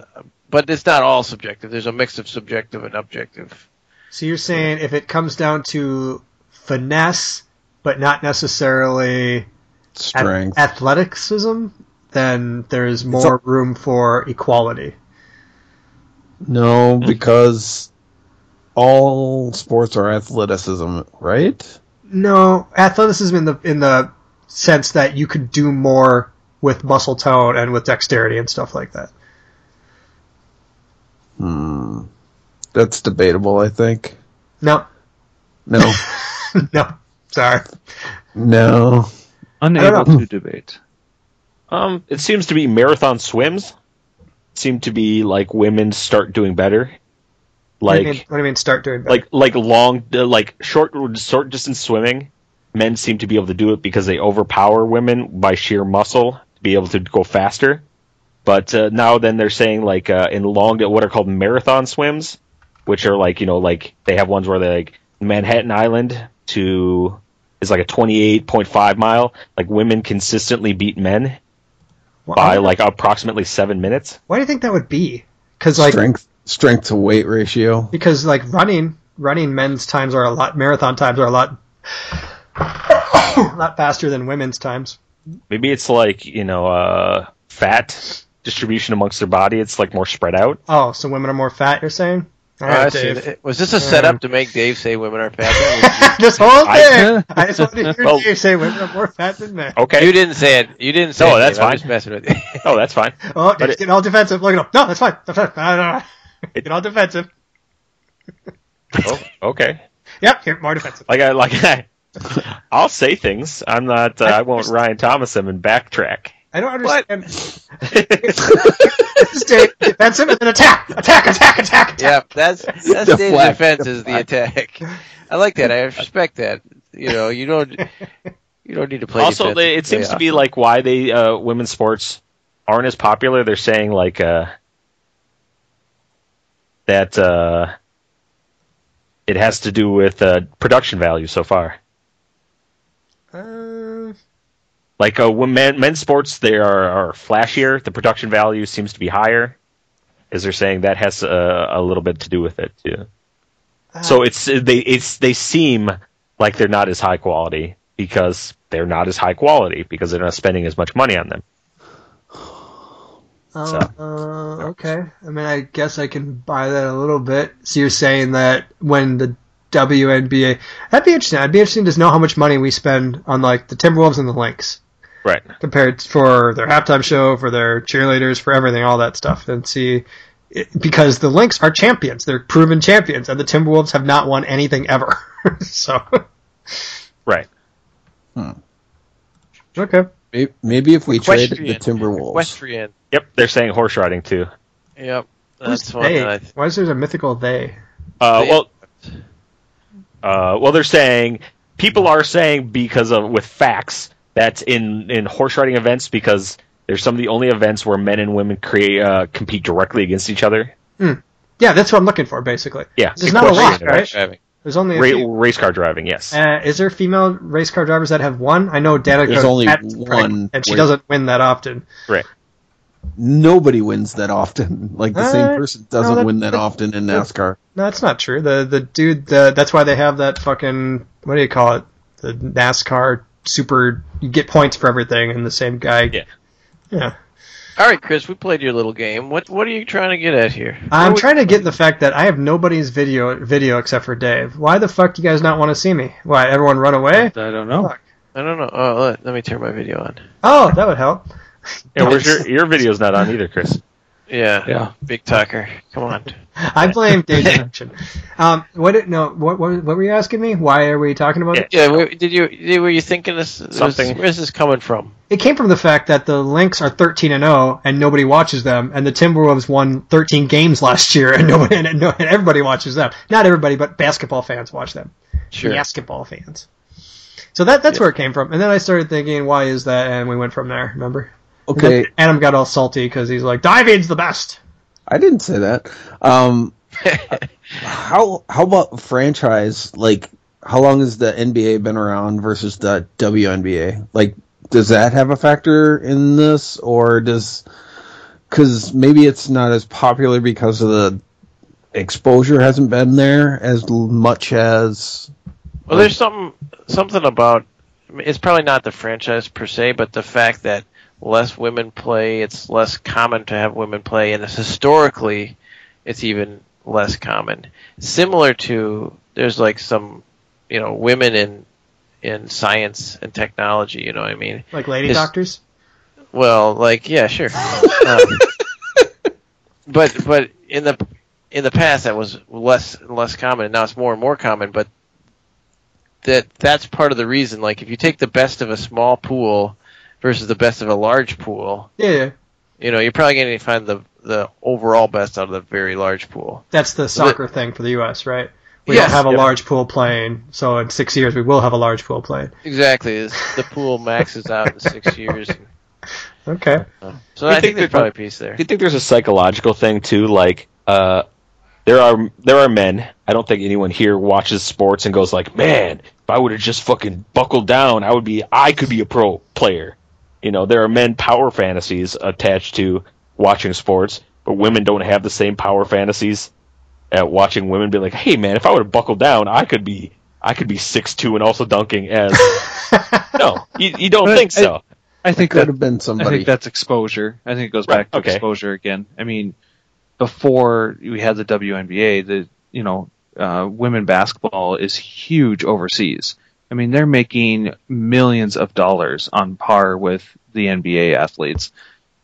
[SPEAKER 5] but it's not all subjective. There's a mix of subjective and objective.
[SPEAKER 1] So you're saying if it comes down to finesse, but not necessarily ath-
[SPEAKER 3] strength
[SPEAKER 1] athleticism, then there's more room for equality.
[SPEAKER 3] no because all sports are athleticism right
[SPEAKER 1] No, athleticism in the in the sense that you could do more with muscle tone and with dexterity and stuff like that.
[SPEAKER 3] hmm that's debatable i think
[SPEAKER 1] No,
[SPEAKER 3] no
[SPEAKER 1] no, sorry.
[SPEAKER 3] no
[SPEAKER 2] Unable
[SPEAKER 1] I don't
[SPEAKER 2] to debate.
[SPEAKER 4] Um, it seems to be marathon swims seem to be like women start doing better,
[SPEAKER 1] What do you mean,
[SPEAKER 4] like
[SPEAKER 1] what do you mean start doing better?
[SPEAKER 4] like like long uh, like short short distance swimming. Men seem to be able to do it because they overpower women by sheer muscle to be able to go faster. But uh, now then they're saying like uh, in long what are called marathon swims, which are like you know like they have ones where they like Manhattan Island to is like a twenty eight point five mile. Like women consistently beat men
[SPEAKER 1] Why-
[SPEAKER 4] by like approximately seven minutes.
[SPEAKER 1] why do you think that would be? Because like
[SPEAKER 3] strength strength to weight ratio
[SPEAKER 1] because like running running men's times are a lot marathon times are a lot a lot faster than women's times
[SPEAKER 4] Maybe it's like you know uh, fat distribution amongst their body. It's like more spread out.
[SPEAKER 1] oh so women are more fat you're saying all
[SPEAKER 5] Oh, I
[SPEAKER 1] right
[SPEAKER 5] see.
[SPEAKER 1] Dave.
[SPEAKER 5] Was this a setup to make Dave say women are fat? That
[SPEAKER 1] this whole
[SPEAKER 4] I-
[SPEAKER 1] thing i just wanted to hear
[SPEAKER 4] Well-
[SPEAKER 1] Dave say women are more fat than men
[SPEAKER 5] was you.
[SPEAKER 4] Okay.
[SPEAKER 5] you didn't say it. You didn't say
[SPEAKER 4] No,
[SPEAKER 5] it.
[SPEAKER 4] that's
[SPEAKER 5] Dave. I'm
[SPEAKER 4] fine.
[SPEAKER 5] just messing with you.
[SPEAKER 4] Oh, that's fine.
[SPEAKER 1] oh Dave's
[SPEAKER 4] it-
[SPEAKER 1] getting all defensive look at him no that's fine that's fine No, no, no. Get all defensive
[SPEAKER 4] Oh, okay.
[SPEAKER 1] yep here more defensive
[SPEAKER 4] Like I like I, I'll say things. I'm not. Uh, I won't Ryan Thomas him and backtrack.
[SPEAKER 1] i don't
[SPEAKER 4] What?
[SPEAKER 1] understand this is Dave, defensive and then attack attack attack attack, attack.
[SPEAKER 5] yeah, that's that's
[SPEAKER 3] The
[SPEAKER 5] Dave's
[SPEAKER 3] flag.
[SPEAKER 5] defense is the attack. I like that. I respect that. You know, you don't you don't need to play.
[SPEAKER 4] also,
[SPEAKER 5] defense.
[SPEAKER 4] they, it seems
[SPEAKER 5] Yeah.
[SPEAKER 4] to be like why they uh, women's sports aren't as popular. They're saying like uh, that uh, it has to do with uh, production value so far.
[SPEAKER 1] Uh,
[SPEAKER 4] Like uh, when men, men's sports, they are, are flashier. The production value seems to be higher, as they're saying that has uh, a little bit to do with it too. so it's they it's they seem like they're not as high quality because they're not as high quality because they're not spending as much money on them. So-
[SPEAKER 1] Uh, okay. I mean, I guess I can buy that a little bit. So you're saying that when the WNBA, that'd be interesting. I'd be interesting to know how much money we spend on like the Timberwolves and the Lynx
[SPEAKER 4] Right.
[SPEAKER 1] compared for their halftime show, for their cheerleaders, for everything, all that stuff, and see. it- Because the Lynx are champions, they're proven champions, and the Timberwolves have not won anything ever. so,
[SPEAKER 4] Right.
[SPEAKER 1] okay,
[SPEAKER 3] May- Maybe if we traded
[SPEAKER 5] Equestrian.
[SPEAKER 3] the Timberwolves.
[SPEAKER 5] Equestrian.
[SPEAKER 4] Yep. They're saying horse riding too.
[SPEAKER 5] Yep.
[SPEAKER 1] Who's
[SPEAKER 5] That's one.
[SPEAKER 1] they?
[SPEAKER 5] that I
[SPEAKER 1] Why is there a mythical they?
[SPEAKER 4] Uh,
[SPEAKER 5] They-
[SPEAKER 4] well, Uh, well, they're saying people are saying because of with facts that's in in horse riding events because they're some of the only events where men and women create uh, compete directly against each other.
[SPEAKER 1] Yeah, that's what I'm looking for, basically.
[SPEAKER 4] Yeah,
[SPEAKER 1] There's not a lot,
[SPEAKER 4] question.
[SPEAKER 1] right?
[SPEAKER 5] Driving.
[SPEAKER 1] There's only a
[SPEAKER 4] Ra-
[SPEAKER 1] few.
[SPEAKER 4] race car driving, yes.
[SPEAKER 1] Uh, is there female race car drivers that have won? I know Dana
[SPEAKER 3] There's
[SPEAKER 1] goes
[SPEAKER 3] only
[SPEAKER 1] at-
[SPEAKER 3] one
[SPEAKER 1] and she
[SPEAKER 3] where-
[SPEAKER 1] doesn't win that often.
[SPEAKER 3] Nobody wins that often. Like the
[SPEAKER 1] Uh,
[SPEAKER 3] same person doesn't
[SPEAKER 1] no, that-
[SPEAKER 3] win that
[SPEAKER 1] that-
[SPEAKER 3] often in
[SPEAKER 1] that-
[SPEAKER 3] NASCAR.
[SPEAKER 1] No, that's not true. The the dude, the, that's why they have that fucking what do you call it? The NASCAR super. You get points for everything, and the same guy.
[SPEAKER 4] Yeah.
[SPEAKER 1] Yeah.
[SPEAKER 5] All right, Chris, we played your little game. What what are you trying to get at here?
[SPEAKER 1] I'm
[SPEAKER 5] What-
[SPEAKER 1] trying to get the fact that I have nobody's video video except for Dave. Why the fuck do you guys not want to see me? Why everyone run away?
[SPEAKER 2] I don't know.
[SPEAKER 5] I don't know. Oh, let, let me turn my video on.
[SPEAKER 1] Oh, that would help.
[SPEAKER 4] And where's your your video's not on either, Chris.
[SPEAKER 5] Yeah,
[SPEAKER 2] Yeah.
[SPEAKER 5] big talker. Come on.
[SPEAKER 1] I blame Dave's action. Um, what did, no? What, what what were you asking me? Why are we talking about it?
[SPEAKER 5] Yeah, were- did you did- were you thinking this? this-
[SPEAKER 4] Something.
[SPEAKER 5] where's this coming from?
[SPEAKER 1] It came from the fact that the Lynx are 13 and 0 and nobody watches them, and the Timberwolves won 13 games last year and nobody and, no- and everybody watches them. Not everybody, but basketball fans watch them.
[SPEAKER 5] Sure.
[SPEAKER 1] Basketball fans. So that that's where it came from. And then I started thinking, why is that? And we went from there. Remember?
[SPEAKER 3] Okay,
[SPEAKER 1] Adam got all salty because he's like, diving's the best.
[SPEAKER 3] I didn't say that. Um, how how about franchise? Like, how long has the NBA been around versus the WNBA? Like, does that have a factor in this, or does because maybe it's not as popular because of the exposure hasn't been there as l- much as
[SPEAKER 5] Well, there's something something about I mean, it's probably not the franchise per se, but the fact that less women play, it's less common to have women play, and it's historically, it's even less common. Similar to there's like some, you know, women in in science and technology. You know what I mean?
[SPEAKER 1] Like lady
[SPEAKER 5] His-
[SPEAKER 1] doctors.
[SPEAKER 5] Well, like yeah, sure. Um, but but in the in the past that was less and less common, and now it's more and more common. But that that's part of the reason. Like if you take the best of a small pool versus the best of a large pool,
[SPEAKER 1] Yeah, yeah.
[SPEAKER 5] you know you're probably going to find the the overall best out of the very large pool.
[SPEAKER 1] That's the soccer thing for the U.S., right? We
[SPEAKER 5] Yes.
[SPEAKER 1] don't have a
[SPEAKER 5] Yeah.
[SPEAKER 1] large pool playing, so in six years we will have a large pool playing.
[SPEAKER 5] Exactly, It's- the pool maxes out in six years.
[SPEAKER 1] Okay.
[SPEAKER 4] You
[SPEAKER 5] So I
[SPEAKER 4] think
[SPEAKER 5] think there's
[SPEAKER 4] they're-
[SPEAKER 5] probably a piece there.
[SPEAKER 4] Do you think there's a psychological thing too? Like, uh, there are there are men. I don't think anyone here watches sports and goes like, "Man, if I would have just fucking buckled down, I would be. I could be a pro player." You know, there are men power fantasies attached to watching sports, but women don't have the same power fantasies at watching women be like, "Hey, man, if I would have buckled down, I could be." I could be six two and also dunking as no, you, you don't
[SPEAKER 2] But
[SPEAKER 4] think so.
[SPEAKER 2] I think
[SPEAKER 3] could
[SPEAKER 2] that
[SPEAKER 3] have been
[SPEAKER 2] I
[SPEAKER 3] somebody.
[SPEAKER 2] think that's exposure. I think it goes
[SPEAKER 4] Right,
[SPEAKER 2] back to
[SPEAKER 4] okay.
[SPEAKER 2] exposure again. I mean, before we had the WNBA, the you know, uh, women basketball is huge overseas. I mean, they're making millions of dollars on par with the NBA athletes.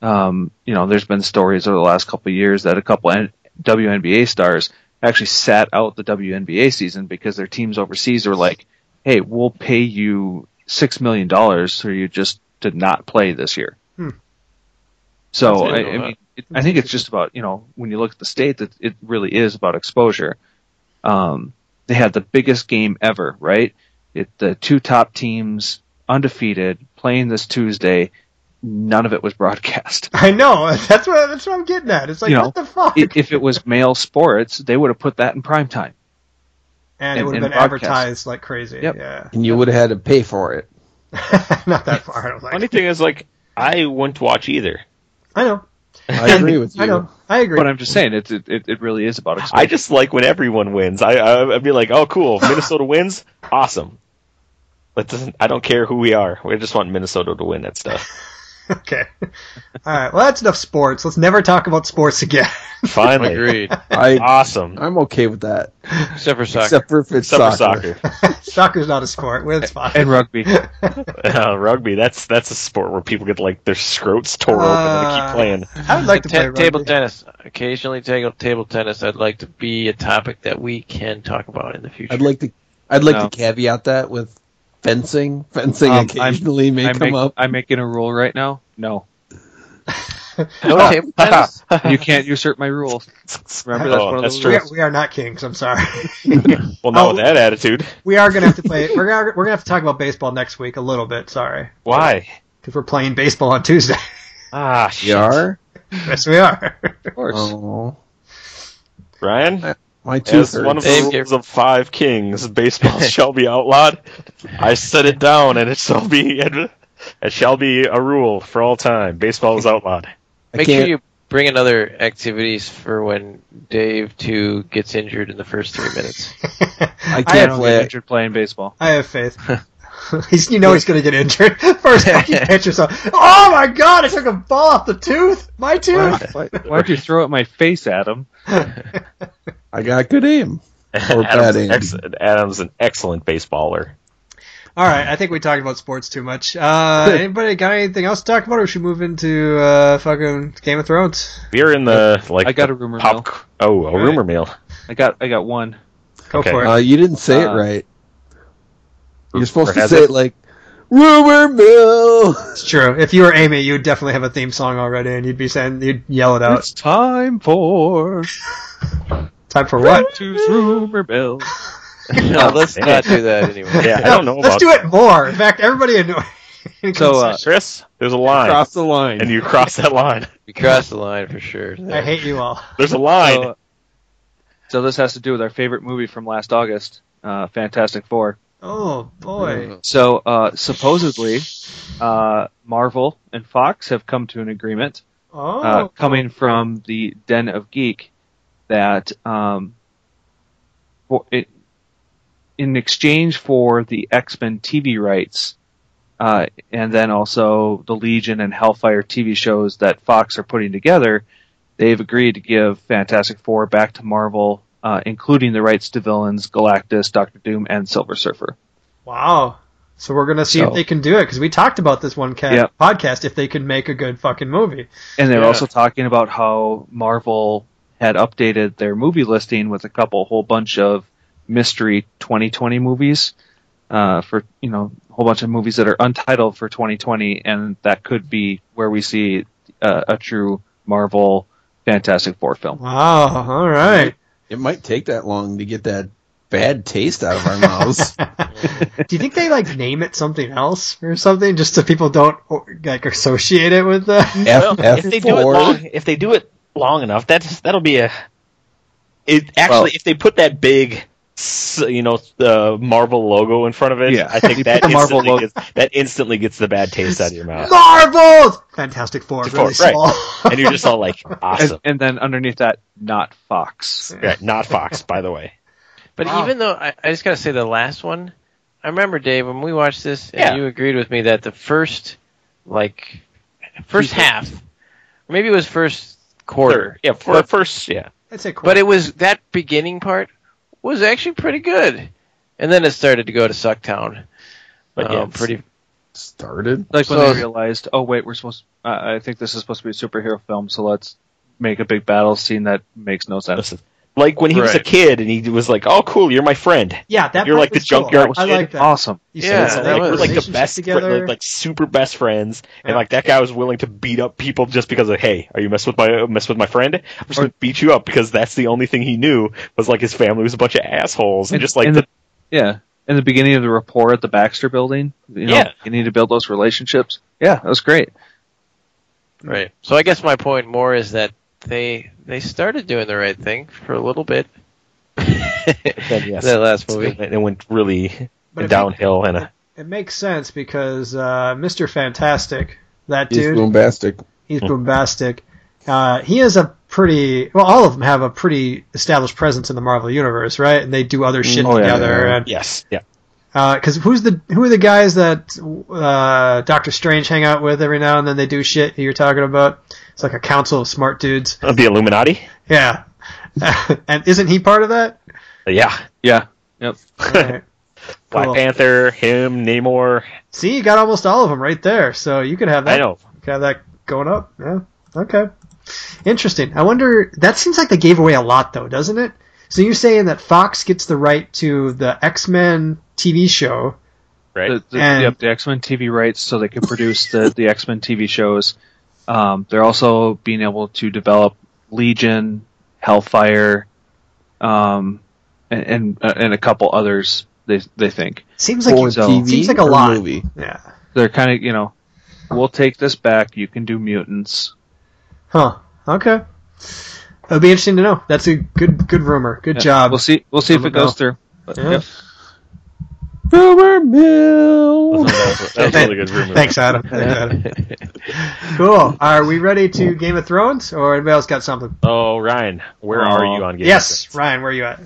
[SPEAKER 2] Um, you know, there's been stories over the last couple of years that a couple N- WNBA stars actually sat out the WNBA season because their teams overseas were like, "Hey, we'll pay you six million dollars for you just to not play this year."
[SPEAKER 1] Hmm.
[SPEAKER 2] So
[SPEAKER 5] I
[SPEAKER 2] I,
[SPEAKER 5] didn't know
[SPEAKER 2] I
[SPEAKER 5] that.
[SPEAKER 2] mean, it, I think it's just about you know when you look at the state that it really is about exposure. Um, they had the biggest game ever, right? It, the two top teams undefeated playing this Tuesday. None of it was broadcast.
[SPEAKER 1] I know. That's what that's what I'm getting at. It's like
[SPEAKER 2] You know,
[SPEAKER 1] what the fuck,
[SPEAKER 2] I- if it was male sports, they would have put that in prime time.
[SPEAKER 1] and it
[SPEAKER 2] and-
[SPEAKER 1] would have
[SPEAKER 2] and
[SPEAKER 1] been
[SPEAKER 2] broadcast.
[SPEAKER 1] advertised like crazy.
[SPEAKER 2] Yep.
[SPEAKER 1] Yeah,
[SPEAKER 3] and you would have had to pay for it.
[SPEAKER 1] not that far. I don't
[SPEAKER 4] Funny
[SPEAKER 1] think.
[SPEAKER 4] thing is, like, I wouldn't watch either.
[SPEAKER 1] I know.
[SPEAKER 3] I agree with you.
[SPEAKER 1] I know. I agree.
[SPEAKER 2] But I'm just saying, it it, it really is about exposure.
[SPEAKER 4] I just like when everyone wins. I, I I'd be like, oh, cool, Minnesota wins, awesome. But doesn't I don't care who we are. We just want Minnesota to win that stuff.
[SPEAKER 1] okay. All right. Well, that's enough sports. Let's never talk about sports again.
[SPEAKER 4] Finally,
[SPEAKER 5] Agreed,
[SPEAKER 3] I
[SPEAKER 4] awesome.
[SPEAKER 3] I'm okay with that,
[SPEAKER 5] except for soccer.
[SPEAKER 3] except for if it's
[SPEAKER 4] Except for
[SPEAKER 3] soccer.
[SPEAKER 4] soccer,
[SPEAKER 1] Soccer's not a sport. Well, it's fine.
[SPEAKER 2] and rugby.
[SPEAKER 4] Uh, rugby. That's that's a sport where people get like their scrotes tore
[SPEAKER 1] Uh,
[SPEAKER 4] open and they keep playing.
[SPEAKER 1] I would like to play
[SPEAKER 5] Ta-
[SPEAKER 1] rugby.
[SPEAKER 5] table tennis. Occasionally, table table tennis. I'd like to be a topic that we can talk about in the future.
[SPEAKER 3] I'd like to I'd like
[SPEAKER 2] No.
[SPEAKER 3] to caveat that with fencing. Fencing
[SPEAKER 2] Um, I'm-
[SPEAKER 3] occasionally may
[SPEAKER 2] I'm,
[SPEAKER 3] come
[SPEAKER 2] make-
[SPEAKER 3] up.
[SPEAKER 2] I'm making a rule right now. No,
[SPEAKER 5] No table tennis?
[SPEAKER 2] you can't usurp my rules. Remember that's
[SPEAKER 4] Oh,
[SPEAKER 2] one of
[SPEAKER 4] that's
[SPEAKER 2] the
[SPEAKER 4] true.
[SPEAKER 1] We
[SPEAKER 2] rules.
[SPEAKER 1] are, we are not kings. I'm sorry.
[SPEAKER 4] Well,
[SPEAKER 1] Oh.
[SPEAKER 4] not with that attitude.
[SPEAKER 1] we are gonna have to play. We're gonna, we're gonna have to talk about baseball next week a little bit. Sorry,
[SPEAKER 4] Why?
[SPEAKER 1] because we're playing baseball on Tuesday.
[SPEAKER 4] Ah, shit.
[SPEAKER 3] You are?
[SPEAKER 1] yes, we are.
[SPEAKER 2] Of course.
[SPEAKER 3] Oh,
[SPEAKER 4] Ryan,
[SPEAKER 3] my two
[SPEAKER 4] as one
[SPEAKER 3] thirds.
[SPEAKER 4] of the
[SPEAKER 5] Dave,
[SPEAKER 4] rules
[SPEAKER 5] you're-
[SPEAKER 4] of five kings, baseball shall be outlawed. I set it down, and it shall be it, shall be a rule for all time. Baseball is outlawed.
[SPEAKER 3] I
[SPEAKER 5] Make sure
[SPEAKER 3] can't-
[SPEAKER 5] you bring another activities for when Dave two gets injured in the first three minutes.
[SPEAKER 1] I have,
[SPEAKER 3] can't play it.
[SPEAKER 2] Injured playing baseball.
[SPEAKER 1] I have faith. he's, you know he's going to get injured. First fucking pitch or something. Oh my god! I took a ball off the tooth. My tooth.
[SPEAKER 3] Why- why-
[SPEAKER 2] Why'd you throw at my face, Adam?
[SPEAKER 3] I got good aim. Or
[SPEAKER 4] Adam's,
[SPEAKER 3] batting.
[SPEAKER 4] an ex- Adam's an excellent baseballer.
[SPEAKER 1] All right, I think we talked about sports too much. Uh, anybody got anything else to talk about, or should we move into uh, fucking Game of Thrones?
[SPEAKER 4] We're in the like.
[SPEAKER 2] I got
[SPEAKER 4] the
[SPEAKER 2] a rumor
[SPEAKER 4] pop.
[SPEAKER 2] mill.
[SPEAKER 4] Oh, a
[SPEAKER 1] Right.
[SPEAKER 4] rumor mill.
[SPEAKER 2] I got I got one.
[SPEAKER 1] Go
[SPEAKER 4] Okay.
[SPEAKER 1] for it.
[SPEAKER 3] Uh, you didn't say
[SPEAKER 2] Uh,
[SPEAKER 3] it right.
[SPEAKER 4] or
[SPEAKER 3] You're supposed to
[SPEAKER 4] has
[SPEAKER 3] say it, like rumor mill.
[SPEAKER 1] It's true. If you were Amy, you'd definitely have a theme song already, and you'd be saying you'd yell it out.
[SPEAKER 2] It's time for
[SPEAKER 1] Time for what?
[SPEAKER 2] Tuesday's rumor mill.
[SPEAKER 5] no, let's
[SPEAKER 4] Oh, man.
[SPEAKER 5] not do that anyway.
[SPEAKER 4] Yeah, I don't know
[SPEAKER 1] Let's
[SPEAKER 4] about
[SPEAKER 1] do it more. In fact, everybody in. in
[SPEAKER 2] So, uh,
[SPEAKER 4] Chris, there's a line,
[SPEAKER 3] Cross the line.
[SPEAKER 4] and you cross that line.
[SPEAKER 5] We crossed the line for sure.
[SPEAKER 1] I hate you all.
[SPEAKER 4] There's a line.
[SPEAKER 2] So, so this has to do with our favorite movie from last August, uh, Fantastic Four.
[SPEAKER 1] Oh boy.
[SPEAKER 2] So uh, supposedly, uh, Marvel and Fox have come to an agreement,
[SPEAKER 1] Oh.
[SPEAKER 2] uh, coming from the Den of Geek, that um, for it, in exchange for the X Men TV rights, uh, and then also the Legion and Hellfire TV shows that Fox are putting together, they've agreed to give Fantastic Four back to Marvel, uh, including the rights to villains Galactus, Doctor Doom, and Silver Surfer.
[SPEAKER 1] Wow. So we're gonna see if
[SPEAKER 2] So-
[SPEAKER 1] they can do it because we talked about this one ca-
[SPEAKER 2] Yeah.
[SPEAKER 1] podcast if they could make a good fucking movie.
[SPEAKER 2] And they're
[SPEAKER 4] Yeah.
[SPEAKER 2] also talking about how Marvel had updated their movie listing with a couple whole bunch of mystery 2020 movies uh, for you know a whole bunch of movies that are untitled for 2020, and that could be where we see uh, a true Marvel Fantastic Four film.
[SPEAKER 1] Wow. All right.
[SPEAKER 3] It might take that long to get that bad taste out of our mouths.
[SPEAKER 1] do you think they like name it something else or something just so people don't like associate it with the?
[SPEAKER 3] F F
[SPEAKER 4] if they do it
[SPEAKER 3] four.
[SPEAKER 4] long, if they do it long enough, that's that'll be a. It actually,
[SPEAKER 2] Well-
[SPEAKER 4] if they put that big, s- you know, uh, Marvel logo in front of it,
[SPEAKER 2] Yeah.
[SPEAKER 4] I think that
[SPEAKER 2] the Marvel
[SPEAKER 4] instantly
[SPEAKER 2] logo-
[SPEAKER 4] gets, that instantly gets the bad taste out of your mouth,
[SPEAKER 1] Marvel. Fantastic Four.
[SPEAKER 4] Fantastic
[SPEAKER 1] Really
[SPEAKER 4] Four,
[SPEAKER 1] small.
[SPEAKER 4] right. and you're just all like, awesome.
[SPEAKER 2] And, and then underneath that, not Fox.
[SPEAKER 4] Yeah, not Fox, by the way.
[SPEAKER 5] But
[SPEAKER 1] Wow.
[SPEAKER 5] even though I, I just gotta say the last one, I remember Dave when we watched this, and
[SPEAKER 4] Yeah.
[SPEAKER 5] you agreed with me that the first, like, first half, or maybe it was first quarter,
[SPEAKER 4] Third, yeah, for
[SPEAKER 5] But-
[SPEAKER 4] first, yeah,
[SPEAKER 1] I'd say cool.
[SPEAKER 5] but it was that beginning part was actually pretty good, and then it started to go to Sucktown.
[SPEAKER 4] But
[SPEAKER 5] Um,
[SPEAKER 4] yeah, it's-
[SPEAKER 5] pretty.
[SPEAKER 3] started.
[SPEAKER 2] Like when
[SPEAKER 5] So-
[SPEAKER 2] they realized, oh wait, we're supposed. Uh, I think this is supposed to be a superhero film, so let's make a big battle scene that makes no sense.
[SPEAKER 4] Listen, like when he was a
[SPEAKER 5] Right.
[SPEAKER 4] kid and he was like, "Oh, cool, you're my friend."
[SPEAKER 1] yeah, that
[SPEAKER 4] you're
[SPEAKER 1] part
[SPEAKER 4] like the
[SPEAKER 1] was cool.
[SPEAKER 4] junkyard
[SPEAKER 1] I like
[SPEAKER 4] kid.
[SPEAKER 1] that.
[SPEAKER 2] Awesome.
[SPEAKER 1] You
[SPEAKER 5] Yeah,
[SPEAKER 1] said
[SPEAKER 4] It's
[SPEAKER 1] it's
[SPEAKER 5] that
[SPEAKER 4] like, we're like
[SPEAKER 5] was-
[SPEAKER 4] the
[SPEAKER 1] relationships
[SPEAKER 4] best, fri-
[SPEAKER 1] together.
[SPEAKER 4] like super best friends, and
[SPEAKER 1] Yeah.
[SPEAKER 4] like that guy was willing to beat up people just because of, hey, are you mess with my mess with my friend? I'm just gonna beat you up because that's the only thing he knew was like his family was a bunch of assholes and, just like
[SPEAKER 2] in
[SPEAKER 4] the,
[SPEAKER 2] the, yeah, in the beginning of the rapport at the Baxter Building, you know,
[SPEAKER 4] Yeah.
[SPEAKER 2] you need to build those relationships. Yeah, that was great.
[SPEAKER 5] Right. So I guess my point more is that they they started doing the right thing for a little bit.
[SPEAKER 4] then, yes,
[SPEAKER 5] That last
[SPEAKER 4] It's-
[SPEAKER 5] movie.
[SPEAKER 4] it, it went really
[SPEAKER 1] But it
[SPEAKER 4] downhill and uh, a,
[SPEAKER 1] It makes sense because uh, Mr. Fantastic, that
[SPEAKER 3] He's
[SPEAKER 1] dude,
[SPEAKER 3] bombastic.
[SPEAKER 1] he's bombastic. Uh, he is a pretty well. All of them have a pretty established presence in the Marvel universe, right? And they do other shit
[SPEAKER 2] Oh, yeah,
[SPEAKER 1] together.
[SPEAKER 2] yeah.
[SPEAKER 1] And
[SPEAKER 4] yes, yeah,
[SPEAKER 1] because who's the who are the guys that uh, Doctor Strange hang out with every now and then? They do shit you're talking about. It's like a council of smart dudes.
[SPEAKER 4] the Illuminati,
[SPEAKER 1] Yeah, and isn't he part of that?
[SPEAKER 4] yeah,
[SPEAKER 2] Yeah. Yep.
[SPEAKER 1] All right.
[SPEAKER 4] Black
[SPEAKER 1] Cool.
[SPEAKER 4] Panther, him, Namor.
[SPEAKER 1] See, you got almost all of them right there. So you could have that.
[SPEAKER 4] I know.
[SPEAKER 1] You could have that going up. Yeah. Okay. Interesting. I wonder. That seems like they gave away a lot, though, doesn't it? So you're saying that Fox gets the right to the X Men TV show?
[SPEAKER 4] Right.
[SPEAKER 2] The, the,
[SPEAKER 1] And-
[SPEAKER 2] yep, the X Men TV rights, so they could produce the, the X Men TV shows, Um, they're also being able to develop Legion, Hellfire, um, and and, uh, and a couple others. They they think
[SPEAKER 1] Seems like
[SPEAKER 2] Or
[SPEAKER 1] you-
[SPEAKER 2] so.
[SPEAKER 1] seems like a lot.
[SPEAKER 3] movie.
[SPEAKER 1] yeah.
[SPEAKER 2] they're kind of you know, we'll take this back. You can do mutants.
[SPEAKER 1] Huh. Okay. It'll be interesting to know. That's a good good rumor. Good
[SPEAKER 2] Yeah,
[SPEAKER 1] job.
[SPEAKER 2] We'll see. We'll see if
[SPEAKER 1] Rumor
[SPEAKER 2] it goes
[SPEAKER 1] mill.
[SPEAKER 2] through. But,
[SPEAKER 1] Yeah.
[SPEAKER 2] yep.
[SPEAKER 3] Rumor mill.
[SPEAKER 4] That was, a- that was a really good rumor.
[SPEAKER 1] Thanks, Adam. Thanks, Adam. Cool. Are we ready to Game of Thrones, or anybody else got something?
[SPEAKER 4] Oh, Ryan, where are you on Game
[SPEAKER 1] yes,
[SPEAKER 4] of Thrones?
[SPEAKER 1] Ryan, where you at?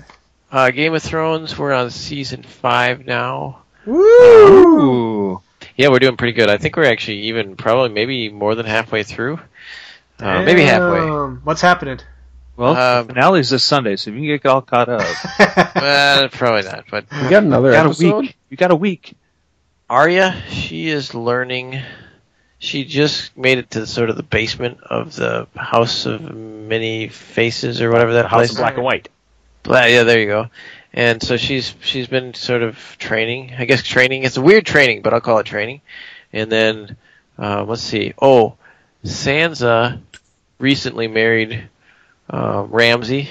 [SPEAKER 5] uh, Game of Thrones, we're on season five now.
[SPEAKER 1] Woo!
[SPEAKER 2] Ooh.
[SPEAKER 5] Yeah, we're doing pretty good. I think we're actually even probably maybe more than halfway through. Uh, maybe halfway.
[SPEAKER 1] Damn. What's happening?
[SPEAKER 2] Well,
[SPEAKER 5] Um,
[SPEAKER 2] the finale's this Sunday, so if you can get all caught up.
[SPEAKER 5] Uh, probably not, but
[SPEAKER 3] We got another
[SPEAKER 2] You got a
[SPEAKER 3] episode.
[SPEAKER 2] week. You got a week.
[SPEAKER 5] Arya, she is learning. She just made it to sort of the basement of the House of Many Faces or whatever that
[SPEAKER 4] House
[SPEAKER 5] place.
[SPEAKER 4] of Black and White.
[SPEAKER 5] Bla- yeah, there you go. And so she's she's been sort of training. I guess training. It's a weird training, but I'll call it training. And then um, let's see. Oh, Sansa recently married um, Ramsey,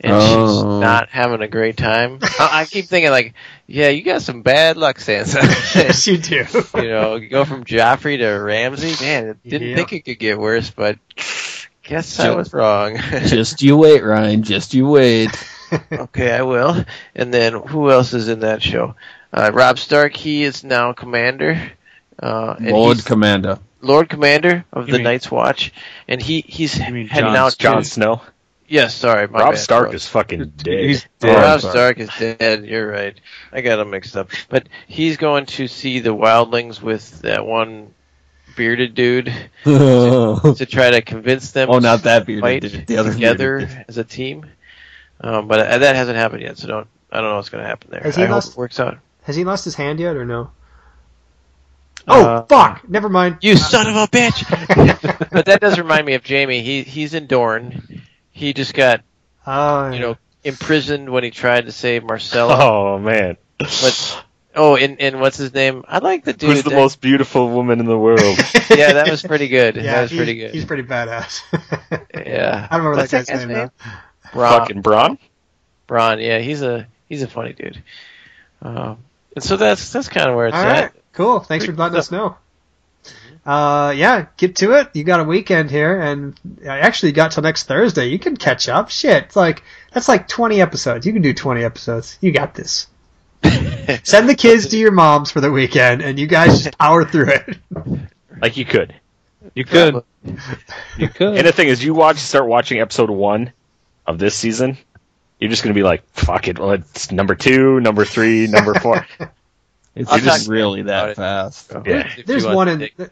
[SPEAKER 5] and she's
[SPEAKER 3] Oh.
[SPEAKER 5] not having a great time. I, I keep thinking like, yeah, you got some bad luck, Sansa.
[SPEAKER 1] yes, you do.
[SPEAKER 5] you know, you go from Joffrey to Ramsey. Man, didn't
[SPEAKER 1] Yeah.
[SPEAKER 5] think it could get worse, but guess I was wrong.
[SPEAKER 3] Just you wait, Ryan. Just you wait.
[SPEAKER 5] okay, I will. And then who else is in that show? Uh, Rob Stark. He is now commander. Uh, and
[SPEAKER 3] Lord
[SPEAKER 5] he's
[SPEAKER 3] Commander.
[SPEAKER 5] Lord Commander of
[SPEAKER 2] You
[SPEAKER 5] the
[SPEAKER 2] mean-
[SPEAKER 5] Night's Watch, and he he's heading
[SPEAKER 2] Jon-
[SPEAKER 5] out.
[SPEAKER 4] Jon
[SPEAKER 5] To,
[SPEAKER 4] Snow.
[SPEAKER 5] yes, sorry, my
[SPEAKER 4] Rob
[SPEAKER 5] bad,
[SPEAKER 4] Stark
[SPEAKER 5] Rob.
[SPEAKER 4] is fucking dead.
[SPEAKER 2] He's
[SPEAKER 5] Oh,
[SPEAKER 3] dead.
[SPEAKER 5] Rob Stark is dead. You're right. I got him mixed up. But he's going to see the wildlings with that one bearded dude.
[SPEAKER 3] oh,
[SPEAKER 5] to try to convince them.
[SPEAKER 3] not that bearded.
[SPEAKER 5] to fight
[SPEAKER 3] dude, the other
[SPEAKER 5] together
[SPEAKER 3] bearded
[SPEAKER 5] as a team. Um, but uh, that hasn't happened yet, so don't. I don't know what's going to happen there.
[SPEAKER 1] Has he
[SPEAKER 5] I hope
[SPEAKER 1] lost-
[SPEAKER 5] it works out.
[SPEAKER 1] Has he lost his hand yet, or no? Oh
[SPEAKER 5] Uh,
[SPEAKER 1] fuck! Never mind.
[SPEAKER 5] You son of a bitch! but that does remind me of Jamie. He he's in Dorne. He just got
[SPEAKER 1] Oh,
[SPEAKER 5] you know imprisoned when he tried to save Marcella.
[SPEAKER 4] Oh man,
[SPEAKER 5] But oh, and and what's his name? I like the dude.
[SPEAKER 4] who's the
[SPEAKER 5] that-
[SPEAKER 4] most beautiful woman in the world?
[SPEAKER 5] Yeah, that was pretty good.
[SPEAKER 1] Yeah,
[SPEAKER 5] that was
[SPEAKER 1] he-
[SPEAKER 5] pretty good.
[SPEAKER 1] He's pretty badass.
[SPEAKER 5] yeah,
[SPEAKER 1] I don't remember
[SPEAKER 5] What's
[SPEAKER 1] that guy's
[SPEAKER 5] that guy's
[SPEAKER 1] name,
[SPEAKER 5] name?
[SPEAKER 1] though.
[SPEAKER 5] Bron.
[SPEAKER 4] Fucking Braun.
[SPEAKER 5] Bron. Yeah, he's a he's a funny dude. Um, and so that's that's kind of where it's
[SPEAKER 1] All
[SPEAKER 5] at.
[SPEAKER 1] right, cool. Thanks for letting us know. Uh, yeah, get to it. You got a weekend here, and I actually got till next Thursday. You can catch up. Shit, it's like that's like twenty episodes. You can do twenty episodes. You got this. Send the kids to your moms for the weekend, and you guys just power through it.
[SPEAKER 4] Like you could.
[SPEAKER 2] You could. You could.
[SPEAKER 4] And the thing is, you watch, start watching episode one of this season, you're just gonna be like, "Fuck it, well, it's number two, number three, number four.
[SPEAKER 3] dude. It's
[SPEAKER 5] I'll
[SPEAKER 3] just
[SPEAKER 5] talk-
[SPEAKER 3] really
[SPEAKER 5] about
[SPEAKER 3] that
[SPEAKER 5] it.
[SPEAKER 3] fast.
[SPEAKER 4] yeah,
[SPEAKER 5] If
[SPEAKER 1] There's
[SPEAKER 5] you want
[SPEAKER 1] one
[SPEAKER 5] to
[SPEAKER 1] in
[SPEAKER 5] dig-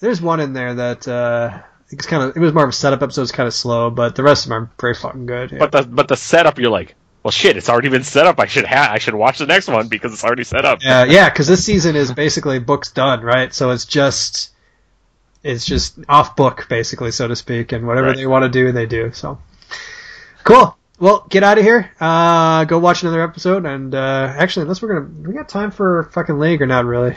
[SPEAKER 1] there's one in there that uh, it's kind of it was more of a setup episode. It's kind of slow, but the rest of them are pretty fucking good.
[SPEAKER 4] but the but the setup, you're like, "Well, shit, it's already been set up. I should ha- I should watch the next one because it's already set up."
[SPEAKER 1] uh, yeah, because this season is basically books done, right? So it's just it's just off book, basically, so to speak, and whatever
[SPEAKER 4] Right.
[SPEAKER 1] they want to do, they do. So cool. Well, get out of here. Uh, go watch another episode, and uh, actually, unless we're gonna, we got time for fucking league or not really?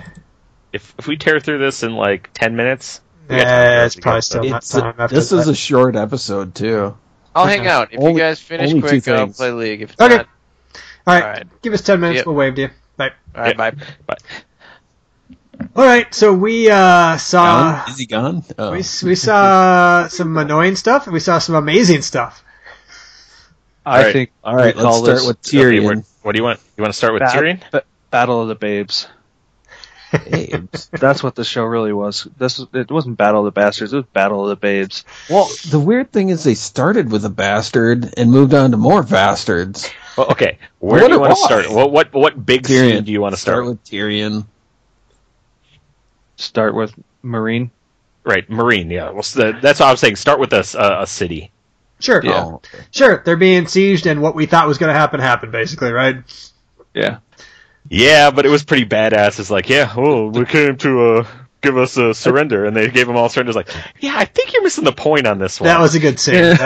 [SPEAKER 4] If if we tear through this in like ten minutes, we got time for
[SPEAKER 1] Yeah,
[SPEAKER 4] it
[SPEAKER 1] it's
[SPEAKER 4] to
[SPEAKER 1] probably
[SPEAKER 4] get
[SPEAKER 1] still
[SPEAKER 4] done.
[SPEAKER 1] not
[SPEAKER 3] It's a-
[SPEAKER 1] time after
[SPEAKER 3] this
[SPEAKER 1] that.
[SPEAKER 3] is a short episode too.
[SPEAKER 5] I'll hang out. If you
[SPEAKER 3] Only-
[SPEAKER 5] guys finish
[SPEAKER 3] only two
[SPEAKER 5] quick, I'll
[SPEAKER 3] things.
[SPEAKER 5] play League. If
[SPEAKER 1] Okay.
[SPEAKER 5] not,
[SPEAKER 1] all, right,
[SPEAKER 5] all right.
[SPEAKER 1] Give us ten minutes.
[SPEAKER 5] Yep.
[SPEAKER 1] We'll wave to you. Bye.
[SPEAKER 5] all right,
[SPEAKER 4] Yeah.
[SPEAKER 5] bye.
[SPEAKER 4] But
[SPEAKER 1] All right. So we uh, saw.
[SPEAKER 3] Gone? Is he gone? Oh.
[SPEAKER 1] We, we saw some annoying stuff and we saw some amazing stuff.
[SPEAKER 2] I
[SPEAKER 4] All right.
[SPEAKER 2] think.
[SPEAKER 3] All right,
[SPEAKER 2] we
[SPEAKER 3] let's
[SPEAKER 2] call
[SPEAKER 3] start
[SPEAKER 2] this
[SPEAKER 3] with
[SPEAKER 4] okay,
[SPEAKER 3] Tyrion.
[SPEAKER 4] what- what do you want? You want to start with
[SPEAKER 2] Bat-
[SPEAKER 4] Tyrion?
[SPEAKER 2] Ba- Battle of the Babes.
[SPEAKER 3] Babes.
[SPEAKER 2] That's what the show really was. This was- it wasn't Battle of the Bastards. It was Battle of the Babes.
[SPEAKER 3] well, the weird thing is they started with a bastard and moved on to more bastards.
[SPEAKER 4] Well, okay, where
[SPEAKER 3] What
[SPEAKER 4] do you
[SPEAKER 3] do
[SPEAKER 4] want
[SPEAKER 3] I?
[SPEAKER 4] to start? What what what big scene do you want to start? with?
[SPEAKER 3] with Tyrion?
[SPEAKER 2] Start with Marine.
[SPEAKER 4] Right, Marine. Yeah, well, so the, that's what I was saying. Start with a s- a- a city.
[SPEAKER 1] Sure.
[SPEAKER 3] Yeah.
[SPEAKER 1] Sure. They're being sieged and what we thought was going to happen happened, basically, right?
[SPEAKER 2] Yeah.
[SPEAKER 4] Yeah, but it was pretty badass. It's like, yeah, oh, we came to uh, give us a surrender, and they gave them all surrenders. Like, yeah, I think you're missing the point on this one.
[SPEAKER 1] That was a good scene.
[SPEAKER 2] Yeah.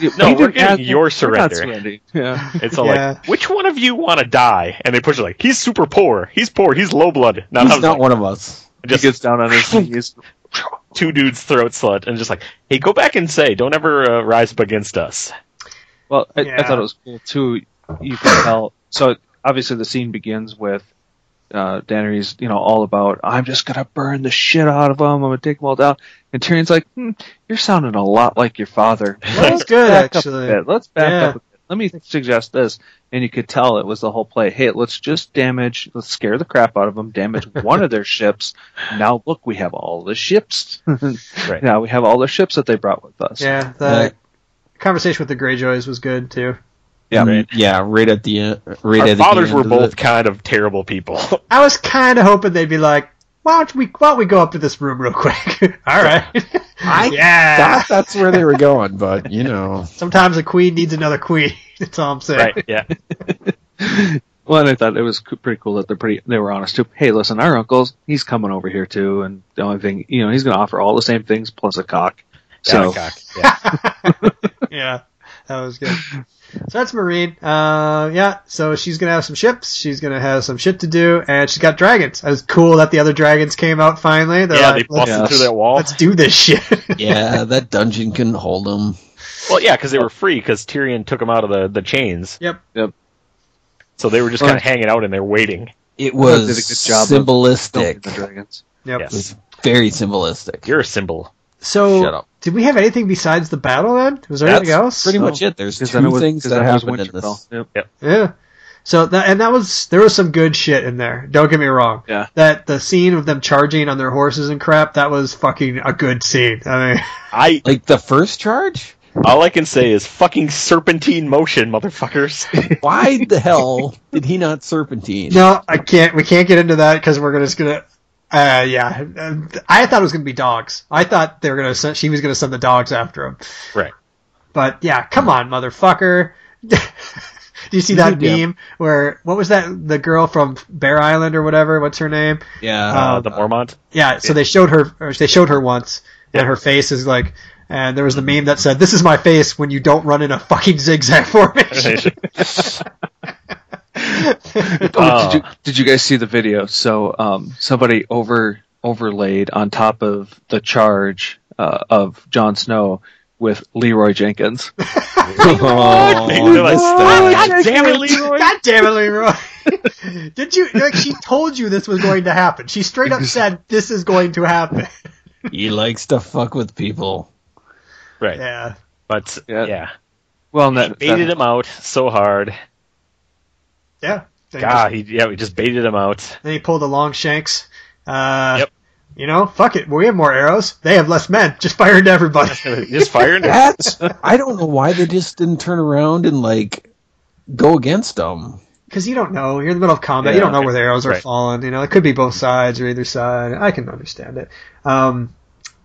[SPEAKER 1] Uh,
[SPEAKER 2] We
[SPEAKER 4] No, we're
[SPEAKER 2] didn't
[SPEAKER 4] getting
[SPEAKER 2] ask-
[SPEAKER 4] your
[SPEAKER 2] we're not
[SPEAKER 4] surrender.
[SPEAKER 2] surrendering. Yeah.
[SPEAKER 4] it's all
[SPEAKER 1] yeah.
[SPEAKER 4] like, which one of you want to die? And they push it like, he's super poor, he's poor, he's low blood. Now, I
[SPEAKER 3] He's
[SPEAKER 4] was
[SPEAKER 3] not
[SPEAKER 4] like,
[SPEAKER 3] one of us.
[SPEAKER 2] he
[SPEAKER 4] just,
[SPEAKER 2] gets down on his knees.
[SPEAKER 4] two dudes throat slit and just like, hey, go back and say, don't ever uh, rise up against us.
[SPEAKER 2] Well, I, I
[SPEAKER 1] Yeah.
[SPEAKER 2] thought it was cool too. You can tell. So obviously, the scene begins with uh, Dannery's, you know, all about I'm just gonna burn the shit out of them. I'm gonna take them all down. And Tyrion's like, hmm, you're sounding a lot like your father.
[SPEAKER 1] That's good,
[SPEAKER 2] back
[SPEAKER 1] actually.
[SPEAKER 2] Up a bit. Let's back
[SPEAKER 1] Yeah.
[SPEAKER 2] up. A bit. Let me suggest this. And you could tell it was the whole play. Hey, let's just damage, let's scare the crap out of them, damage one of their ships. Now look, we have all the ships.
[SPEAKER 4] Right.
[SPEAKER 2] Now we have all the ships that they brought with us.
[SPEAKER 1] Yeah, the
[SPEAKER 3] Uh,
[SPEAKER 1] conversation with the Greyjoys was good too.
[SPEAKER 3] yeah,
[SPEAKER 4] Right.
[SPEAKER 3] yeah, right at the end. Right
[SPEAKER 4] Our
[SPEAKER 3] at
[SPEAKER 4] fathers
[SPEAKER 3] the
[SPEAKER 4] were
[SPEAKER 3] end
[SPEAKER 4] both
[SPEAKER 3] Of
[SPEAKER 4] kind of terrible people.
[SPEAKER 1] I was kind of hoping they'd be like, "Why don't we? Why don't we go up to this room real quick?" All right.
[SPEAKER 3] I the,
[SPEAKER 1] yeah.
[SPEAKER 3] thought that's where they were going, but you know,
[SPEAKER 1] Sometimes a queen needs another queen. That's all I'm saying.
[SPEAKER 4] right, yeah.
[SPEAKER 2] Well, and I thought it was co- pretty cool that they're pretty they were honest too. Hey, listen, our uncle's he's coming over here too, and the only thing you know he's going to offer all the same things plus a cock. So
[SPEAKER 4] Gattacock, yeah.
[SPEAKER 1] yeah, that was good. So that's Marine. Uh, yeah. So she's gonna have some ships. She's gonna have some shit to do, and she's got dragons. It was cool that the other dragons came out finally. They're
[SPEAKER 4] yeah, they
[SPEAKER 1] like,
[SPEAKER 4] busted
[SPEAKER 2] yeah.
[SPEAKER 4] through that wall.
[SPEAKER 1] let's do this shit.
[SPEAKER 3] yeah, that dungeon couldn't hold them.
[SPEAKER 4] Well, yeah, because they were free because Tyrion took them out of the, the chains.
[SPEAKER 1] Yep.
[SPEAKER 2] Yep.
[SPEAKER 4] So they were just kind of hanging out in there waiting.
[SPEAKER 3] It
[SPEAKER 2] thought they
[SPEAKER 3] was
[SPEAKER 2] did a good job of Don't
[SPEAKER 3] symbolistic,
[SPEAKER 2] feed the dragons.
[SPEAKER 1] yep.
[SPEAKER 4] Yes.
[SPEAKER 3] very symbolistic.
[SPEAKER 4] You're a symbol.
[SPEAKER 1] So
[SPEAKER 3] Shut up.
[SPEAKER 1] did we have anything besides the battle then? Was there
[SPEAKER 4] That's
[SPEAKER 1] anything else?
[SPEAKER 3] Pretty
[SPEAKER 2] No,
[SPEAKER 3] much it. There's
[SPEAKER 2] 'Cause
[SPEAKER 3] two
[SPEAKER 2] then it was-
[SPEAKER 3] things
[SPEAKER 2] 'cause
[SPEAKER 3] that
[SPEAKER 2] then it was
[SPEAKER 3] happened in
[SPEAKER 2] Winterfell.
[SPEAKER 3] this.
[SPEAKER 2] Yep.
[SPEAKER 1] Yeah. So that and that was there was some good shit in there. Don't get me wrong.
[SPEAKER 2] Yeah.
[SPEAKER 1] That the scene of them charging on their horses and crap that was fucking a good scene. I mean,
[SPEAKER 4] I
[SPEAKER 3] Like the first charge?
[SPEAKER 4] all I can say is fucking serpentine motion, motherfuckers.
[SPEAKER 3] Why the hell did he not serpentine?
[SPEAKER 1] no, I can't. We can't get into that because we're gonna- just gonna. Uh, yeah, Uh, I thought it was gonna be dogs. I thought they were gonna. Send, she was gonna send the dogs after him.
[SPEAKER 4] right.
[SPEAKER 1] But yeah, come on, motherfucker. Do you see that
[SPEAKER 3] Yeah.
[SPEAKER 1] meme where what was that? The girl from Bear Island or whatever. What's her name?
[SPEAKER 3] Yeah.
[SPEAKER 4] Uh,
[SPEAKER 1] Um,
[SPEAKER 4] the Mormont.
[SPEAKER 1] Yeah, so they showed her. Or they showed her once, and her face is like. And there was the meme that said, "This is my face when you don't run in a fucking zigzag formation."
[SPEAKER 2] Oh, did you did you guys see the video? So um, somebody over overlaid on top of the charge uh, of Jon Snow with Leroy Jenkins.
[SPEAKER 3] Oh,
[SPEAKER 4] They realized
[SPEAKER 3] God.
[SPEAKER 4] that. God damn it, Leroy!
[SPEAKER 1] God damn it, Leroy! Did you? Like, she told you this was going to happen. She straight up said, "This is going to happen."
[SPEAKER 3] He likes to fuck with people.
[SPEAKER 4] Right.
[SPEAKER 1] Yeah,
[SPEAKER 4] But
[SPEAKER 2] Yeah.
[SPEAKER 4] yeah,
[SPEAKER 2] Well, and that,
[SPEAKER 4] baited
[SPEAKER 2] that-
[SPEAKER 4] him out so hard.
[SPEAKER 1] yeah. They just-
[SPEAKER 4] God, he yeah, we just baited him out.
[SPEAKER 1] Then he pulled the long shanks. Uh,
[SPEAKER 4] Yep.
[SPEAKER 1] You know, fuck it. We have more arrows. They have less men. Just fire into everybody.
[SPEAKER 4] just fired him.
[SPEAKER 3] That's I don't know why they just didn't turn around and like go against them.
[SPEAKER 1] Because you don't know. You're in the middle of combat. you
[SPEAKER 4] Yeah,
[SPEAKER 1] don't know where the arrows are
[SPEAKER 4] right.
[SPEAKER 1] falling. You know, it could be both sides or either side. I can understand it. Um,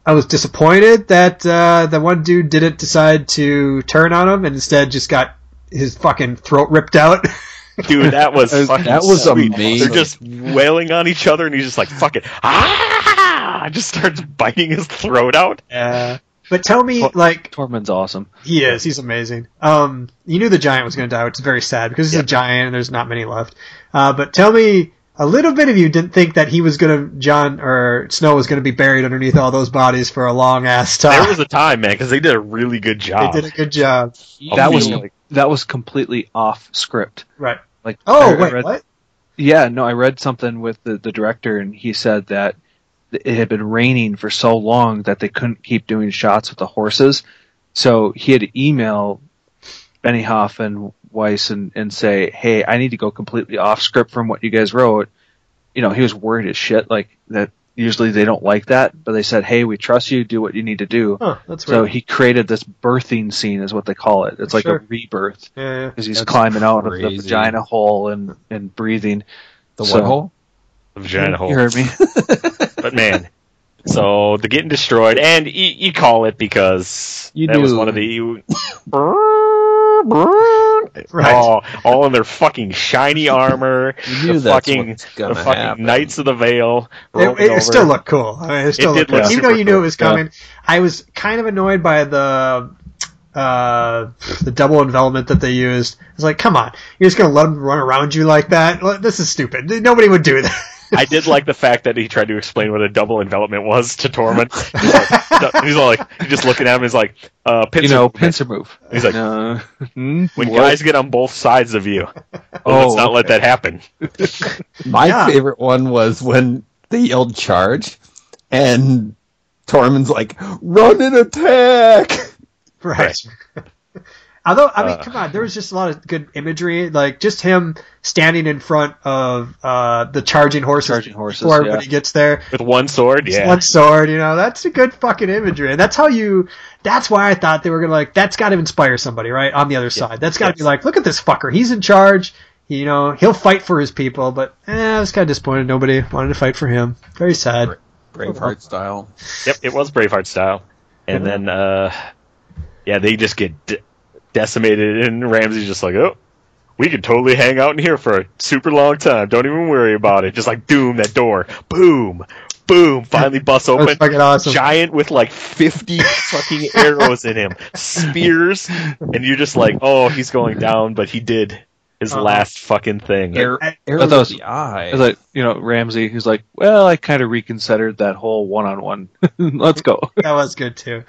[SPEAKER 1] I was disappointed that uh, the one dude didn't decide to turn on him and instead just got his fucking throat ripped out.
[SPEAKER 4] Dude, that was
[SPEAKER 3] That was-
[SPEAKER 4] fucking
[SPEAKER 3] that was
[SPEAKER 4] sweet.
[SPEAKER 3] amazing.
[SPEAKER 4] They're just wailing on each other, and he's just like, "Fuck it!" Ah! Just starts biting his throat out.
[SPEAKER 1] Uh, but tell me, like,
[SPEAKER 2] Tormund's awesome.
[SPEAKER 1] He is. He's amazing. Um, you knew the giant was going to die, which is very sad because he's a giant and there's not many left. Uh, but tell me, a little bit of you didn't think that he was going to John or Snow was going to be buried underneath all those bodies for a long ass
[SPEAKER 3] Ah.
[SPEAKER 4] There
[SPEAKER 1] time.
[SPEAKER 4] was a time, man, because they did a really good
[SPEAKER 1] they
[SPEAKER 4] job.
[SPEAKER 1] did a good job,
[SPEAKER 2] That was
[SPEAKER 4] Amazing.
[SPEAKER 2] that was completely off script.
[SPEAKER 1] right?
[SPEAKER 2] Like I-
[SPEAKER 1] Oh
[SPEAKER 2] I
[SPEAKER 1] wait,
[SPEAKER 2] read-
[SPEAKER 1] what?
[SPEAKER 2] Yeah, no, I read something with the, the director, and he said that it had been raining for so long that they couldn't keep doing shots with the horses. So he had to email Benioff and Weiss and, and say, hey, I need to go completely off script from what you guys wrote. You know, he was worried as shit, like that usually they don't like that, but they said, hey, we trust you, do what you need to do.
[SPEAKER 1] Huh, that's
[SPEAKER 2] So
[SPEAKER 1] weird.
[SPEAKER 2] he created this birthing scene, is what they call it. It's like
[SPEAKER 1] Sure.
[SPEAKER 2] a rebirth
[SPEAKER 1] yeah, yeah.
[SPEAKER 2] because he's
[SPEAKER 3] That's
[SPEAKER 2] climbing out of the
[SPEAKER 3] crazy.
[SPEAKER 2] vagina hole and, and breathing.
[SPEAKER 3] The
[SPEAKER 2] So-
[SPEAKER 3] what hole?
[SPEAKER 4] Vagina hole.
[SPEAKER 2] You heard me.
[SPEAKER 4] But man, so the getting destroyed, and you, you call it because
[SPEAKER 3] You
[SPEAKER 4] that was
[SPEAKER 3] do.
[SPEAKER 4] one of the you, Oh,
[SPEAKER 1] Right.
[SPEAKER 4] all, all in their fucking shiny armor,
[SPEAKER 3] You knew
[SPEAKER 4] the
[SPEAKER 3] that's
[SPEAKER 4] fucking
[SPEAKER 3] what's
[SPEAKER 4] the
[SPEAKER 3] gonna
[SPEAKER 4] fucking
[SPEAKER 3] happen.
[SPEAKER 4] Knights of the Veil.
[SPEAKER 1] It,
[SPEAKER 4] rolling
[SPEAKER 1] it
[SPEAKER 4] over.
[SPEAKER 1] still looked cool. I mean, it still
[SPEAKER 4] did
[SPEAKER 1] looked
[SPEAKER 4] look
[SPEAKER 1] cool. Even
[SPEAKER 4] super
[SPEAKER 1] though you knew
[SPEAKER 4] cool.
[SPEAKER 1] it was coming, I was kind of annoyed by the uh, the double envelopment that they used. It's like, come on, you're just gonna let them run around you like that? Well, This is stupid. Nobody would do that.
[SPEAKER 4] I did like the fact that he tried to explain what a double envelopment was to Tormund. He's like, du- he's like he's just looking at him. He's like, uh, pincer
[SPEAKER 2] you know,
[SPEAKER 4] movement.
[SPEAKER 2] pincer move.
[SPEAKER 4] He's like,
[SPEAKER 1] Uh,
[SPEAKER 2] No. Hmm?
[SPEAKER 4] when
[SPEAKER 2] What? Oh,
[SPEAKER 4] guys get on both sides of you, let's not let that happen.
[SPEAKER 3] My
[SPEAKER 1] Yeah.
[SPEAKER 3] favorite one was when they yelled charge and Tormund's like, run and attack!
[SPEAKER 1] Right.
[SPEAKER 4] Right.
[SPEAKER 1] Although, I mean,
[SPEAKER 4] Uh.
[SPEAKER 1] come on, there was just a lot of good imagery, like just him standing in front of uh, the charging horses,
[SPEAKER 2] Charging horses,
[SPEAKER 1] before everybody
[SPEAKER 2] yeah.
[SPEAKER 1] gets there.
[SPEAKER 4] With one sword,
[SPEAKER 1] Just
[SPEAKER 4] yeah.
[SPEAKER 1] One sword, you know, that's a good fucking imagery, and that's how you. That's why I thought they were gonna like. That's got to inspire somebody, right? On the other side, that's got to be
[SPEAKER 4] Yes.
[SPEAKER 1] like, look at this fucker, he's in charge. You know, he'll fight for his people, but eh, I was kind of disappointed. Nobody wanted to fight for him. Very sad.
[SPEAKER 3] Braveheart style.
[SPEAKER 4] Yep, it was Braveheart style. And then, uh, yeah, they just get de- decimated, and Ramsey's just like, oh, we could totally hang out in here for a super long time. Don't even worry about it. Just like doom that door, boom, boom. Finally, bust
[SPEAKER 1] That was
[SPEAKER 4] open.
[SPEAKER 1] fucking awesome.
[SPEAKER 4] Giant with like fifty fucking arrows in him, spears, and you're just like, oh, he's going down, but he did his
[SPEAKER 1] Uh-huh.
[SPEAKER 4] last fucking thing.
[SPEAKER 3] Air,
[SPEAKER 1] I-
[SPEAKER 3] air
[SPEAKER 2] thought that was-
[SPEAKER 3] the eye.
[SPEAKER 2] It's like you know Ramsey, who's like, well, I kind of reconsidered that whole one-on-one. Let's go.
[SPEAKER 1] that was good too.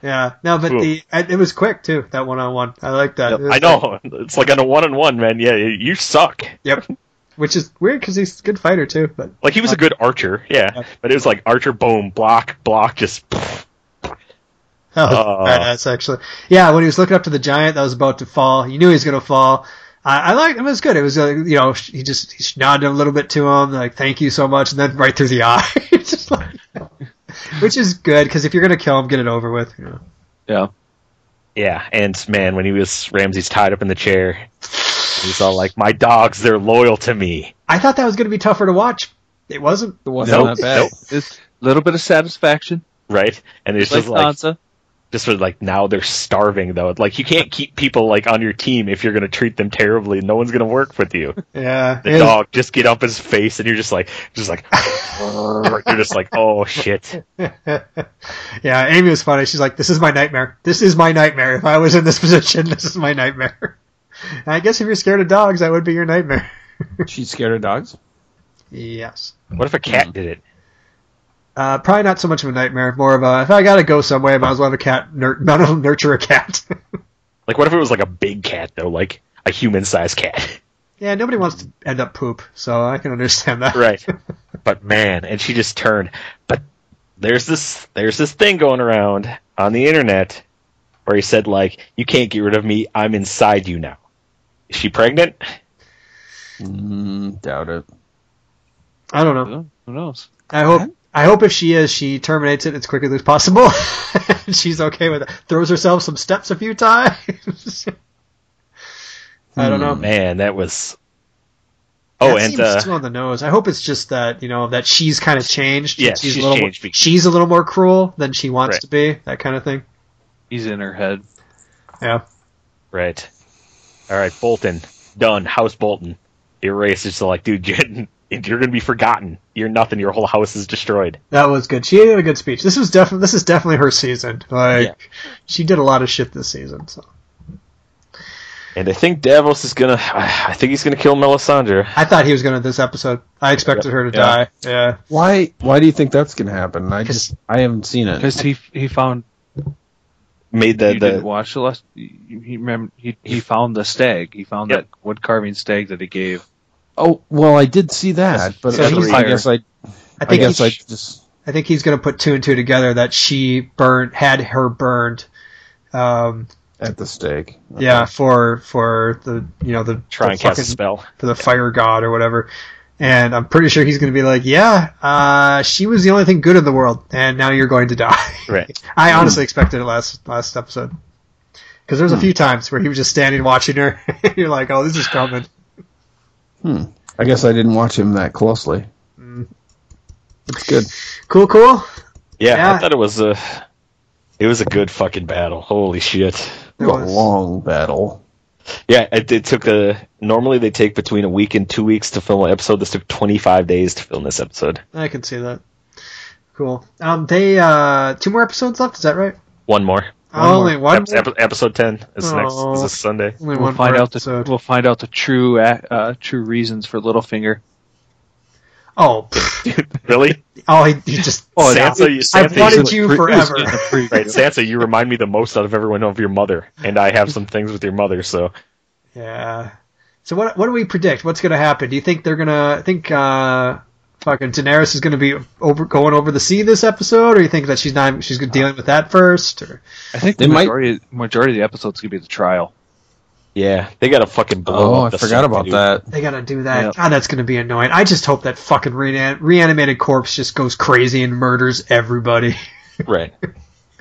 [SPEAKER 1] Yeah, no, but
[SPEAKER 4] Cool.
[SPEAKER 1] the I- it was quick too. That one on one, I like that.
[SPEAKER 2] Yep.
[SPEAKER 1] It was
[SPEAKER 4] I
[SPEAKER 1] like-
[SPEAKER 4] know it's like on a one-on-one, man. Yeah, you suck.
[SPEAKER 1] yep, which is weird because he's a good fighter too. But
[SPEAKER 4] Like he was a good archer, yeah,
[SPEAKER 1] Yep.
[SPEAKER 4] but it was like archer, boom, block, block, just
[SPEAKER 1] That was
[SPEAKER 4] Oh.
[SPEAKER 1] badass, actually. Yeah, when he was looking up to the giant that was about to fall, he knew he was going to fall. I, I liked it. was good. It was, uh, you know, sh- he just he nodded a little bit to him, like, thank you so much, and then right through the eye. It's just like- which is good, because if you're going to kill him, get it over with. You know.
[SPEAKER 2] Yeah.
[SPEAKER 4] yeah. And man, when he was Ramsey's tied up in the chair, he's all like, "My dogs, they're loyal to me."
[SPEAKER 1] I thought that was going to be tougher to watch. It wasn't.
[SPEAKER 3] it wasn't
[SPEAKER 4] Nope,
[SPEAKER 3] that bad.
[SPEAKER 4] nope.
[SPEAKER 2] It's a little bit of satisfaction,
[SPEAKER 4] Right? And it's
[SPEAKER 2] like um,
[SPEAKER 4] just like,
[SPEAKER 2] Sansa.
[SPEAKER 4] just sort of like now they're starving though. Like you can't keep people like on your team if you're gonna treat them terribly. No one's gonna work with you.
[SPEAKER 1] Yeah.
[SPEAKER 4] The
[SPEAKER 1] it was-
[SPEAKER 4] dog just get up his face, and you're just like, just like, you're just like, oh shit.
[SPEAKER 1] yeah, Amy was funny. She's like, this is my nightmare. This is my nightmare. If I was in this position, this is my nightmare. And I guess if you're scared of dogs, that would be your nightmare.
[SPEAKER 3] She's scared of dogs.
[SPEAKER 1] Yes.
[SPEAKER 4] What if a cat did it?
[SPEAKER 1] Uh, probably not so much of a nightmare. More of a if I gotta go somewhere, I might as well have a cat. Nur- might as well nurture a cat.
[SPEAKER 4] Like what if it was like a big cat though, like a human-sized cat?
[SPEAKER 1] yeah, nobody wants to end up poop, so I can understand that.
[SPEAKER 4] right but man and she just turned but there's this there's this thing going around on the internet where he said like you can't get rid of me i'm inside you now is she pregnant
[SPEAKER 3] Mm, doubt it.
[SPEAKER 1] I don't know.
[SPEAKER 2] Who knows?
[SPEAKER 1] I hope. I hope if she is, she terminates it as quickly as possible. She's okay with it. Throws herself some steps a few times. I don't know.
[SPEAKER 4] man that was Hmm. oh
[SPEAKER 1] That
[SPEAKER 4] and
[SPEAKER 1] seems
[SPEAKER 4] uh
[SPEAKER 1] too on the nose. I hope it's just that you know that she's kind of changed.
[SPEAKER 4] Yeah,
[SPEAKER 1] she's,
[SPEAKER 4] she's
[SPEAKER 1] a little
[SPEAKER 4] changed
[SPEAKER 1] More,
[SPEAKER 4] because-
[SPEAKER 1] she's a little more cruel than she wants
[SPEAKER 4] Right.
[SPEAKER 1] to be. That kind of thing.
[SPEAKER 2] He's in her head.
[SPEAKER 1] Yeah.
[SPEAKER 4] right all right bolton done house bolton erased it's like dude you're, you're gonna be forgotten you're nothing your whole house is destroyed
[SPEAKER 1] That was good. She did a good speech. This was definitely this is definitely her season. Like she did a lot of shit this season. So
[SPEAKER 4] and i think davos is gonna i think he's gonna kill melisandre
[SPEAKER 1] I thought he was gonna this episode. I expected her to
[SPEAKER 2] Yeah.
[SPEAKER 1] die. Yeah.
[SPEAKER 3] Why Why do you think that's going to happen? I
[SPEAKER 1] 'Cause-
[SPEAKER 3] just, I haven't seen it.
[SPEAKER 2] Because he he found
[SPEAKER 4] made the
[SPEAKER 2] you
[SPEAKER 4] the
[SPEAKER 2] didn't watch the last. He he remember he, he found the stag. He found
[SPEAKER 4] Yep.
[SPEAKER 2] that wood carving stag that he gave.
[SPEAKER 3] Oh, well, I did see that, but
[SPEAKER 2] so
[SPEAKER 3] I, just, I
[SPEAKER 2] fire.
[SPEAKER 3] guess I,
[SPEAKER 1] I
[SPEAKER 3] I,
[SPEAKER 1] think
[SPEAKER 3] guess
[SPEAKER 1] he-
[SPEAKER 3] I just,
[SPEAKER 1] I think he's gonna put two and two together that she burned had her burned. Um,
[SPEAKER 3] at the stake.
[SPEAKER 1] yeah, for for the you know the
[SPEAKER 4] try
[SPEAKER 1] the
[SPEAKER 4] and cast a
[SPEAKER 1] fucking-
[SPEAKER 4] spell
[SPEAKER 1] for the fire god or whatever. And I'm pretty sure he's gonna be like, yeah, uh, she was the only thing good in the world, and now you're going to die.
[SPEAKER 4] right
[SPEAKER 1] I honestly expected it last last episode because there was a
[SPEAKER 4] Hmm.
[SPEAKER 1] few times where he was just standing watching her. You're like, oh, this is coming.
[SPEAKER 3] I guess I didn't watch him that closely.
[SPEAKER 1] Mm.
[SPEAKER 3] It's good.
[SPEAKER 1] Cool, cool.
[SPEAKER 4] Yeah,
[SPEAKER 1] Yeah.
[SPEAKER 4] I thought it was a it was a good fucking battle. Holy shit!
[SPEAKER 1] It
[SPEAKER 3] It was
[SPEAKER 1] was.
[SPEAKER 3] a long battle.
[SPEAKER 4] Yeah, it, it took a normally they take between a week and two weeks to film an episode. This took twenty five days to film this episode.
[SPEAKER 1] I can see that. Cool. Um, they uh, two more episodes left. Is that right?
[SPEAKER 4] One more.
[SPEAKER 1] Oh, only one.
[SPEAKER 4] Ep- ep- episode ten is next.
[SPEAKER 1] Oh.
[SPEAKER 4] Is this Sunday?
[SPEAKER 1] only
[SPEAKER 2] We'll
[SPEAKER 1] one
[SPEAKER 2] find
[SPEAKER 1] more
[SPEAKER 2] out the
[SPEAKER 1] episode.
[SPEAKER 2] we'll find out the true uh, uh, true reasons for Littlefinger.
[SPEAKER 1] Oh, pfft.
[SPEAKER 4] Really?
[SPEAKER 1] oh, he, he just.
[SPEAKER 2] Oh,
[SPEAKER 1] Sam-
[SPEAKER 4] Sansa, you,
[SPEAKER 1] I've
[SPEAKER 4] Sansa,
[SPEAKER 1] wanted
[SPEAKER 4] you,
[SPEAKER 1] you
[SPEAKER 2] Pre-
[SPEAKER 1] forever.
[SPEAKER 2] in the preview.
[SPEAKER 4] right, Sansa, you remind me the most out of everyone of your mother, and I have some things with your mother, so
[SPEAKER 1] Yeah. So what what do we predict? What's going to happen? Do you think they're gonna I think uh, fucking Daenerys is going to be over going over the sea this episode, or you think that she's not she's dealing with that first? Or
[SPEAKER 2] I think
[SPEAKER 3] They
[SPEAKER 2] the
[SPEAKER 3] might-
[SPEAKER 2] majority, majority of the episode's gonna be the trial.
[SPEAKER 4] yeah, they gotta fucking blow.
[SPEAKER 3] Oh,
[SPEAKER 4] up
[SPEAKER 3] I
[SPEAKER 4] the
[SPEAKER 3] forgot
[SPEAKER 4] Santa,
[SPEAKER 3] about
[SPEAKER 4] dude.
[SPEAKER 3] that.
[SPEAKER 1] they got to do that.
[SPEAKER 2] Yeah.
[SPEAKER 1] God, that's going to be annoying. I just hope that fucking rean- reanimated corpse just goes crazy and murders everybody.
[SPEAKER 4] Right.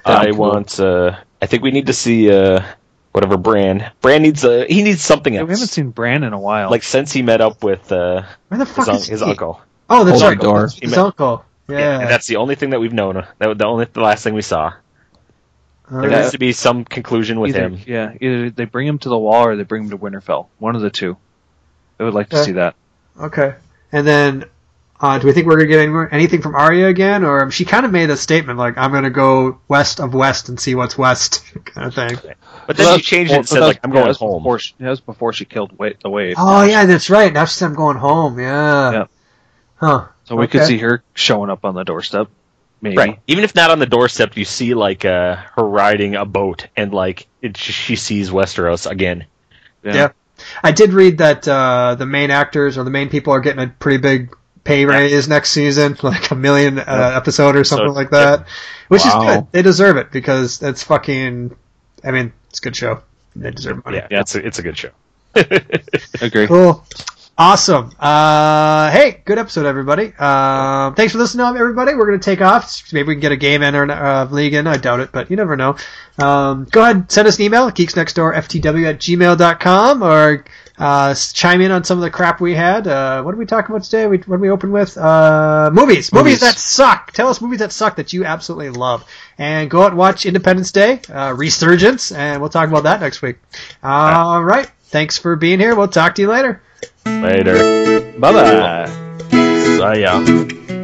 [SPEAKER 4] I want. Uh, I think we need to see uh, whatever Bran. Bran needs. Uh, he needs something
[SPEAKER 2] Yeah,
[SPEAKER 4] else.
[SPEAKER 2] we haven't seen Bran in a while.
[SPEAKER 4] like since he met up with uh,
[SPEAKER 1] Where the fuck
[SPEAKER 4] his, un-
[SPEAKER 1] is
[SPEAKER 4] his
[SPEAKER 1] he?
[SPEAKER 4] uncle.
[SPEAKER 1] Oh, that's
[SPEAKER 3] Hold on,
[SPEAKER 1] right.
[SPEAKER 3] Dor.
[SPEAKER 1] His uncle. Yeah.
[SPEAKER 4] And that's the only thing that we've known. That was the only the last thing we saw.
[SPEAKER 1] All
[SPEAKER 4] There
[SPEAKER 1] right.
[SPEAKER 4] needs to be some conclusion with
[SPEAKER 2] either,
[SPEAKER 4] him.
[SPEAKER 2] yeah, either they bring him to the wall or they bring him to Winterfell. One of the two. I would like to
[SPEAKER 1] Okay.
[SPEAKER 2] see that.
[SPEAKER 1] Okay. And then, uh, do we think we're gonna get any more, anything from Arya again, or um, she kind of made a statement like "I'm gonna go west of west and see what's west" kind of thing.
[SPEAKER 4] But then she changed it and
[SPEAKER 2] Well,
[SPEAKER 4] said,
[SPEAKER 2] that
[SPEAKER 4] "Like I'm
[SPEAKER 2] was- yeah, that
[SPEAKER 4] going
[SPEAKER 2] was
[SPEAKER 4] home."
[SPEAKER 2] Before she, that was before she killed Wa the wave.
[SPEAKER 1] Oh yeah, that's right. Now she said I'm going home. Yeah.
[SPEAKER 2] Yeah.
[SPEAKER 1] Huh.
[SPEAKER 2] so we could
[SPEAKER 1] okay.
[SPEAKER 2] see her showing up on the doorstep. Maybe.
[SPEAKER 4] Right. Even if not on the doorstep, you see like uh, her riding a boat and like it, she sees Westeros again.
[SPEAKER 1] Yeah. I did read that uh, the main actors or the main people are getting a pretty big pay raise next season, like a million uh, episode or something
[SPEAKER 4] So-
[SPEAKER 1] like that, which
[SPEAKER 3] Wow.
[SPEAKER 1] is good. They deserve it because that's fucking. I mean, it's a good show. They deserve money.
[SPEAKER 4] Yeah,
[SPEAKER 2] Yeah.
[SPEAKER 4] it's a, it's a good show.
[SPEAKER 2] Agree.
[SPEAKER 1] Cool. Awesome. Uh, hey, good episode, everybody. Um, thanks for listening, up, everybody. We're going to take off. Maybe we can get a game in or uh, league in. I doubt it, but you never know. Um, go ahead and send us an email, geeksnextdoorftw at gmail.com, or uh, chime in on some of the crap we had. Uh, what did we talk about today? We, what did we open with? Uh, movies. movies.
[SPEAKER 2] Movies.
[SPEAKER 1] that suck. Tell us movies that suck that you absolutely love. And go out and watch Independence Day, uh, Resurgence, and we'll talk about that next week. All right. Thanks for being here. We'll talk to you later.
[SPEAKER 2] Uh,
[SPEAKER 4] Later.
[SPEAKER 2] Bye bye.
[SPEAKER 4] See ya.
[SPEAKER 2] Bye